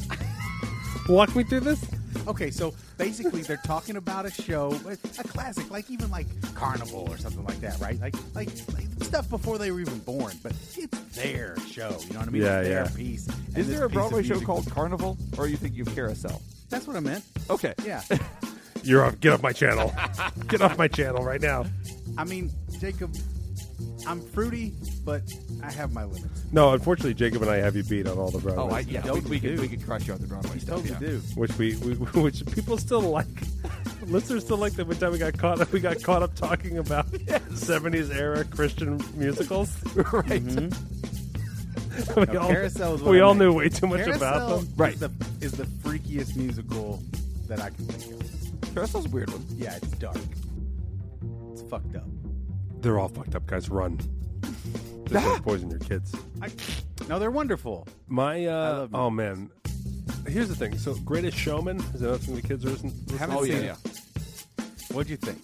[SPEAKER 1] Walk me through this.
[SPEAKER 2] Okay, so basically they're talking about a show, a classic, like even like Carnival or something like that, right? Like like, like stuff before they were even born, but it's their show. You know what I mean?
[SPEAKER 1] Yeah,
[SPEAKER 2] it's their
[SPEAKER 1] yeah.
[SPEAKER 2] piece. And
[SPEAKER 3] Is
[SPEAKER 2] this
[SPEAKER 3] there a
[SPEAKER 2] piece of
[SPEAKER 3] Broadway show
[SPEAKER 2] music
[SPEAKER 3] called
[SPEAKER 2] was-
[SPEAKER 3] Carnival, or you think you have Carousel?
[SPEAKER 2] That's what I meant.
[SPEAKER 3] Okay.
[SPEAKER 2] Yeah.
[SPEAKER 1] You're off. Get off my channel. Get off my channel right now.
[SPEAKER 2] I mean, Jacob, I'm fruity, but I have my limits.
[SPEAKER 1] No, unfortunately, Jacob and I have you beat on all the Broadway.
[SPEAKER 3] Oh, I,
[SPEAKER 1] stuff,
[SPEAKER 3] yeah, we,
[SPEAKER 2] totally
[SPEAKER 3] we could
[SPEAKER 2] do.
[SPEAKER 3] we could crush you on the Broadway
[SPEAKER 2] You
[SPEAKER 3] stuff.
[SPEAKER 2] totally
[SPEAKER 3] yeah.
[SPEAKER 2] do.
[SPEAKER 1] which we, we which people still like. Listeners still like that. One time we got caught up, we got caught up talking about seventies era Christian musicals.
[SPEAKER 3] right.
[SPEAKER 1] we
[SPEAKER 2] No,
[SPEAKER 1] all,
[SPEAKER 2] Mm-hmm. Carousel is what
[SPEAKER 1] we
[SPEAKER 2] I
[SPEAKER 1] all
[SPEAKER 2] meant.
[SPEAKER 1] knew way too much about
[SPEAKER 2] Carousel
[SPEAKER 1] them.
[SPEAKER 3] Right.
[SPEAKER 2] is the, is the freakiest musical that I can think of.
[SPEAKER 3] Carousel's a weird one.
[SPEAKER 2] Yeah, it's dark. It's fucked up.
[SPEAKER 1] They're all fucked up, guys. Run. This is poison your kids.
[SPEAKER 2] I, no, they're wonderful.
[SPEAKER 1] My uh,
[SPEAKER 2] love
[SPEAKER 1] oh man. Here's the thing. So, Greatest Showman is another thing the kids are listening.
[SPEAKER 2] Haven't
[SPEAKER 3] Oh
[SPEAKER 2] seen
[SPEAKER 3] yeah,
[SPEAKER 2] it.
[SPEAKER 3] yeah.
[SPEAKER 2] What'd you think?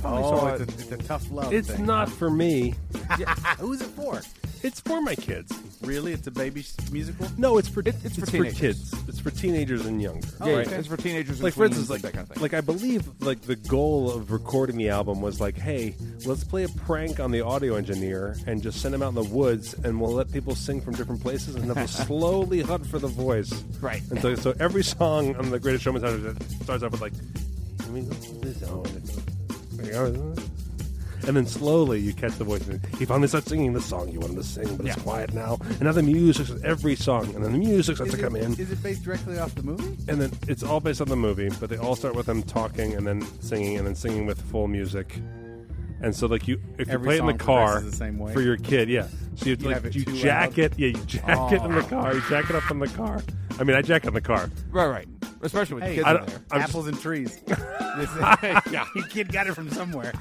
[SPEAKER 1] probably saw
[SPEAKER 2] it's, a, it's a tough love.
[SPEAKER 1] Oh, It's
[SPEAKER 2] thing.
[SPEAKER 1] not for me.
[SPEAKER 2] Who's it for?
[SPEAKER 1] It's for my kids.
[SPEAKER 2] Really, it's a baby s- musical.
[SPEAKER 1] No, it's for it's,
[SPEAKER 3] for
[SPEAKER 1] for,
[SPEAKER 3] teenagers.
[SPEAKER 1] kids. It's for teenagers and younger.
[SPEAKER 3] yeah,
[SPEAKER 2] Oh, okay.
[SPEAKER 3] It's for teenagers. and
[SPEAKER 1] like for
[SPEAKER 3] tweens and
[SPEAKER 1] instance, like
[SPEAKER 3] that kind of thing.
[SPEAKER 1] like I believe like the goal of recording the album was like, hey, let's play a prank on the audio engineer and just send him out in the woods, and we'll let people sing from different places, and then we'll slowly hunt for the voice.
[SPEAKER 3] Right.
[SPEAKER 1] And so, so every song on the Greatest Showman starts- starts off with like, "Let me go to this island." and then slowly you catch the voice. And he finally starts singing the song you want him to sing, but it's quiet now. And now the music, every song, and then the music starts
[SPEAKER 2] Is
[SPEAKER 1] to come
[SPEAKER 2] it,
[SPEAKER 1] in
[SPEAKER 2] is it based directly off the movie?
[SPEAKER 1] and then it's all based on the movie, but they all start with them talking and then singing and then singing with full music. And so, like you, if you
[SPEAKER 2] Every
[SPEAKER 1] play it in the
[SPEAKER 2] song
[SPEAKER 1] car
[SPEAKER 2] progresses the same way.
[SPEAKER 1] for your kid, yeah. So you,
[SPEAKER 2] You
[SPEAKER 1] like
[SPEAKER 2] have it
[SPEAKER 1] you
[SPEAKER 2] too
[SPEAKER 1] jack
[SPEAKER 2] loud.
[SPEAKER 1] it, yeah, you jack it in the car, you jack it up in the car. I mean, I jack it in the car.
[SPEAKER 3] right, right. Especially with
[SPEAKER 2] Hey,
[SPEAKER 3] kids
[SPEAKER 2] I
[SPEAKER 3] in
[SPEAKER 1] don't-
[SPEAKER 3] there.
[SPEAKER 1] I'm
[SPEAKER 2] Apples and trees. yeah, your kid got it from somewhere.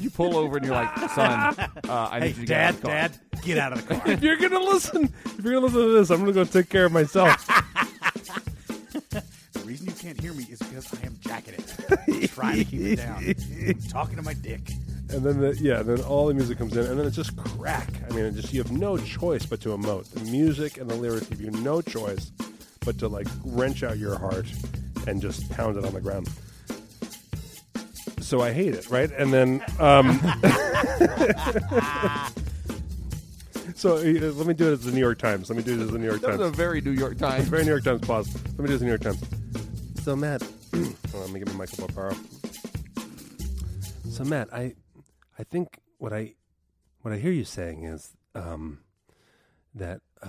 [SPEAKER 3] You pull over and you're like, son, uh, I need you to get out of the car.
[SPEAKER 2] get out of the car.
[SPEAKER 1] If you're gonna listen, if you're gonna listen to this, I'm gonna go take care of myself.
[SPEAKER 2] the reason you can't hear me is because I am trying to keep it down. I'm talking to my dick.
[SPEAKER 1] And then the yeah, then all the music comes in, and then it's just crack. I mean, it just you have no choice but to emote. The music and the lyrics give you no choice but to like wrench out your heart and just pound it on the ground. So I hate it, right? And then, um, so uh, let me do it as the New York Times. Let me do it as the New York
[SPEAKER 3] That was
[SPEAKER 1] Times.
[SPEAKER 3] a very New York Times.
[SPEAKER 1] Very New York Times pause. Let me do this New York Times. So Matt, Hold on, let me get my Michael Barbaro. So Matt, I, I think what I, what I hear you saying is um, that uh,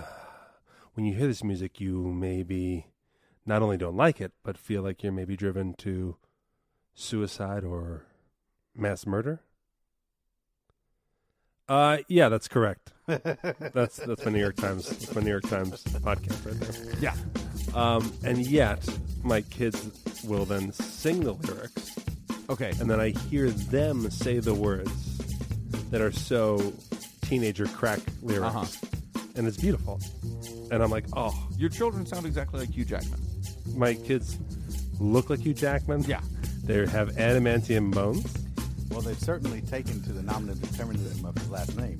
[SPEAKER 1] when you hear this music, you maybe not only don't like it, but feel like you're maybe driven to suicide or mass murder. Uh, yeah, that's correct. that's that's my New York Times, that's my New York Times podcast right there.
[SPEAKER 3] Yeah.
[SPEAKER 1] Um, and yet, my kids will then sing the lyrics,
[SPEAKER 3] Okay.
[SPEAKER 1] and then I hear them say the words that are so teenager crack lyrics.
[SPEAKER 3] Uh-huh.
[SPEAKER 1] And it's beautiful. And I'm like, oh,
[SPEAKER 3] Your children sound exactly like Hugh Jackman.
[SPEAKER 1] my kids look like you, Jackman.
[SPEAKER 3] Yeah.
[SPEAKER 1] They have adamantium bones.
[SPEAKER 2] Well, they've certainly taken to the nominative determinism of his last name.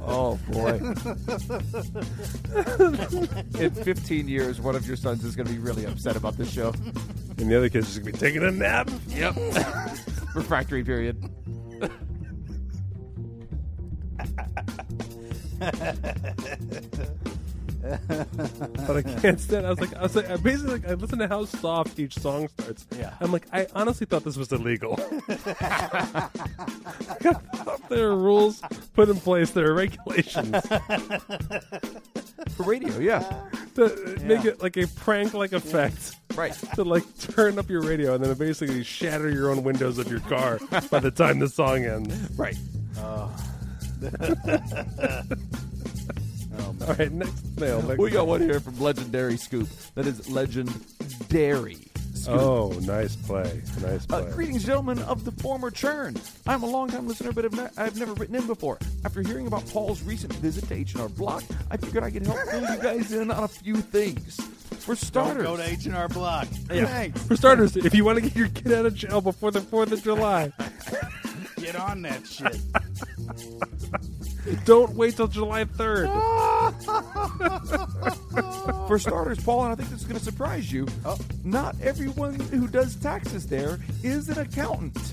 [SPEAKER 3] Oh boy. In 15 years, one of your sons is going to be really upset about this show.
[SPEAKER 1] And the other kid's just going to be taking a nap.
[SPEAKER 3] Yep. Refractory period.
[SPEAKER 1] but I can't stand. I was like, I was like, I basically like, I listened to how soft each song starts.
[SPEAKER 2] Yeah.
[SPEAKER 1] I'm like, I honestly thought this was illegal. there are rules put in place. There are regulations
[SPEAKER 3] For radio, yeah.
[SPEAKER 1] to make it like a prank-like effect.
[SPEAKER 3] Right.
[SPEAKER 1] To like turn up your radio and then basically shatter your own windows of your car by the time the song ends.
[SPEAKER 3] Right.
[SPEAKER 1] All right, next mail. Next-
[SPEAKER 3] We got one here from Legendary Scoop. That is Legendary Scoop.
[SPEAKER 1] oh, nice play, nice
[SPEAKER 3] Uh,
[SPEAKER 1] play.
[SPEAKER 3] greetings, gentlemen of the former churn. I'm a longtime listener, but I've, ne- I've never written in before. After hearing about Paul's recent visit to H&R Block, I figured I could help fill you guys in on a few things. For starters,
[SPEAKER 2] Don't go to H&R Block. Thanks.
[SPEAKER 1] For starters, if you want to get your kid out of jail before the Fourth of July,
[SPEAKER 2] Get on that shit.
[SPEAKER 1] don't wait till July third.
[SPEAKER 3] For starters, Paul, and I think this is going to surprise you, not everyone who does taxes there is an accountant.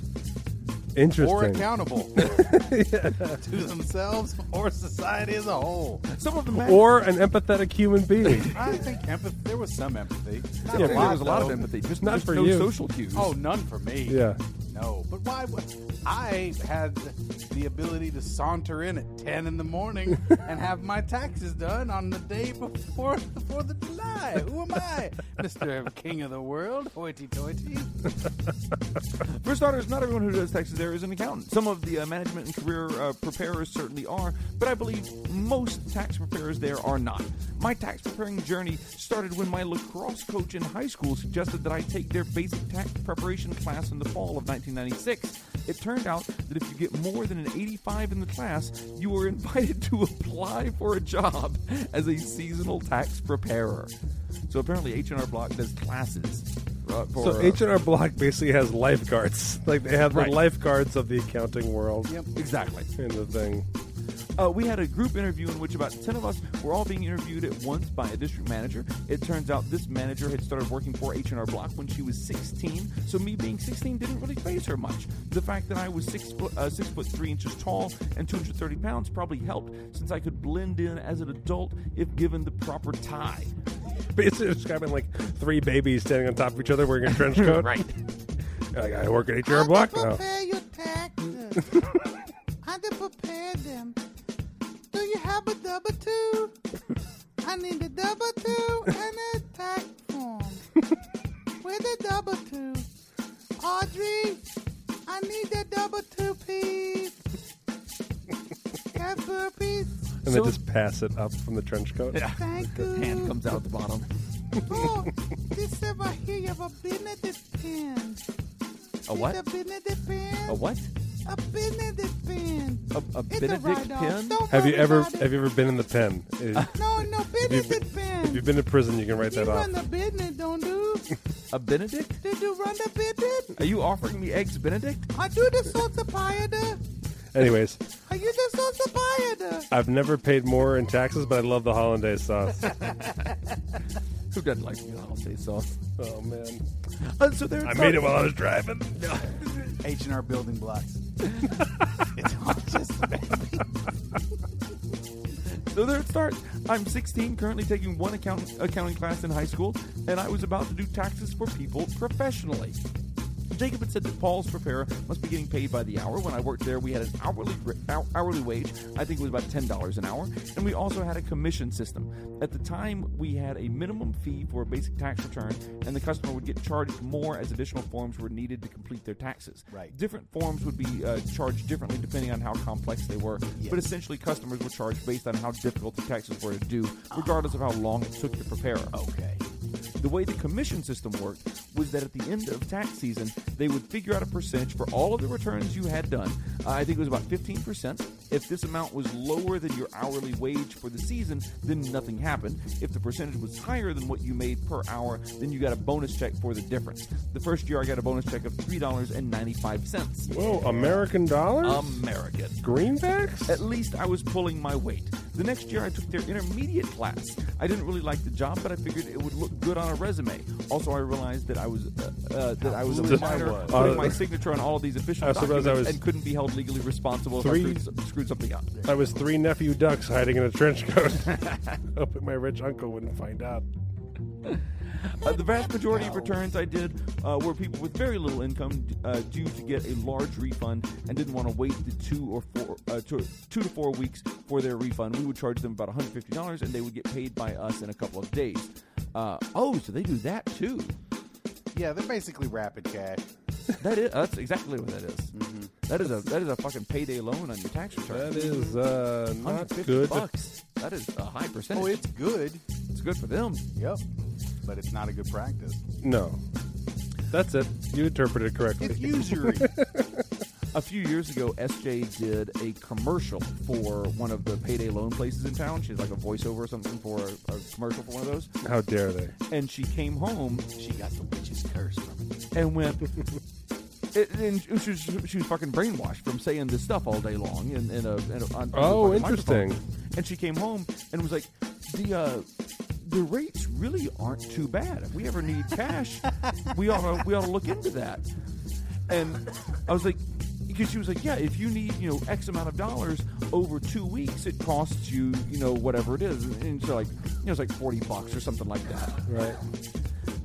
[SPEAKER 1] Interesting.
[SPEAKER 2] or accountable to themselves or society as a whole.
[SPEAKER 3] Some of them have-
[SPEAKER 1] or an empathetic human being.
[SPEAKER 2] I think empathy. There was some empathy. Not
[SPEAKER 1] Yeah,
[SPEAKER 3] there was a lot of
[SPEAKER 2] though.
[SPEAKER 3] empathy, just
[SPEAKER 1] Not
[SPEAKER 3] just
[SPEAKER 1] for
[SPEAKER 3] no
[SPEAKER 1] you.
[SPEAKER 3] social cues.
[SPEAKER 2] Oh, none for me.
[SPEAKER 1] Yeah.
[SPEAKER 2] No, but why would I had the ability to saunter in at ten in the morning and have my taxes done on the day before the Fourth of July? Who am I, Mister King of the World? Hoity toity.
[SPEAKER 3] For starters, not everyone who does taxes there is an accountant. Some of the uh, management and career uh, preparers certainly are, but I believe most tax preparers there are not. My tax preparing journey started when my lacrosse coach in high school suggested that I take their basic tax preparation class in the fall of 1996. It turned out that if you get more than an 85 in the class, you are invited to apply for a job as a seasonal tax preparer. So apparently, H&R Block does classes. uh, for,
[SPEAKER 1] So
[SPEAKER 3] uh,
[SPEAKER 1] H and R Block basically has lifeguards. Like they have
[SPEAKER 3] Right.
[SPEAKER 1] the lifeguards of the accounting world. Yep.
[SPEAKER 3] exactly.
[SPEAKER 1] Kind of thing.
[SPEAKER 3] Uh, we had a group interview in which about 10 of us were all being interviewed at once by a district manager. It turns out this manager had started working for H&R Block when she was 16, so me being 16 didn't really phase her much. The fact that I was 6 foot, uh, 6 foot 3 inches tall and 230 pounds probably helped, since I could blend in as an adult if given the proper tie.
[SPEAKER 1] Basically describing like three babies standing on top of each other wearing a trench coat.
[SPEAKER 3] Right.
[SPEAKER 1] Like, I work at H and R Block now.
[SPEAKER 6] prepare your taxes. How to prepare them. Do you have a double two? I need a double two and a tax form. With a double two. Audrey, I need a double two, please. Got burpees?
[SPEAKER 1] And
[SPEAKER 3] So-
[SPEAKER 1] they just pass it up from the trench coat. Yeah.
[SPEAKER 6] Thank you.
[SPEAKER 3] Hand comes out the bottom.
[SPEAKER 6] Oh, this is right here. You have a Benedict pen.
[SPEAKER 3] A what?
[SPEAKER 6] A Benedict pen.
[SPEAKER 3] A what?
[SPEAKER 6] A Benedict pen.
[SPEAKER 3] a, a
[SPEAKER 6] It's a
[SPEAKER 3] Benedict
[SPEAKER 6] ride-off.
[SPEAKER 3] Pen?
[SPEAKER 6] Don't
[SPEAKER 1] Have you
[SPEAKER 6] worry
[SPEAKER 1] ever
[SPEAKER 6] about it.
[SPEAKER 1] have you ever been in the pen? Is-
[SPEAKER 6] No, no,
[SPEAKER 1] you've
[SPEAKER 6] business
[SPEAKER 1] been-
[SPEAKER 6] is been.
[SPEAKER 1] if you've been to prison, you can write
[SPEAKER 6] You
[SPEAKER 1] that off.
[SPEAKER 6] run the business, don't do.
[SPEAKER 3] A Benedict?
[SPEAKER 6] Did you run the business?
[SPEAKER 3] Are you offering me eggs Benedict?
[SPEAKER 6] Are you the sauce of pioneer?
[SPEAKER 1] Anyways,
[SPEAKER 6] Are you the sauce of pioneer?
[SPEAKER 1] I've never paid more in taxes, but I love the hollandaise sauce.
[SPEAKER 3] Who doesn't like the hollandaise sauce?
[SPEAKER 1] oh man,
[SPEAKER 3] Uh, so there.
[SPEAKER 1] I
[SPEAKER 3] it's not-
[SPEAKER 1] made it while I was driving.
[SPEAKER 2] H and R building blocks. it's all just
[SPEAKER 3] So there it starts. I'm 16, currently taking one account- accounting class in high school, and I was about to do taxes for people professionally. Jacob had said that Paul's preparer must be getting paid by the hour. When I worked there, we had an hourly ri- hou- hourly wage. I think it was about ten dollars an hour, and we also had a commission system. At the time, we had a minimum fee for a basic tax return, and the customer would get charged more as additional forms were needed to complete their taxes.
[SPEAKER 2] Right.
[SPEAKER 3] Different forms would be uh, charged differently depending on how complex they were, but essentially, customers were charged based on how difficult the taxes were to do, regardless of how long it took to prepare.
[SPEAKER 2] okay.
[SPEAKER 3] The way the commission system worked was that at the end of tax season, they would figure out a percentage for all of the returns you had done. Uh, I think it was about 15%. If this amount was lower than your hourly wage for the season, then nothing happened. If the percentage was higher than what you made per hour, then you got a bonus check for the difference. The first year, I got a bonus check of $3.95.
[SPEAKER 1] Whoa, American dollars,
[SPEAKER 3] American.
[SPEAKER 1] greenbacks.
[SPEAKER 3] At least I was pulling my weight. The next year, I took their intermediate class. I didn't really like the job, but I figured it would look good on a resume. Also, I realized that I was uh, uh, that I was a
[SPEAKER 2] Fluid
[SPEAKER 3] minor,
[SPEAKER 2] I was.
[SPEAKER 3] putting
[SPEAKER 1] Uh,
[SPEAKER 3] my signature on all of these official
[SPEAKER 1] I suppose
[SPEAKER 3] documents,
[SPEAKER 1] I was
[SPEAKER 3] and couldn't be held legally responsible
[SPEAKER 1] three-
[SPEAKER 3] if I screwed, screwed something up.
[SPEAKER 1] I was three nephew ducks hiding in a trench coat, hoping my rich uncle wouldn't find out.
[SPEAKER 3] Uh, the vast majority of returns I did uh, were people with very little income uh, due to get a large refund and didn't want to wait the two or four, uh, two, two to four weeks for their refund. We would charge them about $150 and they would get paid by us in a couple of days. Uh, oh, so they do that too.
[SPEAKER 2] Yeah, they're basically rapid cash.
[SPEAKER 3] That is that's exactly what that is. That is a that is a fucking payday loan on your tax return.
[SPEAKER 1] That is uh, not
[SPEAKER 3] 150
[SPEAKER 1] good.
[SPEAKER 3] bucks. That is a high percentage.
[SPEAKER 2] Oh, it's good.
[SPEAKER 3] it's good for them.
[SPEAKER 2] Yep. But it's not a good practice.
[SPEAKER 1] No, that's it. You interpreted it correctly.
[SPEAKER 2] It's usury.
[SPEAKER 3] A few years ago, SJ did a commercial for one of the payday loan places in town. She did like a voiceover or something for a, a commercial for one of those.
[SPEAKER 1] How dare they?
[SPEAKER 3] And she came home
[SPEAKER 2] she got the witch's curse from it.
[SPEAKER 3] and went. it, and she was, she was fucking brainwashed from saying this stuff all day long. In, in a, in a, on,
[SPEAKER 1] Oh,
[SPEAKER 3] on the fucking
[SPEAKER 1] interesting.
[SPEAKER 3] microphone. And she came home and was like, the. Uh, the rates really aren't too bad. If we ever need cash, we ought to we ought to look into that. And I was like, because she was like, yeah, if you need you know X amount of dollars over two weeks, it costs you you know whatever it is, and so like you know it's like forty bucks or something like that.
[SPEAKER 1] Right.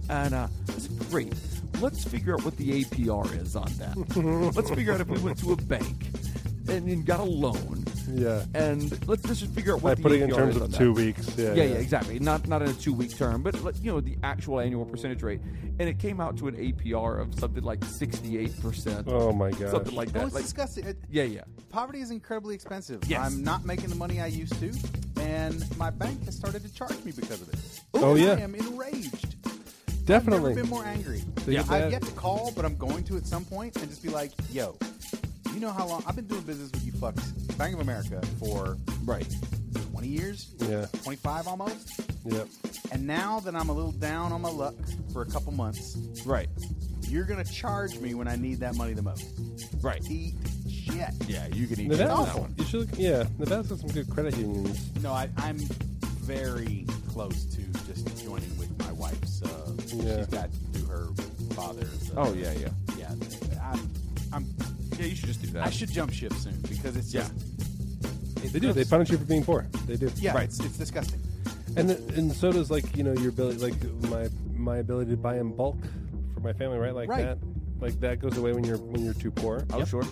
[SPEAKER 3] And uh, that's great. Let's figure out what the APR is on that. let's figure out if we went to a bank and then got a loan.
[SPEAKER 1] Yeah.
[SPEAKER 3] And let's, let's just figure out
[SPEAKER 1] By
[SPEAKER 3] what the
[SPEAKER 1] putting
[SPEAKER 3] APR
[SPEAKER 1] in terms
[SPEAKER 3] is on
[SPEAKER 1] of uh,
[SPEAKER 3] that.
[SPEAKER 1] two weeks. Yeah.
[SPEAKER 3] Yeah, yeah, exactly. Not not in a two week term, but like, you know the actual annual percentage rate, and it came out to an APR of something like sixty eight percent.
[SPEAKER 1] Oh my gosh.
[SPEAKER 3] something like
[SPEAKER 2] Oh,
[SPEAKER 3] that.
[SPEAKER 2] it's
[SPEAKER 3] Like,
[SPEAKER 2] disgusting. It-
[SPEAKER 3] yeah, yeah.
[SPEAKER 2] Poverty is incredibly expensive.
[SPEAKER 3] Yes.
[SPEAKER 2] I'm not making the money I used to, and my bank has started to charge me because of it.
[SPEAKER 1] Oh,
[SPEAKER 2] And
[SPEAKER 1] yeah.
[SPEAKER 2] I am enraged. I've
[SPEAKER 1] Definitely.
[SPEAKER 2] never been more angry.
[SPEAKER 3] Yeah.
[SPEAKER 2] I've yet to call, but I'm going to at some point and just be like, yo, you know how long I've been doing business with you fucks, Bank of America, for
[SPEAKER 3] Right.
[SPEAKER 2] 20 years?
[SPEAKER 1] Yeah.
[SPEAKER 2] 25 almost?
[SPEAKER 1] Yep.
[SPEAKER 2] And now that I'm a little down on my luck for a couple months,
[SPEAKER 3] Right.
[SPEAKER 2] you're going to charge me when I need that money the most.
[SPEAKER 3] Right.
[SPEAKER 2] Eat shit.
[SPEAKER 3] Yeah, you can eat.
[SPEAKER 1] Nevada's-
[SPEAKER 2] that one.
[SPEAKER 1] You should. Look, yeah. Nevada's got some good credit unions.
[SPEAKER 2] No, I, I'm very close to just joining with my wife's. Uh,
[SPEAKER 1] Yeah.
[SPEAKER 2] She's got through her father's. Uh,
[SPEAKER 3] Oh yeah, yeah.
[SPEAKER 2] yeah. I'm, I'm,
[SPEAKER 3] Yeah, you should just do that.
[SPEAKER 2] I should jump ship soon because it's just.
[SPEAKER 1] They do. They punish you for being poor. They do.
[SPEAKER 2] Yeah,
[SPEAKER 3] Right.
[SPEAKER 2] it's, it's disgusting.
[SPEAKER 1] And the, and so does like you know your ability like my my ability to buy in bulk for my family right like
[SPEAKER 2] Right.
[SPEAKER 1] that like that goes away when you're when you're too poor
[SPEAKER 3] Oh sure.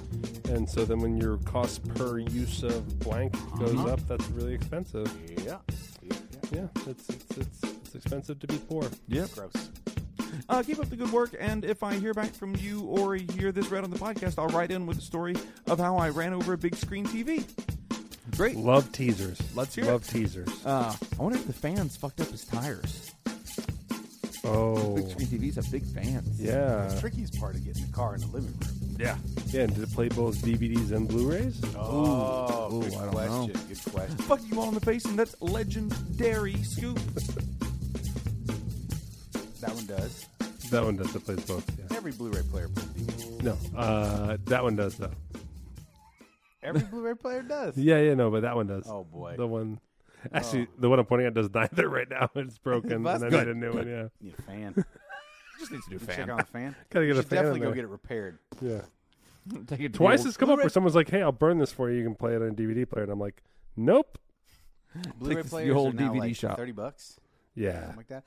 [SPEAKER 1] and so then when your cost per use of blank goes
[SPEAKER 3] Uh-huh.
[SPEAKER 1] up that's really expensive
[SPEAKER 2] Yeah. Yeah. yeah.
[SPEAKER 1] yeah it's it's it's, it's expensive to be poor
[SPEAKER 3] Yep.
[SPEAKER 2] Gross.
[SPEAKER 3] Uh, keep up the good work, and if I hear back from you or hear this read on the podcast, I'll write in with a story of how I ran over a big screen TV. Great.
[SPEAKER 1] love teasers
[SPEAKER 3] Let's hear
[SPEAKER 1] love
[SPEAKER 3] it.
[SPEAKER 1] teasers
[SPEAKER 3] Uh, I wonder if the fans fucked up his tires.
[SPEAKER 1] oh
[SPEAKER 3] Big screen TVs have big fans.
[SPEAKER 1] yeah
[SPEAKER 2] Trickiest part of getting the car in the living room.
[SPEAKER 3] Yeah.
[SPEAKER 1] Yeah, and did it play both DVDs and Blu-rays?
[SPEAKER 3] Oh,
[SPEAKER 2] good
[SPEAKER 3] I don't
[SPEAKER 2] question.
[SPEAKER 3] know.
[SPEAKER 2] Good question.
[SPEAKER 3] Fuck you all in the face, and that's legendary scoop.
[SPEAKER 2] That one does.
[SPEAKER 1] That one does. It plays both. Yeah.
[SPEAKER 2] Every Blu-ray player plays DVD.
[SPEAKER 1] No, uh, that one does though.
[SPEAKER 2] Every Blu-ray player does.
[SPEAKER 1] Yeah, yeah, no, but that one does.
[SPEAKER 2] Oh, boy. Oh.
[SPEAKER 1] the one. Actually, the one I'm pointing at does neither right now. It's broken, and I need a new one. Yeah,
[SPEAKER 2] Need a fan.
[SPEAKER 3] Just needs to do
[SPEAKER 2] Check on a fan.
[SPEAKER 1] Gotta get
[SPEAKER 2] You
[SPEAKER 1] a
[SPEAKER 2] should
[SPEAKER 1] fan in
[SPEAKER 2] Definitely go
[SPEAKER 1] there.
[SPEAKER 2] get it repaired.
[SPEAKER 1] yeah.
[SPEAKER 3] Take it to
[SPEAKER 1] Twice
[SPEAKER 3] the old-
[SPEAKER 1] has come up where someone's like, "Hey, I'll burn this for you. You can play it on a DVD player," and I'm like, "Nope."
[SPEAKER 2] Blu-ray
[SPEAKER 3] this to
[SPEAKER 2] players
[SPEAKER 3] your old
[SPEAKER 2] are now
[SPEAKER 3] DVD
[SPEAKER 2] like
[SPEAKER 3] shop.
[SPEAKER 2] thirty bucks.
[SPEAKER 1] Yeah,
[SPEAKER 2] something like that.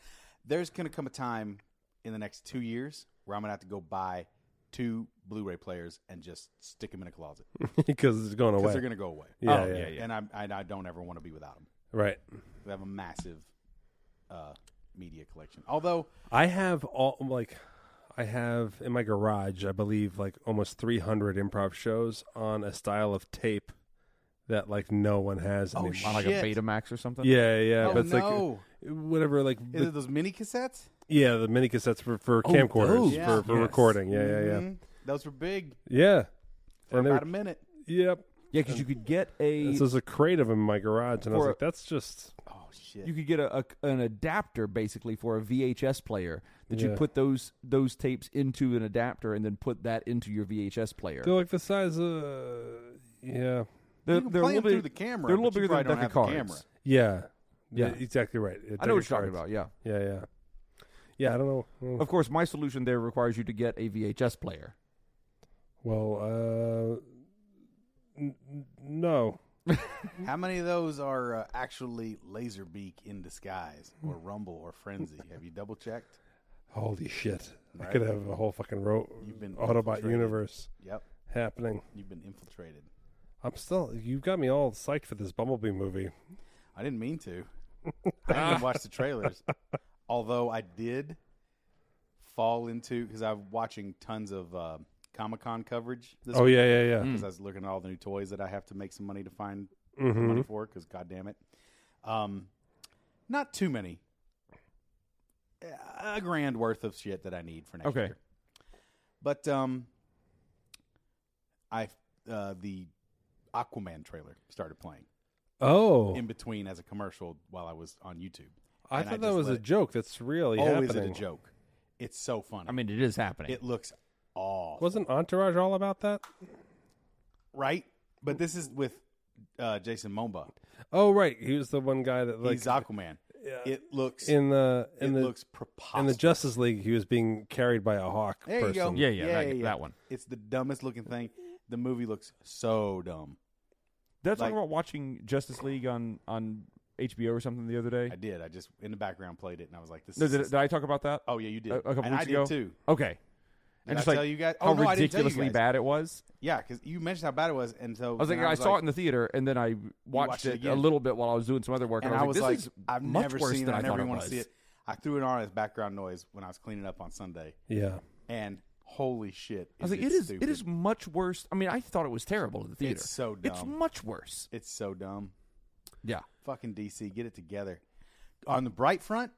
[SPEAKER 2] There's going to come a time in the next two years where I'm going to have to go buy two Blu-ray players and just stick them in a closet
[SPEAKER 1] because it's going
[SPEAKER 2] because
[SPEAKER 1] away.
[SPEAKER 2] they're going to go away.
[SPEAKER 1] Yeah,
[SPEAKER 2] Oh,
[SPEAKER 1] yeah, yeah.
[SPEAKER 2] And I, I, I don't ever want to be without them.
[SPEAKER 1] Right.
[SPEAKER 2] I have a massive uh, media collection. Although
[SPEAKER 1] I have all like, I have in my garage, I believe, like almost 300 improv shows on a style of tape that like no one has anymore.
[SPEAKER 3] on like
[SPEAKER 2] Oh, Shit.
[SPEAKER 3] a Betamax or something.
[SPEAKER 1] Yeah, yeah,
[SPEAKER 2] Oh,
[SPEAKER 1] but it's
[SPEAKER 2] no.
[SPEAKER 1] like whatever, like
[SPEAKER 2] is
[SPEAKER 1] the-
[SPEAKER 2] it those mini cassettes?
[SPEAKER 1] yeah, the mini cassettes for for
[SPEAKER 3] Oh, those.
[SPEAKER 1] camcorders for, for
[SPEAKER 3] Yes. Mm-hmm.
[SPEAKER 1] recording. Yeah, yeah, yeah,
[SPEAKER 2] Mhm. Those were big
[SPEAKER 1] yeah.
[SPEAKER 2] for
[SPEAKER 1] and they
[SPEAKER 2] about
[SPEAKER 1] were,
[SPEAKER 2] a minute.
[SPEAKER 1] yep.
[SPEAKER 3] yeah, because you could get a
[SPEAKER 1] This is a crate of them in my garage, and I was
[SPEAKER 3] For-
[SPEAKER 1] like, that's just
[SPEAKER 2] Oh shit!
[SPEAKER 3] you could get a, a an adapter basically for a VHS player that you
[SPEAKER 1] Yeah.
[SPEAKER 3] put those those tapes into an adapter and then put that into your VHS player.
[SPEAKER 1] they're like the size of yeah,
[SPEAKER 3] They're,
[SPEAKER 2] can
[SPEAKER 3] they're
[SPEAKER 2] play
[SPEAKER 3] a little
[SPEAKER 2] 'em through
[SPEAKER 3] big-
[SPEAKER 2] the camera,
[SPEAKER 3] They're a little
[SPEAKER 2] but
[SPEAKER 3] bigger
[SPEAKER 2] you
[SPEAKER 3] than a
[SPEAKER 2] probably
[SPEAKER 3] deck
[SPEAKER 2] don't
[SPEAKER 3] of
[SPEAKER 2] have the
[SPEAKER 3] cards.
[SPEAKER 1] yeah, yeah.
[SPEAKER 3] Yeah.
[SPEAKER 1] exactly right.
[SPEAKER 3] I know what you're talking about. Yeah.
[SPEAKER 1] Yeah, yeah, yeah. I don't know. I don't know.
[SPEAKER 3] Of course, my solution there requires you to get a VHS player.
[SPEAKER 1] Well, uh, n- n- no.
[SPEAKER 2] How many of those are uh, actually Laserbeak in disguise, or Rumble, or Frenzy? Have you double checked?
[SPEAKER 1] Holy shit! I could have a whole fucking ro-
[SPEAKER 2] You've been
[SPEAKER 1] Autobot
[SPEAKER 2] infiltrated.
[SPEAKER 1] universe
[SPEAKER 2] Yep,
[SPEAKER 1] happening.
[SPEAKER 2] you've been infiltrated.
[SPEAKER 1] I'm still. You've got me all psyched for this Bumblebee movie.
[SPEAKER 2] I didn't mean to. I didn't even watch the trailers. Although I did fall into because I'm watching tons of uh, Comic Con coverage. This
[SPEAKER 1] Oh yeah, yeah, yeah.
[SPEAKER 2] because I was looking at all the new toys that I have to make some money to find
[SPEAKER 3] Mm.
[SPEAKER 2] some
[SPEAKER 1] Mm-hmm.
[SPEAKER 2] money for. Because God damn it, um, not too many. A grand worth of shit that I need for next
[SPEAKER 3] Okay.
[SPEAKER 2] year. But um, I uh, the Aquaman trailer started playing
[SPEAKER 1] Oh,
[SPEAKER 2] in between as a commercial while I was on YouTube.
[SPEAKER 1] I
[SPEAKER 2] and
[SPEAKER 1] thought that
[SPEAKER 2] just
[SPEAKER 1] was
[SPEAKER 2] let
[SPEAKER 1] a
[SPEAKER 2] it-
[SPEAKER 1] joke. That's really
[SPEAKER 2] Oh, is it a
[SPEAKER 1] happening.
[SPEAKER 2] joke? It's so funny.
[SPEAKER 3] I mean, it is happening.
[SPEAKER 2] it looks awful.
[SPEAKER 1] Wasn't Entourage all about that?
[SPEAKER 2] right? But this is with uh, Jason Momoa.
[SPEAKER 1] Oh, right. He was the one guy that like
[SPEAKER 2] He's Aquaman. It looks
[SPEAKER 1] in the in
[SPEAKER 2] it
[SPEAKER 1] the
[SPEAKER 2] looks
[SPEAKER 1] in
[SPEAKER 2] preposterous.
[SPEAKER 1] the Justice League. He was being carried by a hawk.
[SPEAKER 2] there you
[SPEAKER 1] person.
[SPEAKER 2] go.
[SPEAKER 3] Yeah, yeah, I get that one.
[SPEAKER 2] It's the dumbest looking thing. The movie looks so dumb.
[SPEAKER 3] That's
[SPEAKER 2] like-
[SPEAKER 3] like, about watching Justice League on on HBO or something the other day.
[SPEAKER 2] I did. I just in the background played it, and I was like, "This
[SPEAKER 3] no,
[SPEAKER 2] is."
[SPEAKER 3] did, did I talk about that?
[SPEAKER 2] oh yeah, you did.
[SPEAKER 3] A, a couple
[SPEAKER 2] and
[SPEAKER 3] weeks
[SPEAKER 2] I did
[SPEAKER 3] ago
[SPEAKER 2] too.
[SPEAKER 3] Okay.
[SPEAKER 2] Did
[SPEAKER 3] and just
[SPEAKER 2] I
[SPEAKER 3] like
[SPEAKER 2] tell you guys?
[SPEAKER 3] how
[SPEAKER 2] Oh, no, I didn't tell you
[SPEAKER 3] ridiculously
[SPEAKER 2] guys.
[SPEAKER 3] bad it was.
[SPEAKER 2] Yeah, because you mentioned how bad it was, and so
[SPEAKER 3] I was like,
[SPEAKER 2] and
[SPEAKER 3] I, saw
[SPEAKER 2] like-
[SPEAKER 3] it in the theater, and then I watched
[SPEAKER 2] watched it
[SPEAKER 3] it, a
[SPEAKER 2] again.
[SPEAKER 3] little bit while I was doing some other work,
[SPEAKER 2] and
[SPEAKER 3] I was like,
[SPEAKER 2] like,
[SPEAKER 3] "This is
[SPEAKER 2] I've
[SPEAKER 3] much
[SPEAKER 2] never
[SPEAKER 3] worse
[SPEAKER 2] seen
[SPEAKER 3] than
[SPEAKER 2] it.
[SPEAKER 3] I,
[SPEAKER 2] I
[SPEAKER 3] thought
[SPEAKER 2] never
[SPEAKER 3] it
[SPEAKER 2] want
[SPEAKER 3] was."
[SPEAKER 2] to see it. I threw it on as background noise when I was cleaning up on Sunday,
[SPEAKER 1] Yeah.
[SPEAKER 2] and holy shit!
[SPEAKER 3] I was like,
[SPEAKER 2] it
[SPEAKER 3] it is,
[SPEAKER 2] stupid.
[SPEAKER 3] it is much worse. I mean, I thought it was terrible at the theater.
[SPEAKER 2] It's so
[SPEAKER 3] It's
[SPEAKER 2] dumb.
[SPEAKER 3] much worse.
[SPEAKER 2] It's so dumb.
[SPEAKER 3] Yeah.
[SPEAKER 2] Fucking DC, get it together. On the bright front,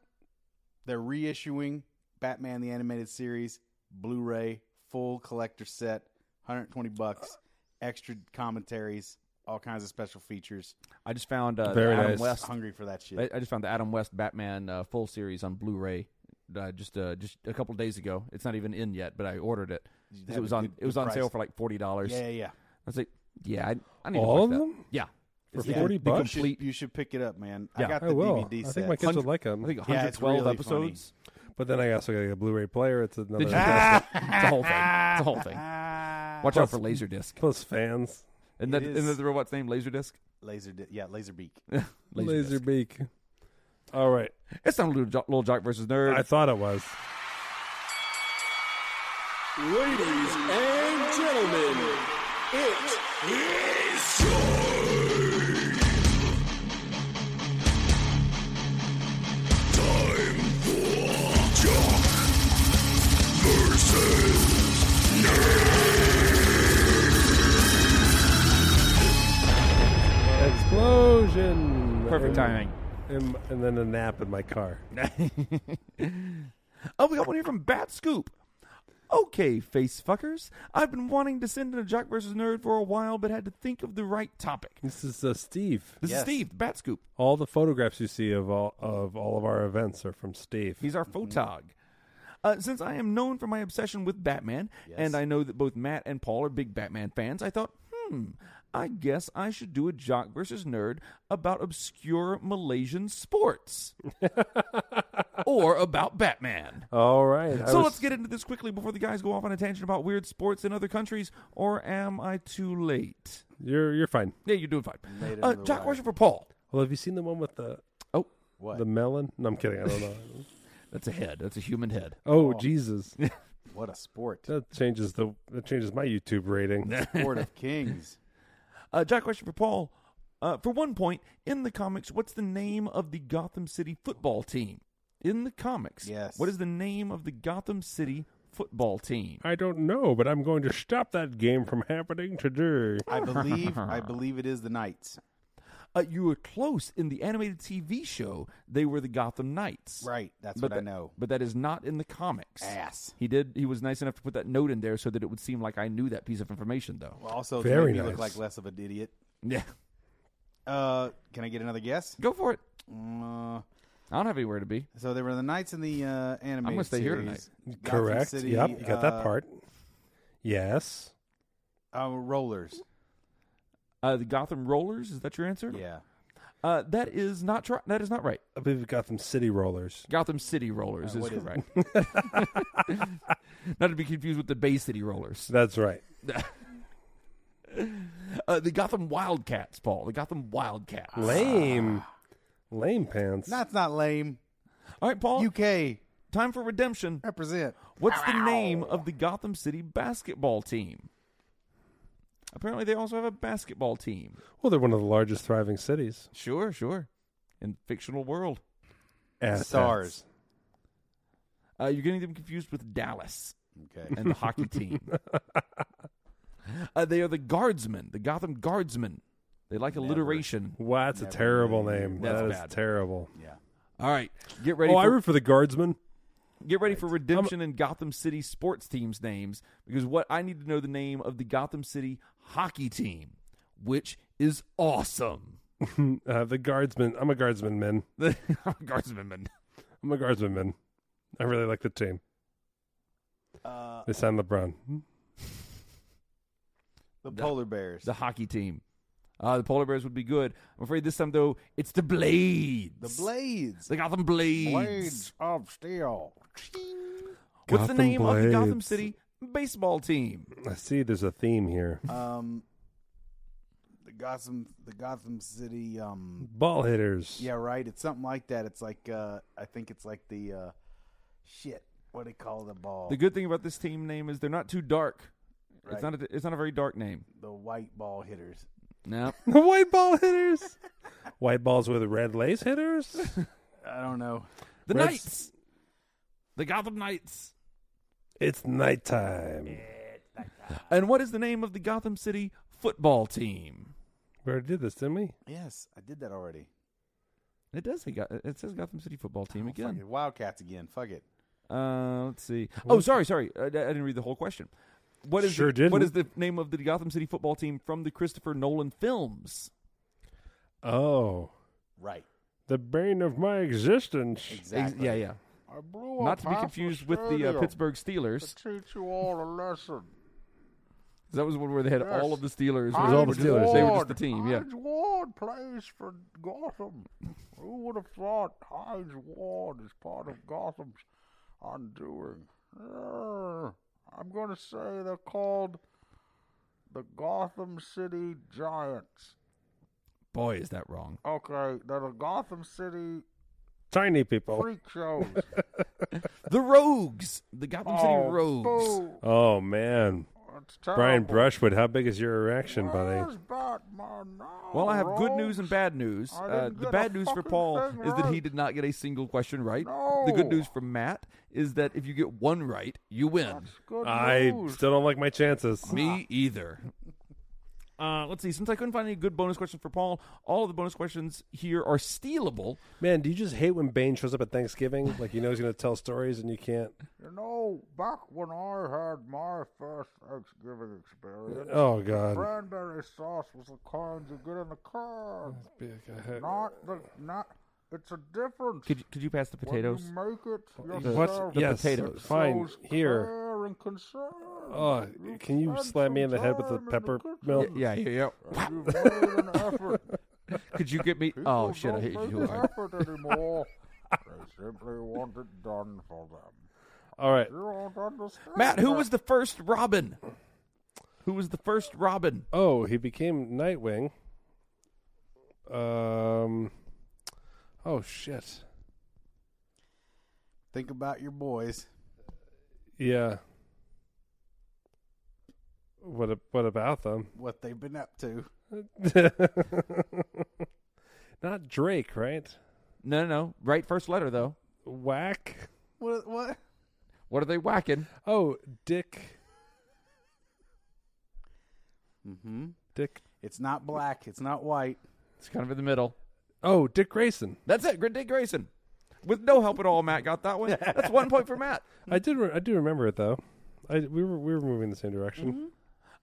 [SPEAKER 2] they're reissuing Batman the Animated Series Blu-ray full collector set, 120 bucks, extra commentaries, all kinds of special features.
[SPEAKER 3] I just found uh, the
[SPEAKER 1] Very
[SPEAKER 3] Adam
[SPEAKER 1] nice.
[SPEAKER 3] West.
[SPEAKER 2] Hungry for that shit.
[SPEAKER 3] I, I just found the Adam West Batman uh, full series on Blu-ray uh, just uh, just a couple days ago. It's not even in yet, but I ordered it. 'Cause
[SPEAKER 2] have
[SPEAKER 3] It
[SPEAKER 2] a
[SPEAKER 3] was on
[SPEAKER 2] good-
[SPEAKER 3] it was
[SPEAKER 2] good
[SPEAKER 3] on sale
[SPEAKER 2] price.
[SPEAKER 3] for like forty dollars.
[SPEAKER 2] yeah, yeah, yeah.
[SPEAKER 3] I was like, yeah, I, I need
[SPEAKER 1] All
[SPEAKER 3] to watch
[SPEAKER 1] of
[SPEAKER 3] that.
[SPEAKER 1] them?
[SPEAKER 3] Yeah,
[SPEAKER 1] For
[SPEAKER 2] Yeah.
[SPEAKER 1] 40
[SPEAKER 2] You
[SPEAKER 1] bucks?
[SPEAKER 2] should- You should pick it up, man. I
[SPEAKER 3] Yeah.
[SPEAKER 2] got the
[SPEAKER 1] I will.
[SPEAKER 2] DVD
[SPEAKER 1] I
[SPEAKER 2] set.
[SPEAKER 1] think my kids would like them.
[SPEAKER 3] I think
[SPEAKER 2] Yeah,
[SPEAKER 3] 112
[SPEAKER 2] it's really funny.
[SPEAKER 3] episodes.
[SPEAKER 1] but then I also got to get a Blu-ray player. It's another
[SPEAKER 3] Did you
[SPEAKER 2] Ah!
[SPEAKER 3] guess that? It's a whole thing. It's a whole thing. Watch out for Laserdisc.
[SPEAKER 1] plus fans.
[SPEAKER 3] Isn't
[SPEAKER 2] It
[SPEAKER 3] that, isn't
[SPEAKER 2] is.
[SPEAKER 3] that the robot's name? Laserdisc?
[SPEAKER 2] Laser, yeah, Laserbeak.
[SPEAKER 3] Laserdisc.
[SPEAKER 1] Laserbeak. All right.
[SPEAKER 3] It's not Little Jock, Little Jock versus Nerd.
[SPEAKER 1] I thought it was.
[SPEAKER 7] Ladies and gentlemen, it is
[SPEAKER 1] Explosion.
[SPEAKER 3] Perfect
[SPEAKER 1] And-
[SPEAKER 3] timing.
[SPEAKER 1] And, and then a nap in my car.
[SPEAKER 3] Oh, we got one here from Bat Scoop. Okay, face fuckers. I've been wanting to send in a Jock versus Nerd for a while, but had to think of the right topic.
[SPEAKER 1] This is uh, Steve.
[SPEAKER 3] This is Steve, the Bat Scoop.
[SPEAKER 1] All the photographs you see of all of all of our events are from Steve.
[SPEAKER 3] He's our photog. Uh, since I am known for my obsession with Batman, and I know that both Matt and Paul are big Batman fans, I thought, hmm, I guess I should do a jock versus nerd about obscure Malaysian sports or about Batman.
[SPEAKER 1] all right. I
[SPEAKER 3] so
[SPEAKER 1] was-
[SPEAKER 3] let's get into this quickly before the guys go off on a tangent about weird sports in other countries, or am I too late?
[SPEAKER 1] You're you're fine.
[SPEAKER 3] Yeah, you're doing fine. Uh, jock question for Paul.
[SPEAKER 1] Well, have you seen the one with the
[SPEAKER 3] Oh,
[SPEAKER 2] What?
[SPEAKER 1] the melon? No, I'm kidding. I don't know.
[SPEAKER 3] that's a head. That's a human head.
[SPEAKER 1] Oh, Jesus!
[SPEAKER 2] what a sport.
[SPEAKER 1] That changes the that changes my YouTube rating.
[SPEAKER 2] sport of kings.
[SPEAKER 3] Uh, Jack, question for Paul. Uh, for one point, in the comics, what's the name of the Gotham City football team? In the comics,
[SPEAKER 2] Yes.
[SPEAKER 3] What is the name of the Gotham City football team?
[SPEAKER 1] I don't know, but I'm going to stop that game from happening today.
[SPEAKER 2] I believe I believe it is the Knights.
[SPEAKER 3] Uh, you were close in the animated TV show. They were the Gotham Knights,
[SPEAKER 2] Right, that's
[SPEAKER 3] but
[SPEAKER 2] what I
[SPEAKER 3] that-
[SPEAKER 2] know.
[SPEAKER 3] But that is not in the comics.
[SPEAKER 2] Ass.
[SPEAKER 3] He did. He was nice enough to put that note in there so that it would seem like I knew that piece of information, though.
[SPEAKER 2] Also,
[SPEAKER 1] Very
[SPEAKER 2] Very to make me
[SPEAKER 1] nice.
[SPEAKER 2] look like less of an idiot.
[SPEAKER 3] Yeah,
[SPEAKER 2] Uh, can I get another guess?
[SPEAKER 3] go for it.
[SPEAKER 2] Uh,
[SPEAKER 3] I don't have anywhere to be.
[SPEAKER 2] so there were the Knights in the uh, animated
[SPEAKER 3] gonna stay here
[SPEAKER 2] series. Gotham
[SPEAKER 1] Correct.
[SPEAKER 2] City,
[SPEAKER 1] yep, you got
[SPEAKER 2] uh,
[SPEAKER 1] that part. Yes.
[SPEAKER 2] Uh, rollers.
[SPEAKER 3] Uh, the Gotham Rollers. Is that your answer?
[SPEAKER 2] Yeah.
[SPEAKER 3] Uh, that is not. Tr- that is not right.
[SPEAKER 1] I believe we got them City Rollers.
[SPEAKER 3] Gotham City Rollers Uh, is correct. Not to be confused with the Bay City Rollers.
[SPEAKER 1] That's right.
[SPEAKER 3] Uh, the Gotham Wildcats, Paul. The Gotham Wildcats.
[SPEAKER 1] Lame. Lame pants.
[SPEAKER 2] That's Ah. not lame.
[SPEAKER 3] All right, Paul.
[SPEAKER 2] UK
[SPEAKER 3] time for redemption.
[SPEAKER 2] represent.
[SPEAKER 3] What's the name of the Gotham City basketball team? Apparently, they also have a basketball team.
[SPEAKER 1] well, they're one of the largest thriving cities.
[SPEAKER 3] Sure, sure. In fictional world,
[SPEAKER 1] Assets.
[SPEAKER 2] Stars.
[SPEAKER 3] uh, you're getting them confused with Dallas
[SPEAKER 2] Okay.
[SPEAKER 3] and the hockey team. Uh, they are the Guardsmen. The Gotham Guardsmen. They like alliteration.
[SPEAKER 1] Wow, that's a terrible name.
[SPEAKER 3] That's
[SPEAKER 1] That is
[SPEAKER 3] bad.
[SPEAKER 1] terrible.
[SPEAKER 3] All right, get ready.
[SPEAKER 1] Oh,
[SPEAKER 3] for,
[SPEAKER 1] I root for the Guardsmen.
[SPEAKER 3] get ready for redemption in Gotham City sports teams' names because what I need to know the name of the Gotham City hockey team, which is awesome.
[SPEAKER 1] Uh, the Guardsmen. I'm a Guardsman, man.
[SPEAKER 3] Guardsman.
[SPEAKER 1] I'm a Guardsman, man. I really like the team.
[SPEAKER 2] Uh,
[SPEAKER 1] They sound LeBron.
[SPEAKER 2] the polar bears.
[SPEAKER 3] The hockey team. Uh, the Polar Bears would be good. I'm afraid this time though, it's the Blades.
[SPEAKER 2] the blades.
[SPEAKER 3] The Gotham Blades.
[SPEAKER 2] Blades of steel.
[SPEAKER 3] What's
[SPEAKER 1] Gotham
[SPEAKER 3] the name of the Gotham
[SPEAKER 1] Blades.
[SPEAKER 3] City baseball team?
[SPEAKER 1] I see there's a theme here.
[SPEAKER 2] Um, the Gotham. The Gotham City. Um,
[SPEAKER 1] Ball hitters.
[SPEAKER 2] yeah, right. It's something like that. It's like uh, I think it's like the uh, shit. What do they call the ball?
[SPEAKER 3] The good thing about this team name is they're not too dark. It's
[SPEAKER 2] Right.
[SPEAKER 3] not. A, it's not a very dark name.
[SPEAKER 2] the white ball hitters.
[SPEAKER 3] No.
[SPEAKER 1] The white ball hitters. white balls with red lace hitters.
[SPEAKER 2] I don't know.
[SPEAKER 3] The
[SPEAKER 1] Reds-
[SPEAKER 3] Knights. The Gotham Knights.
[SPEAKER 1] It's nighttime.
[SPEAKER 3] And what is the name of the Gotham City football team?
[SPEAKER 1] We already did this, didn't we?
[SPEAKER 2] Yes, I did that already.
[SPEAKER 3] It does say Go- it says Gotham City football team
[SPEAKER 2] Oh, Fuck
[SPEAKER 3] again.
[SPEAKER 2] it. Wildcats again. Fuck it.
[SPEAKER 3] Uh, let's see. Oh, sorry, sorry. I, I didn't read the whole question. What is
[SPEAKER 1] Sure
[SPEAKER 3] the, what
[SPEAKER 1] didn't.
[SPEAKER 3] is the name of the Gotham City football team from the Christopher Nolan films?
[SPEAKER 1] Oh,
[SPEAKER 2] Right.
[SPEAKER 1] the bane of my existence.
[SPEAKER 3] Ex-
[SPEAKER 2] Exactly.
[SPEAKER 3] yeah, yeah.
[SPEAKER 6] I blew
[SPEAKER 3] Not to be confused with the uh, Pittsburgh Steelers.
[SPEAKER 6] Teach you all a lesson.
[SPEAKER 3] That was one where they had all of the Steelers.
[SPEAKER 1] was all the
[SPEAKER 3] They were
[SPEAKER 1] Steelers,
[SPEAKER 3] just- They were
[SPEAKER 1] yeah.
[SPEAKER 3] just the team. Yeah.
[SPEAKER 6] Heinz Ward plays for Gotham. Who would have thought Heinz Ward is part of Gotham's undoing? Err, I'm going to say they're called the Gotham City Giants.
[SPEAKER 3] Boy, is that wrong.
[SPEAKER 6] Okay, they're the Gotham City
[SPEAKER 1] Tiny
[SPEAKER 3] Oh.
[SPEAKER 1] people.
[SPEAKER 6] freak shows.
[SPEAKER 3] The Rogues. The Gotham City
[SPEAKER 6] Oh,
[SPEAKER 3] Rogues.
[SPEAKER 6] boo.
[SPEAKER 1] Oh man,
[SPEAKER 6] It's terrible.
[SPEAKER 1] Brian Brushwood, how big is your erection, buddy?
[SPEAKER 6] Where's Batman now,
[SPEAKER 3] Well, I have good
[SPEAKER 6] Rose?
[SPEAKER 3] news and bad news.
[SPEAKER 6] I
[SPEAKER 3] Uh,
[SPEAKER 6] didn't
[SPEAKER 3] the
[SPEAKER 6] get
[SPEAKER 3] bad
[SPEAKER 6] a
[SPEAKER 3] news for
[SPEAKER 6] fucking
[SPEAKER 3] Paul
[SPEAKER 6] thing
[SPEAKER 3] is that he
[SPEAKER 6] right.
[SPEAKER 3] did not get a single question right. The good
[SPEAKER 6] No.
[SPEAKER 3] news for Matt is that if you get one right, you win.
[SPEAKER 6] Good
[SPEAKER 1] I
[SPEAKER 6] news.
[SPEAKER 1] still don't like my chances.
[SPEAKER 3] Me either. Uh, let's see. Since I couldn't find any good bonus questions for Paul, all of the bonus questions here are stealable.
[SPEAKER 1] Man, do you just hate when Bane shows up at Thanksgiving? Like you know he's going to tell stories and you can't.
[SPEAKER 8] You know, back when I had my first Thanksgiving experience,
[SPEAKER 1] Oh God.
[SPEAKER 8] cranberry sauce was the kind you get in the can. Not the not. It's a difference.
[SPEAKER 3] Could you, could you pass the potatoes?
[SPEAKER 8] When you make it
[SPEAKER 3] the-
[SPEAKER 8] yourself.
[SPEAKER 3] the
[SPEAKER 1] Yes,
[SPEAKER 3] potatoes.
[SPEAKER 1] Fine.
[SPEAKER 8] shows
[SPEAKER 1] Here.
[SPEAKER 8] care and concern.
[SPEAKER 1] Oh, can you
[SPEAKER 8] spend
[SPEAKER 1] slam me in
[SPEAKER 8] some
[SPEAKER 1] the head with the
[SPEAKER 8] time in
[SPEAKER 1] peppermint?
[SPEAKER 8] kitchen.
[SPEAKER 3] Yeah, yeah, yeah.
[SPEAKER 8] You've made an effort.
[SPEAKER 3] Could you get me? Oh
[SPEAKER 8] People
[SPEAKER 3] shit! I
[SPEAKER 8] don't
[SPEAKER 3] hate
[SPEAKER 8] make
[SPEAKER 3] you.
[SPEAKER 8] an effort anymore. they simply want it done for them.
[SPEAKER 1] All right.
[SPEAKER 8] You don't understand.
[SPEAKER 3] Matt, who
[SPEAKER 8] that.
[SPEAKER 3] was the first Robin? Who was the first Robin?
[SPEAKER 1] Oh, he became Nightwing. Um. Oh shit.
[SPEAKER 2] Think about your boys.
[SPEAKER 1] Yeah. What a, what about them?
[SPEAKER 2] What they've been up to.
[SPEAKER 1] Not Drake, right?
[SPEAKER 3] No, no, no. Right first letter though.
[SPEAKER 1] Whack.
[SPEAKER 2] What? What?
[SPEAKER 3] What are they whacking?
[SPEAKER 1] Oh, Dick.
[SPEAKER 2] Mm-hmm.
[SPEAKER 1] Dick.
[SPEAKER 2] It's not black. It's not white.
[SPEAKER 3] It's kind of in the middle.
[SPEAKER 1] Oh, Dick Grayson.
[SPEAKER 3] That's it. Good day, Grayson. With no help at all, Matt got that one. That's one point for Matt.
[SPEAKER 1] I did. Re- I do remember it though. I we were we were moving in the same direction.
[SPEAKER 2] Mm-hmm.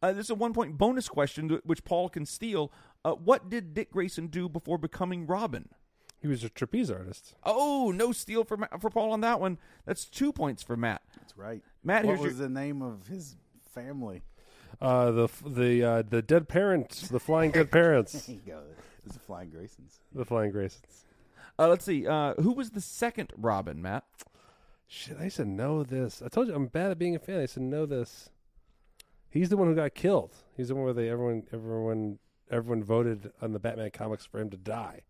[SPEAKER 3] Uh, this is a one point bonus question, th- which Paul can steal. Uh, what did Dick Grayson do before becoming Robin?
[SPEAKER 1] He was a trapeze artist.
[SPEAKER 3] Oh, no steal for Ma- for Paul on that one. That's two points for Matt.
[SPEAKER 2] That's right.
[SPEAKER 3] Matt,
[SPEAKER 2] what
[SPEAKER 3] here's
[SPEAKER 2] was
[SPEAKER 3] your-
[SPEAKER 2] the name of his family?
[SPEAKER 1] Uh, the f- the uh, the dead parents, the flying dead parents,
[SPEAKER 2] There you go. It's the Flying Graysons.
[SPEAKER 1] the flying Graysons.
[SPEAKER 3] Uh, let's see. Uh, who was the second Robin, Matt?
[SPEAKER 1] Shit, I used to know this. I told you I'm bad at being a fan. I used to know this. He's the one who got killed. He's the one where they everyone everyone everyone voted on the Batman comics for him to die.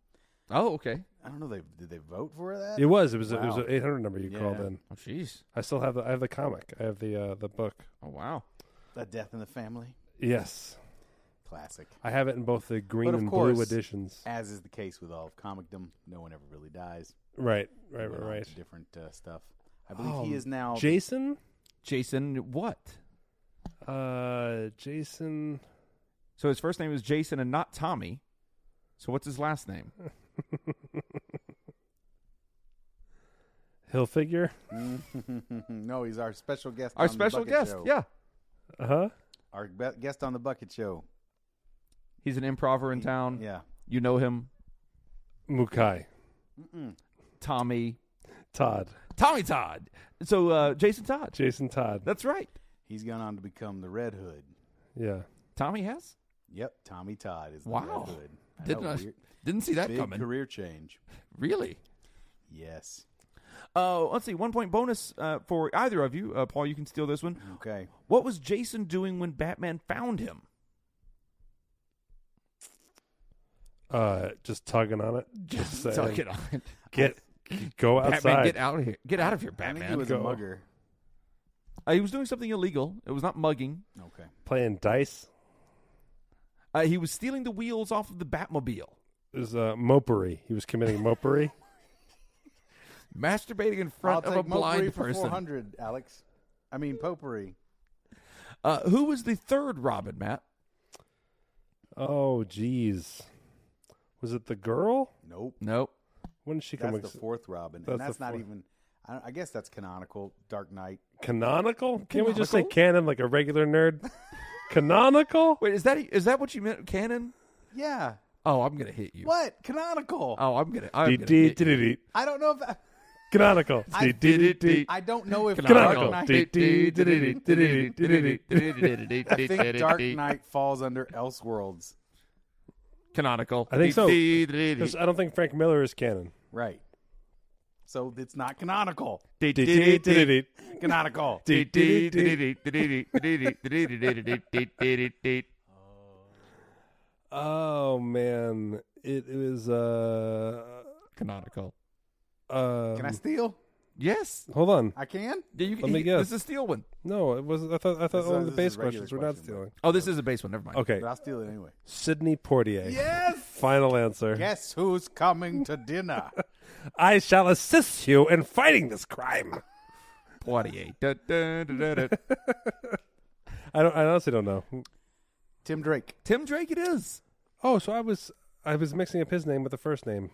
[SPEAKER 3] Oh, okay.
[SPEAKER 2] I don't know. They did they vote for that?
[SPEAKER 1] It was it was it was
[SPEAKER 2] Wow.
[SPEAKER 1] an 800 number you called
[SPEAKER 2] Yeah.
[SPEAKER 1] in.
[SPEAKER 3] Oh, jeez.
[SPEAKER 1] I still have the I have the comic. I have the uh, the book.
[SPEAKER 3] Oh, wow.
[SPEAKER 2] A death in the family.
[SPEAKER 1] Yes,
[SPEAKER 2] Classic.
[SPEAKER 1] I have it in both the green
[SPEAKER 2] of
[SPEAKER 1] and blue
[SPEAKER 2] course,
[SPEAKER 1] editions.
[SPEAKER 2] As is the case with all of comicdom, no one ever really dies.
[SPEAKER 1] Right, right,
[SPEAKER 2] Went
[SPEAKER 1] right,
[SPEAKER 2] on
[SPEAKER 1] right.
[SPEAKER 2] to Different uh, stuff. I believe
[SPEAKER 3] Um,
[SPEAKER 2] he is now.
[SPEAKER 1] Jason,
[SPEAKER 3] Jason, what?
[SPEAKER 1] uh, Jason.
[SPEAKER 3] So his first name is Jason and not Tommy. So what's his last name?
[SPEAKER 1] Hill figure.
[SPEAKER 2] no, he's our special guest.
[SPEAKER 3] Our
[SPEAKER 2] on the
[SPEAKER 3] special
[SPEAKER 2] Bucket
[SPEAKER 3] guest.
[SPEAKER 2] Show.
[SPEAKER 3] Yeah.
[SPEAKER 1] Uh huh.
[SPEAKER 2] our be- guest on the Bucket Show.
[SPEAKER 3] He's an improver in town.
[SPEAKER 2] Yeah,
[SPEAKER 3] You know him,
[SPEAKER 1] Mukai.
[SPEAKER 3] Tommy.
[SPEAKER 1] Todd.
[SPEAKER 3] Tommy Todd. So uh, Jason Todd.
[SPEAKER 1] Jason Todd.
[SPEAKER 3] That's right.
[SPEAKER 2] he's gone on to become the Red Hood.
[SPEAKER 1] yeah.
[SPEAKER 3] Tommy has.
[SPEAKER 2] Yep, Tommy Todd is the
[SPEAKER 3] Wow.
[SPEAKER 2] Red Hood. I
[SPEAKER 3] Didn't
[SPEAKER 2] know,
[SPEAKER 3] I-
[SPEAKER 2] weird.
[SPEAKER 3] Didn't see that
[SPEAKER 2] Big
[SPEAKER 3] coming.
[SPEAKER 2] career change.
[SPEAKER 3] Really.
[SPEAKER 2] Yes.
[SPEAKER 3] Uh, let's see. One point bonus uh, for either of you. Uh, Paul, you can steal this one.
[SPEAKER 2] Okay.
[SPEAKER 3] What was Jason doing when Batman found him?
[SPEAKER 1] Uh, just tugging on it. Just saying.
[SPEAKER 3] Tuck it on.
[SPEAKER 1] Get go outside.
[SPEAKER 3] Batman, get out of here. Get out of here,
[SPEAKER 2] I
[SPEAKER 3] Batman.
[SPEAKER 2] think he was
[SPEAKER 1] Go.
[SPEAKER 2] a mugger.
[SPEAKER 3] Uh, he was doing something illegal. It was not mugging.
[SPEAKER 2] Okay.
[SPEAKER 1] Playing dice
[SPEAKER 3] Uh, he was stealing the wheels off of the Batmobile,
[SPEAKER 1] is uh, mopery. He was committing mopery.
[SPEAKER 3] masturbating in front
[SPEAKER 2] I'll
[SPEAKER 3] of a
[SPEAKER 2] take Mopery
[SPEAKER 3] blind
[SPEAKER 2] for four
[SPEAKER 3] person.
[SPEAKER 2] hundred, Alex. I mean Popery.
[SPEAKER 3] Uh, who was the third Robin, Matt?
[SPEAKER 1] oh, jeez. Was it the girl?
[SPEAKER 2] Nope.
[SPEAKER 3] Nope.
[SPEAKER 1] When did she come?
[SPEAKER 2] That's
[SPEAKER 1] ex-
[SPEAKER 2] the fourth Robin,
[SPEAKER 1] That's
[SPEAKER 2] and
[SPEAKER 1] the
[SPEAKER 2] that's not
[SPEAKER 1] fourth.
[SPEAKER 2] even. I, don't- I guess that's canonical. Dark Knight.
[SPEAKER 1] canonical? Can't we just say canon like a regular nerd? canonical?
[SPEAKER 3] Wait, is that is that what you meant, Canon?
[SPEAKER 2] Yeah.
[SPEAKER 3] Oh, I'm gonna hit you.
[SPEAKER 2] What canonical?
[SPEAKER 3] Oh, I'm gonna. I'm gonna
[SPEAKER 1] Dee, dee,
[SPEAKER 3] hit
[SPEAKER 1] dee,
[SPEAKER 3] you.
[SPEAKER 1] dee, dee.
[SPEAKER 2] I don't know if
[SPEAKER 1] Canonical.
[SPEAKER 2] I-
[SPEAKER 1] Dee, dee, dee, dee.
[SPEAKER 2] I don't know if
[SPEAKER 1] Canonical.
[SPEAKER 2] Dark
[SPEAKER 1] Dee,
[SPEAKER 2] Knight.
[SPEAKER 1] dee, dee, dee, dee, dee, dee, dee, dee.
[SPEAKER 2] I think Dark Knight falls under Elseworlds.
[SPEAKER 3] Canonical.
[SPEAKER 1] I think so. 'Cause I don't think Frank Miller is canon.
[SPEAKER 2] Right. So it's not canonical.
[SPEAKER 1] Dee, dee, dee, dee,
[SPEAKER 2] Canonical.
[SPEAKER 1] dee, dee, dee, dee. Oh man, it, it was uh
[SPEAKER 3] Canonical.
[SPEAKER 1] uh.
[SPEAKER 2] Can I steal?
[SPEAKER 3] Yes.
[SPEAKER 1] hold on?
[SPEAKER 2] I can.
[SPEAKER 3] Yeah, you,
[SPEAKER 1] Let me
[SPEAKER 3] he-
[SPEAKER 1] guess.
[SPEAKER 3] This is a steel one.
[SPEAKER 1] No, it was. I thought I thought
[SPEAKER 2] This is-
[SPEAKER 1] only the
[SPEAKER 2] this is
[SPEAKER 1] base
[SPEAKER 2] a regular
[SPEAKER 1] questions were not
[SPEAKER 2] question,
[SPEAKER 1] stealing.
[SPEAKER 3] Oh, this is a base one. Never mind.
[SPEAKER 1] Okay,
[SPEAKER 2] But I'll steal it anyway.
[SPEAKER 1] Sydney Portier.
[SPEAKER 2] Yes.
[SPEAKER 1] Final answer.
[SPEAKER 2] Guess who's coming to dinner?
[SPEAKER 1] I shall assist you in fighting this crime.
[SPEAKER 3] Poitier. Da, da, da, da, da.
[SPEAKER 1] I don't. I honestly don't know.
[SPEAKER 2] Tim Drake.
[SPEAKER 3] Tim Drake, it is.
[SPEAKER 1] Oh, so I was I was mixing up his name with the first name.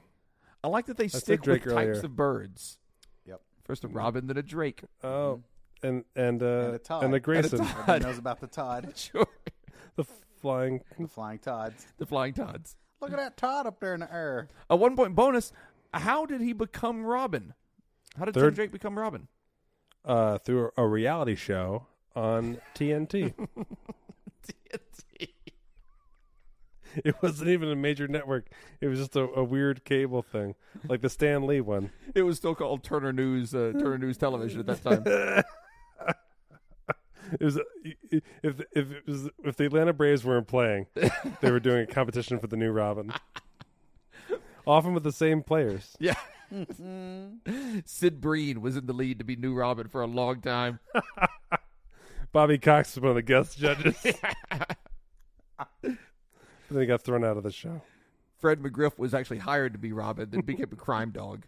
[SPEAKER 3] I like that they
[SPEAKER 1] said
[SPEAKER 3] stick with
[SPEAKER 1] Drake earlier. Mm-hmm.
[SPEAKER 3] types of birds.
[SPEAKER 2] Yep.
[SPEAKER 3] First a robin, then a drake.
[SPEAKER 1] Oh, and and uh,
[SPEAKER 2] And a Todd.
[SPEAKER 1] and
[SPEAKER 2] And
[SPEAKER 1] the
[SPEAKER 2] a
[SPEAKER 1] Grayson,
[SPEAKER 2] Everybody knows about the Todd,
[SPEAKER 3] Sure.
[SPEAKER 1] the flying.
[SPEAKER 2] the flying Todds.
[SPEAKER 3] the flying Todds.
[SPEAKER 2] Look at that Todd up there in the air.
[SPEAKER 3] A one point bonus. How did he become Robin? How did Tim
[SPEAKER 1] Third-
[SPEAKER 3] Drake become Robin?
[SPEAKER 1] uh, through a reality show on TNT. It wasn't even a major network. It was just a, a weird cable thing, like the Stan Lee one.
[SPEAKER 3] It was still called Turner News, uh, Turner News Television at that time.
[SPEAKER 1] It was if if it was, if the Atlanta Braves weren't playing, they were doing a competition for the new Robin, often with the same players.
[SPEAKER 3] yeah.
[SPEAKER 1] Mm-hmm.
[SPEAKER 3] Sid Breen was in the lead to be new Robin for a long time.
[SPEAKER 1] Bobby Cox was one of the guest judges. then he got thrown out of the show.
[SPEAKER 3] Fred McGriff was actually hired to be Robin, then became a crime dog.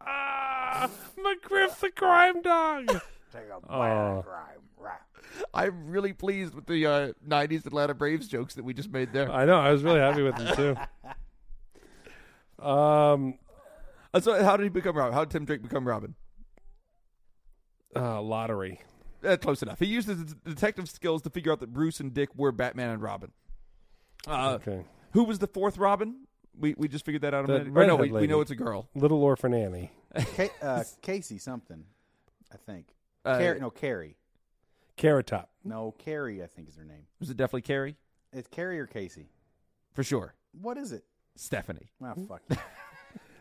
[SPEAKER 1] Ah, McGriff the crime dog.
[SPEAKER 8] Take a
[SPEAKER 1] Oh.
[SPEAKER 8] bite crime, right?
[SPEAKER 3] I'm really pleased with the uh, 90s Atlanta Braves jokes that we just made there.
[SPEAKER 1] I know. I was really happy with him too. Um,
[SPEAKER 3] Uh, so, how did he become Robin? How did Tim Drake become Robin?
[SPEAKER 1] uh, lottery.
[SPEAKER 3] Uh, close enough. He used his d- detective skills to figure out that Bruce and Dick were Batman and Robin. Uh,
[SPEAKER 1] Okay.
[SPEAKER 3] Who was the fourth Robin? We we just figured that out. A
[SPEAKER 1] The
[SPEAKER 3] minute. Or no,
[SPEAKER 1] redhead
[SPEAKER 3] we, we
[SPEAKER 1] lady.
[SPEAKER 3] know it's a girl.
[SPEAKER 1] Little Orphan Annie.
[SPEAKER 2] Ca- uh, Casey something, I think.
[SPEAKER 3] Uh,
[SPEAKER 2] Car- no, Carrie.
[SPEAKER 1] Carrot Top.
[SPEAKER 2] No, Carrie. I think is her name.
[SPEAKER 3] Was it definitely Carrie?
[SPEAKER 2] It's Carrie or Casey.
[SPEAKER 3] For sure.
[SPEAKER 2] What is it?
[SPEAKER 3] Stephanie.
[SPEAKER 2] Ah,
[SPEAKER 1] Mm-hmm.
[SPEAKER 2] fuck. you.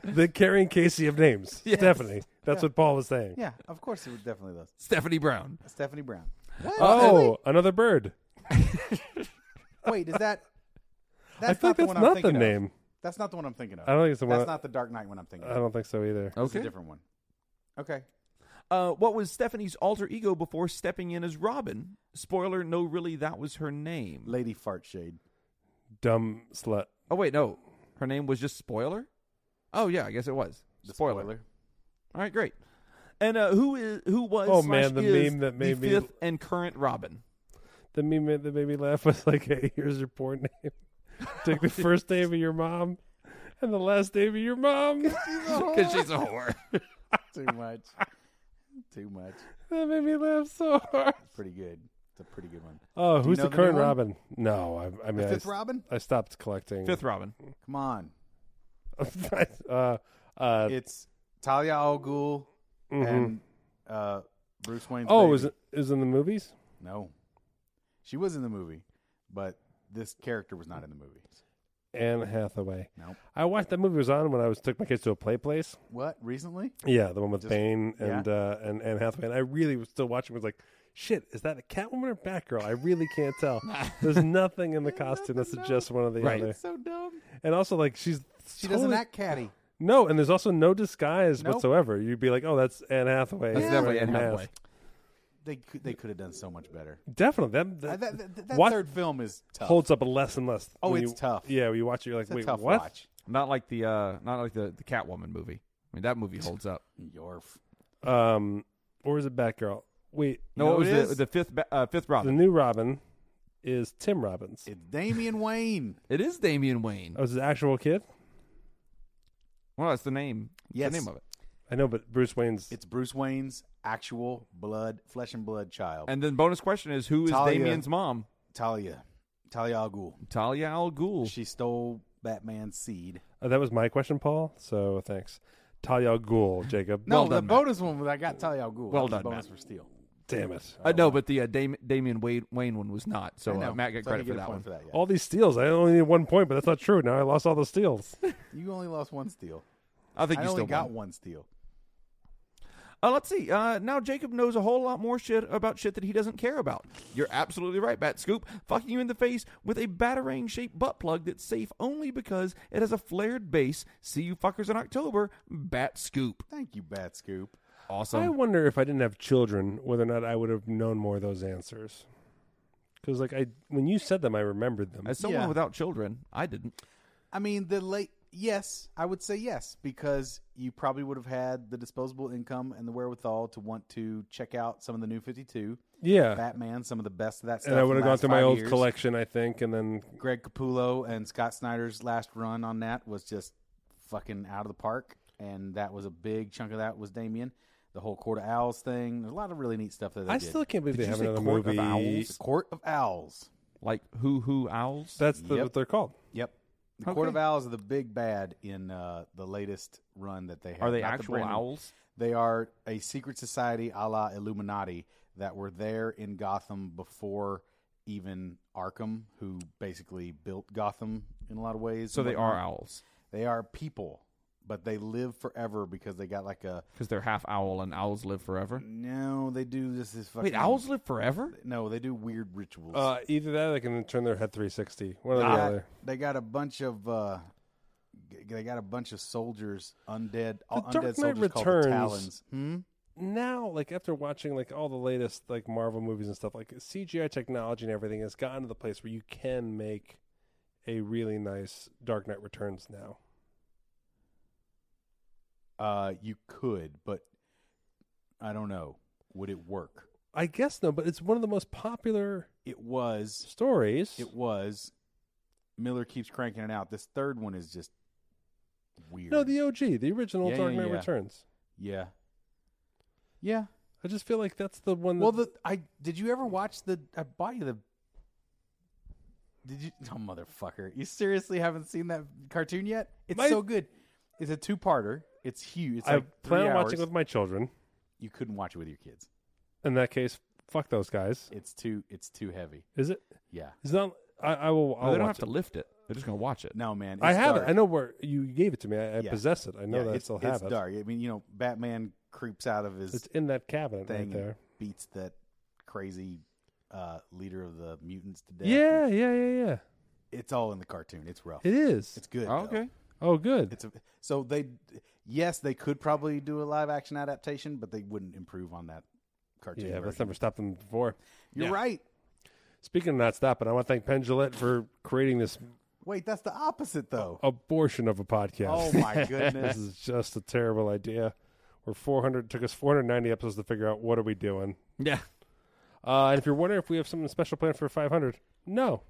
[SPEAKER 1] The Carrie and Casey of names. Stephanie. That's what Paul was saying.
[SPEAKER 2] yeah, of course it was definitely those.
[SPEAKER 3] Stephanie Brown.
[SPEAKER 2] Stephanie Brown. What?
[SPEAKER 1] Oh, another bird.
[SPEAKER 2] Wait, is that?
[SPEAKER 1] I
[SPEAKER 2] That's
[SPEAKER 1] think
[SPEAKER 2] the
[SPEAKER 1] that's
[SPEAKER 2] one I'm
[SPEAKER 1] not the
[SPEAKER 2] thinking of.
[SPEAKER 1] name.
[SPEAKER 2] That's not the one I'm thinking of.
[SPEAKER 1] I don't think it's the one Uh,
[SPEAKER 2] That's
[SPEAKER 1] I-
[SPEAKER 2] not the Dark Knight one I'm thinking
[SPEAKER 1] I
[SPEAKER 2] of.
[SPEAKER 1] don't think so either.
[SPEAKER 2] It's a
[SPEAKER 3] Okay.
[SPEAKER 2] different one. Okay.
[SPEAKER 3] Uh, what was Stephanie's alter ego before stepping in as Robin? Spoiler: No, really, that was her name.
[SPEAKER 2] Lady Fart Shade.
[SPEAKER 1] Dumb slut.
[SPEAKER 3] Oh wait, no, her name was just Spoiler. Oh yeah, I guess it was
[SPEAKER 2] The
[SPEAKER 3] Spoiler. All right, great. And uh, who is who was?
[SPEAKER 1] Oh,
[SPEAKER 3] slash
[SPEAKER 1] man, the
[SPEAKER 3] is
[SPEAKER 1] meme that made
[SPEAKER 3] the
[SPEAKER 1] me-
[SPEAKER 3] fifth and current Robin.
[SPEAKER 1] The meme that made me laugh was like, hey, here's your porn name. Take the first name of your mom and the last name of your mom.
[SPEAKER 3] Because she's a whore.
[SPEAKER 2] Too much. Too much.
[SPEAKER 1] that made me laugh so hard.
[SPEAKER 2] It's pretty good. It's a pretty good one.
[SPEAKER 1] Oh, who's
[SPEAKER 2] know
[SPEAKER 1] the
[SPEAKER 2] the new
[SPEAKER 1] current
[SPEAKER 2] one?
[SPEAKER 1] Robin? No, I, I mean, I,
[SPEAKER 2] Fifth
[SPEAKER 1] s-
[SPEAKER 2] Robin?
[SPEAKER 1] I stopped collecting.
[SPEAKER 3] Fifth Robin.
[SPEAKER 2] Come on.
[SPEAKER 1] uh, uh,
[SPEAKER 2] It's Talia al Ghul
[SPEAKER 1] mhm.
[SPEAKER 2] and uh, Bruce Wayne's
[SPEAKER 1] oh,
[SPEAKER 2] baby.
[SPEAKER 1] is it is it in the movies?
[SPEAKER 2] No. She was in the movie, but this character was not in the movie.
[SPEAKER 1] Anne Hathaway.
[SPEAKER 2] Nope.
[SPEAKER 1] I watched that movie was on when I was took my kids to a play place.
[SPEAKER 2] What? Recently?
[SPEAKER 1] Yeah, the one with
[SPEAKER 2] Just-
[SPEAKER 1] Bane and
[SPEAKER 2] yeah.
[SPEAKER 1] uh, and Anne Hathaway. And I really was still watching. Was like, shit, is that a Catwoman or Batgirl? I really can't tell. There's nothing in the costume that suggests one or the
[SPEAKER 3] Right.
[SPEAKER 1] other.
[SPEAKER 2] So dumb.
[SPEAKER 1] And also, like, she's
[SPEAKER 2] She doesn't
[SPEAKER 1] totally-
[SPEAKER 2] act catty.
[SPEAKER 1] No, and there's also no disguise
[SPEAKER 2] Nope.
[SPEAKER 1] whatsoever. You'd be like, oh, that's Anne Hathaway.
[SPEAKER 3] That's
[SPEAKER 1] She's
[SPEAKER 3] definitely
[SPEAKER 1] wearing
[SPEAKER 3] Anne
[SPEAKER 1] a
[SPEAKER 3] Hathaway.
[SPEAKER 1] mask.
[SPEAKER 2] They could, they could have done so much better.
[SPEAKER 1] Definitely. That,
[SPEAKER 2] Uh,
[SPEAKER 1] that,
[SPEAKER 2] that that- that
[SPEAKER 1] What?
[SPEAKER 2] third film is tough.
[SPEAKER 1] holds up less and less.
[SPEAKER 2] Oh,
[SPEAKER 1] when
[SPEAKER 2] it's
[SPEAKER 1] you-
[SPEAKER 2] tough.
[SPEAKER 1] Yeah, when you watch it, you're like,
[SPEAKER 2] it's a
[SPEAKER 1] wait,
[SPEAKER 2] tough
[SPEAKER 1] what?
[SPEAKER 2] watch.
[SPEAKER 3] Not like the uh, not like the the Catwoman movie. I mean, that movie holds up.
[SPEAKER 2] Yorf.
[SPEAKER 1] Um, or is it Batgirl? Wait,
[SPEAKER 3] No,
[SPEAKER 2] know
[SPEAKER 3] it was
[SPEAKER 2] it
[SPEAKER 3] the,
[SPEAKER 2] is?
[SPEAKER 3] the fifth ba- uh, fifth
[SPEAKER 1] the
[SPEAKER 3] Robin.
[SPEAKER 1] new Robin is Tim Robbins.
[SPEAKER 2] It's Damian Wayne.
[SPEAKER 3] It is Damian Wayne.
[SPEAKER 1] Oh, is his actual kid?
[SPEAKER 3] Well, that's the name. It's
[SPEAKER 2] Yes.
[SPEAKER 3] the name of it.
[SPEAKER 1] I know, but Bruce Wayne's.
[SPEAKER 2] It's Bruce Wayne's actual blood, flesh and blood child.
[SPEAKER 3] And then bonus question is who is
[SPEAKER 2] Talia.
[SPEAKER 3] Damien's mom?
[SPEAKER 2] Talia. Talia al Ghul.
[SPEAKER 3] Talia Al Ghul.
[SPEAKER 2] She stole Batman's seed.
[SPEAKER 1] Uh, that was my question, Paul. So thanks, Talia al Ghul, Jacob.
[SPEAKER 2] No,
[SPEAKER 3] Well
[SPEAKER 2] the
[SPEAKER 3] done, Matt.
[SPEAKER 2] bonus one was I got Talia al Ghul.
[SPEAKER 3] Well done,
[SPEAKER 2] That was the bonus
[SPEAKER 3] Matt.
[SPEAKER 2] for steal.
[SPEAKER 1] damn it!
[SPEAKER 3] uh, no, but the uh, Dam- Damian Wayne, Wayne one was not.
[SPEAKER 2] I
[SPEAKER 3] So uh,
[SPEAKER 2] know.
[SPEAKER 3] Matt got
[SPEAKER 2] So I
[SPEAKER 3] credit
[SPEAKER 2] did
[SPEAKER 3] for
[SPEAKER 2] get a
[SPEAKER 3] that
[SPEAKER 2] point
[SPEAKER 3] one.
[SPEAKER 2] for that, yeah.
[SPEAKER 1] All these steals. I only need one point, but that's not true. Now I lost all the steals.
[SPEAKER 2] You only lost one steal.
[SPEAKER 3] I think
[SPEAKER 2] I
[SPEAKER 3] you
[SPEAKER 2] only
[SPEAKER 3] still
[SPEAKER 2] got
[SPEAKER 3] won.
[SPEAKER 2] one steal.
[SPEAKER 3] Uh, let's see. Uh, now Jacob knows a whole lot more shit about shit that he doesn't care about. You're absolutely right, Bat Scoop. Fucking you in the face with a batarang shaped butt plug that's safe only because it has a flared base. See you fuckers in October. Bat Scoop.
[SPEAKER 2] Thank you, Bat Scoop.
[SPEAKER 3] Awesome.
[SPEAKER 1] I wonder if I didn't have children, whether or not I would have known more of those answers. Because like I, when you said them, I remembered them.
[SPEAKER 3] As someone
[SPEAKER 2] Yeah.
[SPEAKER 3] without children, I didn't.
[SPEAKER 2] I mean, the late yes, I would say yes because you probably would have had the disposable income and the wherewithal to want to check out some of the new Fifty Two,
[SPEAKER 1] Yeah.
[SPEAKER 2] Batman, some of the best of that stuff.
[SPEAKER 1] and I would have
[SPEAKER 2] from the
[SPEAKER 1] gone
[SPEAKER 2] last
[SPEAKER 1] through my
[SPEAKER 2] five
[SPEAKER 1] old
[SPEAKER 2] years.
[SPEAKER 1] collection, I think, and then
[SPEAKER 2] Greg Capullo and Scott Snyder's last run on that was just fucking out of the park, and that was a big chunk of that was Damien. The whole Court of Owls thing. There's a lot of really neat stuff that they
[SPEAKER 1] I
[SPEAKER 2] did.
[SPEAKER 1] still can't believe
[SPEAKER 3] Did
[SPEAKER 1] they
[SPEAKER 3] you
[SPEAKER 1] have
[SPEAKER 3] say
[SPEAKER 1] another
[SPEAKER 3] Court of
[SPEAKER 1] movie.
[SPEAKER 3] Owls?
[SPEAKER 2] Court of Owls.
[SPEAKER 3] Like who who owls?
[SPEAKER 1] That's the,
[SPEAKER 2] Yep.
[SPEAKER 1] what they're called.
[SPEAKER 2] Yep. The Court of
[SPEAKER 3] Okay.
[SPEAKER 2] Owls are the big bad in uh, the latest run that they have.
[SPEAKER 3] Are they
[SPEAKER 2] Not the
[SPEAKER 3] actual
[SPEAKER 2] brand new-
[SPEAKER 3] owls?
[SPEAKER 2] They are a secret society a la Illuminati that were there in Gotham before even Arkham, who basically built Gotham in a lot of ways.
[SPEAKER 3] So
[SPEAKER 2] and
[SPEAKER 3] they are
[SPEAKER 2] whatnot.
[SPEAKER 3] owls
[SPEAKER 2] They are people, but they live forever because they got like a.
[SPEAKER 3] because they're half owl and owls live forever.
[SPEAKER 2] No, they do this is fucking.
[SPEAKER 3] Wait, owls live forever?
[SPEAKER 2] No, they do weird rituals.
[SPEAKER 1] Uh, either that, or they can turn their head 360. One or the
[SPEAKER 2] They got-
[SPEAKER 1] other.
[SPEAKER 2] They got a bunch of uh, g- they got a bunch of soldiers undead. all undead
[SPEAKER 1] Dark Knight
[SPEAKER 2] soldiers called
[SPEAKER 1] Returns.
[SPEAKER 2] the Talons. Hmm?
[SPEAKER 1] Now, like after watching like all the latest like Marvel movies and stuff, like CGI technology and everything has gotten to the place where you can make a really nice Dark Knight Returns now.
[SPEAKER 2] Uh, you could, but I don't know. Would it work?
[SPEAKER 1] I guess no, but it's one of the most popular
[SPEAKER 2] It was.
[SPEAKER 1] stories.
[SPEAKER 2] It was. Miller keeps cranking it out. This third one is just weird.
[SPEAKER 1] no, the OG, the original
[SPEAKER 2] Yeah,
[SPEAKER 1] Dark
[SPEAKER 2] yeah,
[SPEAKER 1] Knight
[SPEAKER 2] yeah.
[SPEAKER 1] Returns.
[SPEAKER 2] yeah, yeah.
[SPEAKER 1] I just feel like that's the one. That,
[SPEAKER 2] Well, the I did you ever watch the I bought you the. Did you? Oh, motherfucker! You seriously haven't seen that cartoon yet? It's
[SPEAKER 1] My-
[SPEAKER 2] so good. It's a two-parter. It's huge. It's
[SPEAKER 1] I
[SPEAKER 2] like three
[SPEAKER 1] plan on
[SPEAKER 2] hours.
[SPEAKER 1] watching it with my children.
[SPEAKER 2] you couldn't watch it with your kids.
[SPEAKER 1] In that case, fuck those guys.
[SPEAKER 2] It's too. It's too heavy.
[SPEAKER 1] Is it?
[SPEAKER 2] Yeah.
[SPEAKER 1] Is that? I, I will.
[SPEAKER 3] Oh,
[SPEAKER 1] I'll
[SPEAKER 3] they don't
[SPEAKER 1] watch
[SPEAKER 3] have to lift it. They're just gonna watch it.
[SPEAKER 2] No, man. It's
[SPEAKER 1] I have
[SPEAKER 2] dark.
[SPEAKER 1] it. I know where you gave it to me. I, I
[SPEAKER 2] Yeah.
[SPEAKER 1] possess it. I know
[SPEAKER 2] Yeah,
[SPEAKER 1] that I
[SPEAKER 2] it's,
[SPEAKER 1] still have
[SPEAKER 2] it's
[SPEAKER 1] it.
[SPEAKER 2] dark. I mean, you know, Batman creeps out of his
[SPEAKER 1] It's in that cabinet
[SPEAKER 2] thing
[SPEAKER 1] right there.
[SPEAKER 2] and beats that crazy uh, leader of the mutants to death.
[SPEAKER 1] Yeah, yeah, yeah, yeah.
[SPEAKER 2] It's all in the cartoon. It's rough.
[SPEAKER 1] It is.
[SPEAKER 2] It's good.
[SPEAKER 3] Oh,
[SPEAKER 2] though.
[SPEAKER 3] okay.
[SPEAKER 1] oh, good.
[SPEAKER 2] It's a, so they, yes, they could probably do a live action adaptation, but they wouldn't improve on that cartoon.
[SPEAKER 1] yeah, but that's
[SPEAKER 2] version.
[SPEAKER 1] never stopped them before.
[SPEAKER 2] You're right.
[SPEAKER 1] Speaking of not stopping, I want to thank Penn Jillette for creating this
[SPEAKER 2] Wait, that's the opposite though.
[SPEAKER 1] abortion of a podcast.
[SPEAKER 2] Oh my
[SPEAKER 1] Oh, this
[SPEAKER 2] goodness!
[SPEAKER 1] is just a terrible idea. We're 400. Took us 490 episodes to figure out what are we doing.
[SPEAKER 3] Yeah.
[SPEAKER 1] Uh, and if you're wondering if we have something special planned for 500, no,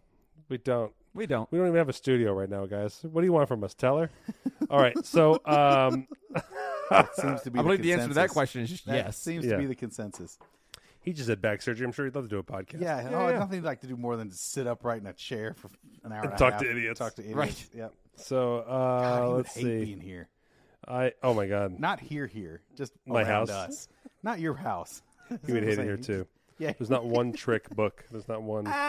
[SPEAKER 1] we don't.
[SPEAKER 3] We don't.
[SPEAKER 1] We don't even have a studio right now, guys. What do you want from us? Tell her. All right. So, um,
[SPEAKER 2] seems to be.
[SPEAKER 3] I believe the answer to that
[SPEAKER 2] consensus.
[SPEAKER 3] question is just
[SPEAKER 2] That
[SPEAKER 3] yes.
[SPEAKER 2] seems
[SPEAKER 1] Yeah.
[SPEAKER 2] to be the consensus.
[SPEAKER 1] he just had back surgery. I'm sure he'd love to do a podcast.
[SPEAKER 2] Yeah, oh, nothing you'd like to do more than sit upright in a chair for an hour and, a
[SPEAKER 1] talk
[SPEAKER 2] half.
[SPEAKER 1] to idiots.
[SPEAKER 2] Talk to idiots.
[SPEAKER 3] Right.
[SPEAKER 2] Yep.
[SPEAKER 1] So, uh,
[SPEAKER 2] God, you would
[SPEAKER 1] let's
[SPEAKER 2] hate
[SPEAKER 1] see.
[SPEAKER 2] being here.
[SPEAKER 1] I oh my god,
[SPEAKER 2] Not here, here. Just
[SPEAKER 1] My house?
[SPEAKER 2] around Us. Not your house.
[SPEAKER 1] he would hate it here too.
[SPEAKER 2] Yeah. Ah.
[SPEAKER 1] There's not one trick book. There's not one.
[SPEAKER 3] There's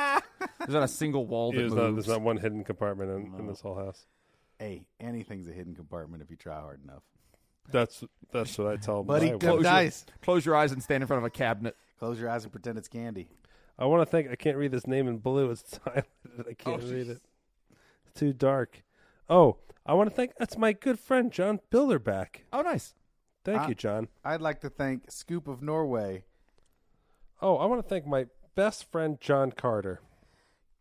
[SPEAKER 3] not a single wall that
[SPEAKER 1] There's
[SPEAKER 3] moves.
[SPEAKER 1] not, there's not one hidden compartment in, in this whole house.
[SPEAKER 2] Hey, anything's a hidden compartment if you try hard enough.
[SPEAKER 1] That's that's what I tell
[SPEAKER 2] Buddy,
[SPEAKER 1] my
[SPEAKER 2] go
[SPEAKER 1] wife.
[SPEAKER 2] dice.
[SPEAKER 3] Close your eyes and stand in front of a cabinet.
[SPEAKER 2] Close your eyes and pretend it's candy.
[SPEAKER 1] I want to thank. I can't read this name in blue. It's silent. I
[SPEAKER 3] Oh,
[SPEAKER 1] can't read it. It's too dark. Oh, I want to thank. That's my good friend John Bilderback.
[SPEAKER 3] Oh, nice.
[SPEAKER 1] Thank
[SPEAKER 2] Ah.
[SPEAKER 1] you, John.
[SPEAKER 2] I'd like to thank Scoop of Norway,
[SPEAKER 1] Oh, I want to thank my best friend John Carter.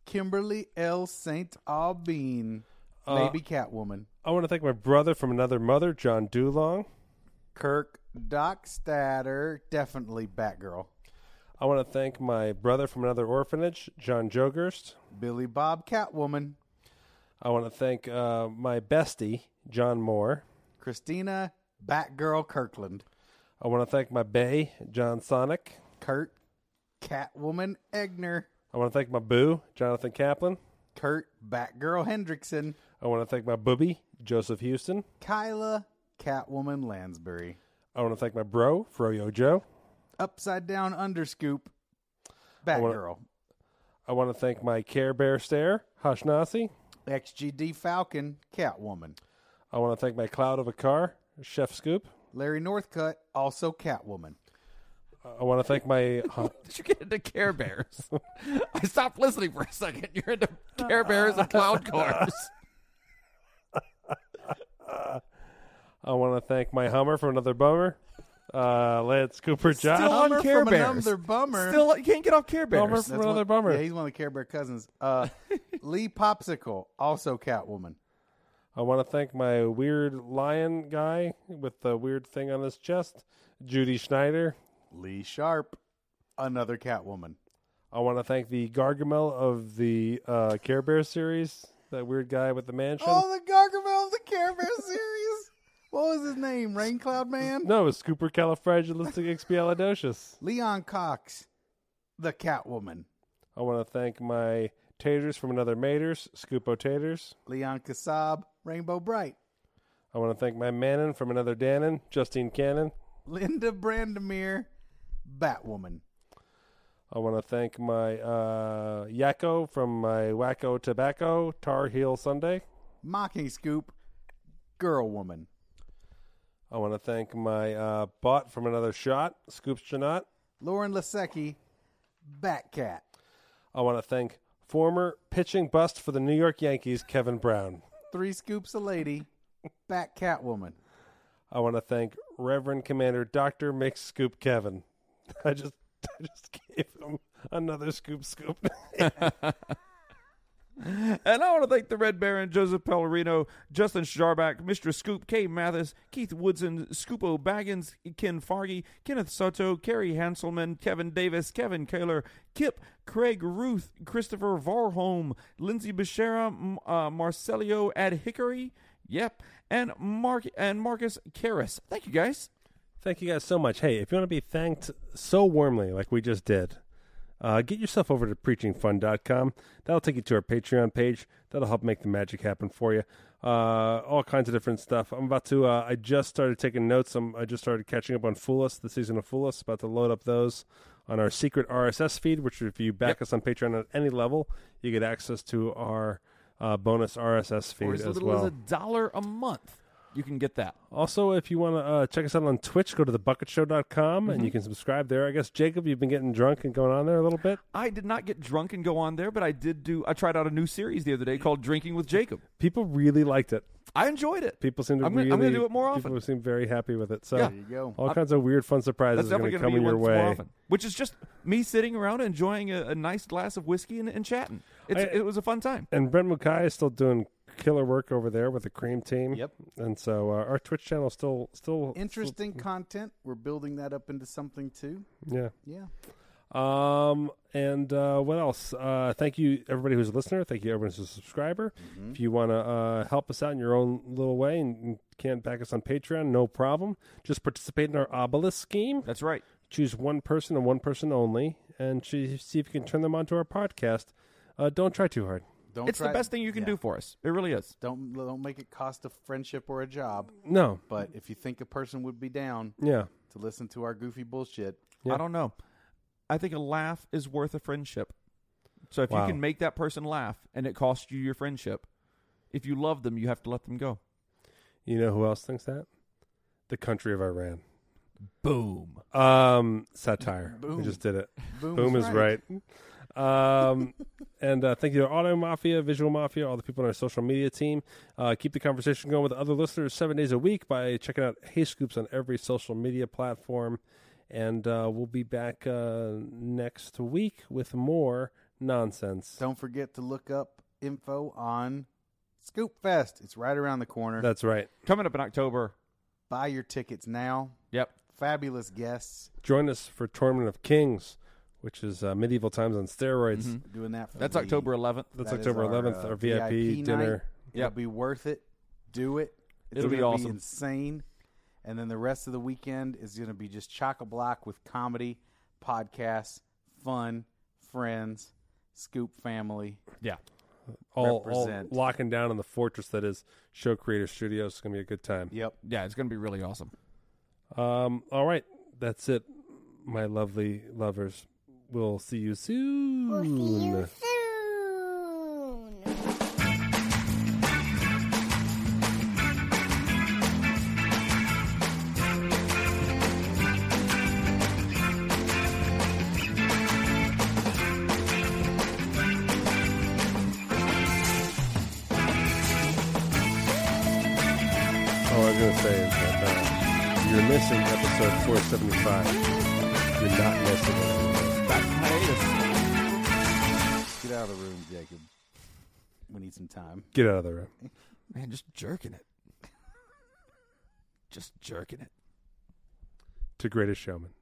[SPEAKER 2] Kimberly L. St. Aubin,
[SPEAKER 1] Uh,
[SPEAKER 2] Baby Catwoman,
[SPEAKER 1] I want to thank my brother from another mother, John Dulong.
[SPEAKER 2] Kirk Dockstader, definitely Batgirl,
[SPEAKER 1] I want to thank my brother from another orphanage, John Jogerst.
[SPEAKER 2] Billy Bob Catwoman,
[SPEAKER 1] I want to thank uh, my bestie, John Moore.
[SPEAKER 2] Christina Batgirl Kirkland,
[SPEAKER 1] I want to thank my bae, John Sonic.
[SPEAKER 2] Kurt Catwoman Egner,
[SPEAKER 1] I want to thank my boo, Jonathan Kaplan.
[SPEAKER 2] Kurt Batgirl Hendrickson,
[SPEAKER 1] I want to thank my booby, Joseph Houston.
[SPEAKER 2] Kyla Catwoman Lansbury,
[SPEAKER 1] I want to thank my bro, Froyo Joe.
[SPEAKER 2] Upside Down Underscoop,
[SPEAKER 1] wanna-
[SPEAKER 2] Batgirl,
[SPEAKER 1] I want to thank my Care Bear Stare, Hashnasi.
[SPEAKER 2] XGD Falcon Catwoman.
[SPEAKER 1] I want to thank my cloud of a car, Chef Scoop.
[SPEAKER 2] Larry Northcutt, also Catwoman.
[SPEAKER 1] I want to thank my
[SPEAKER 3] Did you get into Care Bears? I stopped listening for a second. You're into Care Bears and cloud cars.
[SPEAKER 1] I want to thank my Hummer for another bummer. Uh, Lance Cooper Josh.
[SPEAKER 3] on
[SPEAKER 2] Bummer
[SPEAKER 3] Care
[SPEAKER 2] from
[SPEAKER 3] Bears.
[SPEAKER 2] another bummer.
[SPEAKER 3] Still, you can't get off Care Bears.
[SPEAKER 1] Bummer from
[SPEAKER 2] That's
[SPEAKER 1] another
[SPEAKER 2] one-
[SPEAKER 1] bummer.
[SPEAKER 2] Yeah, he's one of the Care Bear cousins. Uh, Lee Popsicle, also Catwoman.
[SPEAKER 1] I want to thank my weird lion guy with the weird thing on his chest, Judy Schneider.
[SPEAKER 2] Lee Sharp, another Catwoman.
[SPEAKER 1] I want to thank the Gargamel of the uh, Care Bear series, that weird guy with the mansion.
[SPEAKER 2] Oh, the Gargamel of the Care Bear series. What was his name? Rain Cloud Man?
[SPEAKER 1] No, it's Scooper Califragilisticexpialidocious.
[SPEAKER 2] Leon Cox, the Catwoman.
[SPEAKER 1] I want to thank my taters from another Maters, Scoopo Taters.
[SPEAKER 2] Leon Kasab, Rainbow Bright.
[SPEAKER 1] I want to thank my Manon from another Dannon, Justine Cannon.
[SPEAKER 2] Linda Brandemir, Batwoman.
[SPEAKER 1] I want to thank my uh, Yakko from my Wacko Tobacco, Tar Heel Sunday.
[SPEAKER 2] Mocking Scoop, Girl Woman.
[SPEAKER 1] I want to thank my uh, bot from another shot, Scoops Janot.
[SPEAKER 2] Lauren Lasecki, Batcat.
[SPEAKER 1] I want to thank former pitching bust for the New York Yankees, Kevin Brown.
[SPEAKER 2] Three Scoops a Lady, Bat Catwoman.
[SPEAKER 1] I want to thank Reverend Commander Dr. Mix Scoop Kevin. I just I just gave him another scoop scoop.
[SPEAKER 3] And I want to thank the Red Baron, Joseph Pellerino, Justin Sharback, Mr. Scoop, Kay Mathis, Keith Woodson, Scoopo Baggins, Ken Fargy, Kenneth Soto, Kerry Hanselman, Kevin Davis, Kevin Kaler, Kip, Craig Ruth, Christopher Varholm, Lindsay Becerra, M- uh, Marcelio Ad Hickory, yep, and Mark and Marcus Karras. Thank you guys.
[SPEAKER 1] Thank you guys so much. Hey, if you want to be thanked so warmly like we just did, uh, get yourself over to preachingfun.com. That'll take you to our Patreon page. That'll help make the magic happen for you. Uh, all kinds of different stuff. I'm about to, uh, I just started taking notes. I'm, I just started catching up on Fool Us, the season of Fool Us. About to load up those on our secret RSS feed, which if you back us on Patreon at any level, you get access to our uh, bonus RSS feed
[SPEAKER 3] For as
[SPEAKER 1] as
[SPEAKER 3] little
[SPEAKER 1] well.
[SPEAKER 3] as a dollar a month, you can get that.
[SPEAKER 1] Also, if you want to uh, check us out on Twitch, go to thebucketshow.com and
[SPEAKER 3] Mm-hmm.
[SPEAKER 1] you can subscribe there. I guess, Jacob, you've been getting drunk and going on there a little bit.
[SPEAKER 3] I did not get drunk and go on there, but I did do. I tried out a new series the other day called Drinking with Jacob.
[SPEAKER 1] People really liked it.
[SPEAKER 3] I enjoyed it.
[SPEAKER 1] People seem to
[SPEAKER 3] I'm gonna-
[SPEAKER 1] really.
[SPEAKER 3] I'm gonna do it more often.
[SPEAKER 1] People seem very happy with it. So,
[SPEAKER 3] Yeah.
[SPEAKER 2] There you go.
[SPEAKER 1] all kinds of weird, fun surprises
[SPEAKER 3] That's
[SPEAKER 1] are going
[SPEAKER 3] definitely
[SPEAKER 1] to
[SPEAKER 3] going to
[SPEAKER 1] come
[SPEAKER 3] be one
[SPEAKER 1] your way.
[SPEAKER 3] more often, which is just me sitting around enjoying a, a nice glass of whiskey and, and chatting. It's,
[SPEAKER 1] I-
[SPEAKER 3] it was a fun time.
[SPEAKER 1] And Brent Mukai is still doing killer work over there with the Cream Team. Yep. And so uh, our Twitch channel is still still
[SPEAKER 2] Interesting content. We're building that up into something too.
[SPEAKER 1] Yeah.
[SPEAKER 2] Yeah.
[SPEAKER 1] Um, and uh, what else? Uh, thank you, everybody who's a listener. Thank you, everyone who's a subscriber. If you want to uh, help us out in your own little way and, and can't back us on Patreon, no problem. Just participate in our obelisk scheme.
[SPEAKER 3] That's right.
[SPEAKER 1] Choose one person and one person only, and choo- see if you can turn them onto our podcast. Uh, don't try too hard.
[SPEAKER 2] Don't
[SPEAKER 3] It's the
[SPEAKER 2] try-
[SPEAKER 3] best thing you can
[SPEAKER 2] yeah.
[SPEAKER 3] do for us. It really is.
[SPEAKER 2] Don't don't make it cost a friendship or a job.
[SPEAKER 1] No.
[SPEAKER 2] But if you think a person would be down
[SPEAKER 1] Yeah.
[SPEAKER 2] to listen to our goofy bullshit,
[SPEAKER 1] Yeah.
[SPEAKER 3] I don't know. I think a laugh is worth a friendship. So if
[SPEAKER 1] Wow.
[SPEAKER 3] you can make that person laugh and it costs you your friendship, if you love them, you have to let them go.
[SPEAKER 1] You know who else thinks that? The country of Iran.
[SPEAKER 3] Boom.
[SPEAKER 1] Um, satire. We
[SPEAKER 2] Boom.
[SPEAKER 1] just did it.
[SPEAKER 2] boom,
[SPEAKER 1] Boom is right. Um, and uh, thank you to Auto Mafia, Visual Mafia, all the people on our social media team. Uh, keep the conversation going with other listeners seven days a week by checking out Hey Scoops on every social media platform. And uh, we'll be back uh, next week with more nonsense.
[SPEAKER 2] Don't forget to look up info on Scoop Fest. It's right around the corner.
[SPEAKER 1] That's right.
[SPEAKER 3] Coming up in October.
[SPEAKER 2] Buy your tickets now.
[SPEAKER 3] Yep.
[SPEAKER 2] Fabulous guests
[SPEAKER 1] Join us for Tournament of Kings, which is uh, medieval times on steroids.
[SPEAKER 2] doing that. For
[SPEAKER 3] That's
[SPEAKER 2] the-
[SPEAKER 3] October 11th.
[SPEAKER 1] That's
[SPEAKER 2] Mm-hmm. that is
[SPEAKER 1] October
[SPEAKER 2] our,
[SPEAKER 1] 11th,
[SPEAKER 2] uh,
[SPEAKER 1] our VIP, dinner.
[SPEAKER 2] night. It'll
[SPEAKER 3] Yep.
[SPEAKER 2] be worth it. Do it. It's
[SPEAKER 3] It'll be
[SPEAKER 2] gonna
[SPEAKER 3] awesome.
[SPEAKER 2] insane. And then the rest of the weekend is going to be just chock a block with comedy, podcasts, fun, friends, Scoop family.
[SPEAKER 3] Yeah.
[SPEAKER 1] All, all
[SPEAKER 2] Represent.
[SPEAKER 1] locking down on the fortress that is Show Creator Studios. It's going to be a good time.
[SPEAKER 2] Yep.
[SPEAKER 3] Yeah, it's going to be really awesome.
[SPEAKER 1] Um, all right, that's it, my lovely lovers. We'll see you soon.
[SPEAKER 9] Soon.
[SPEAKER 1] All I was gonna say is that uh, you're missing episode 475. You're not missing it.
[SPEAKER 2] Get out of the room, Jacob. We need some time.
[SPEAKER 1] Get out of the room.
[SPEAKER 3] Man, just jerking it. Just jerking it.
[SPEAKER 1] to Greatest Showman.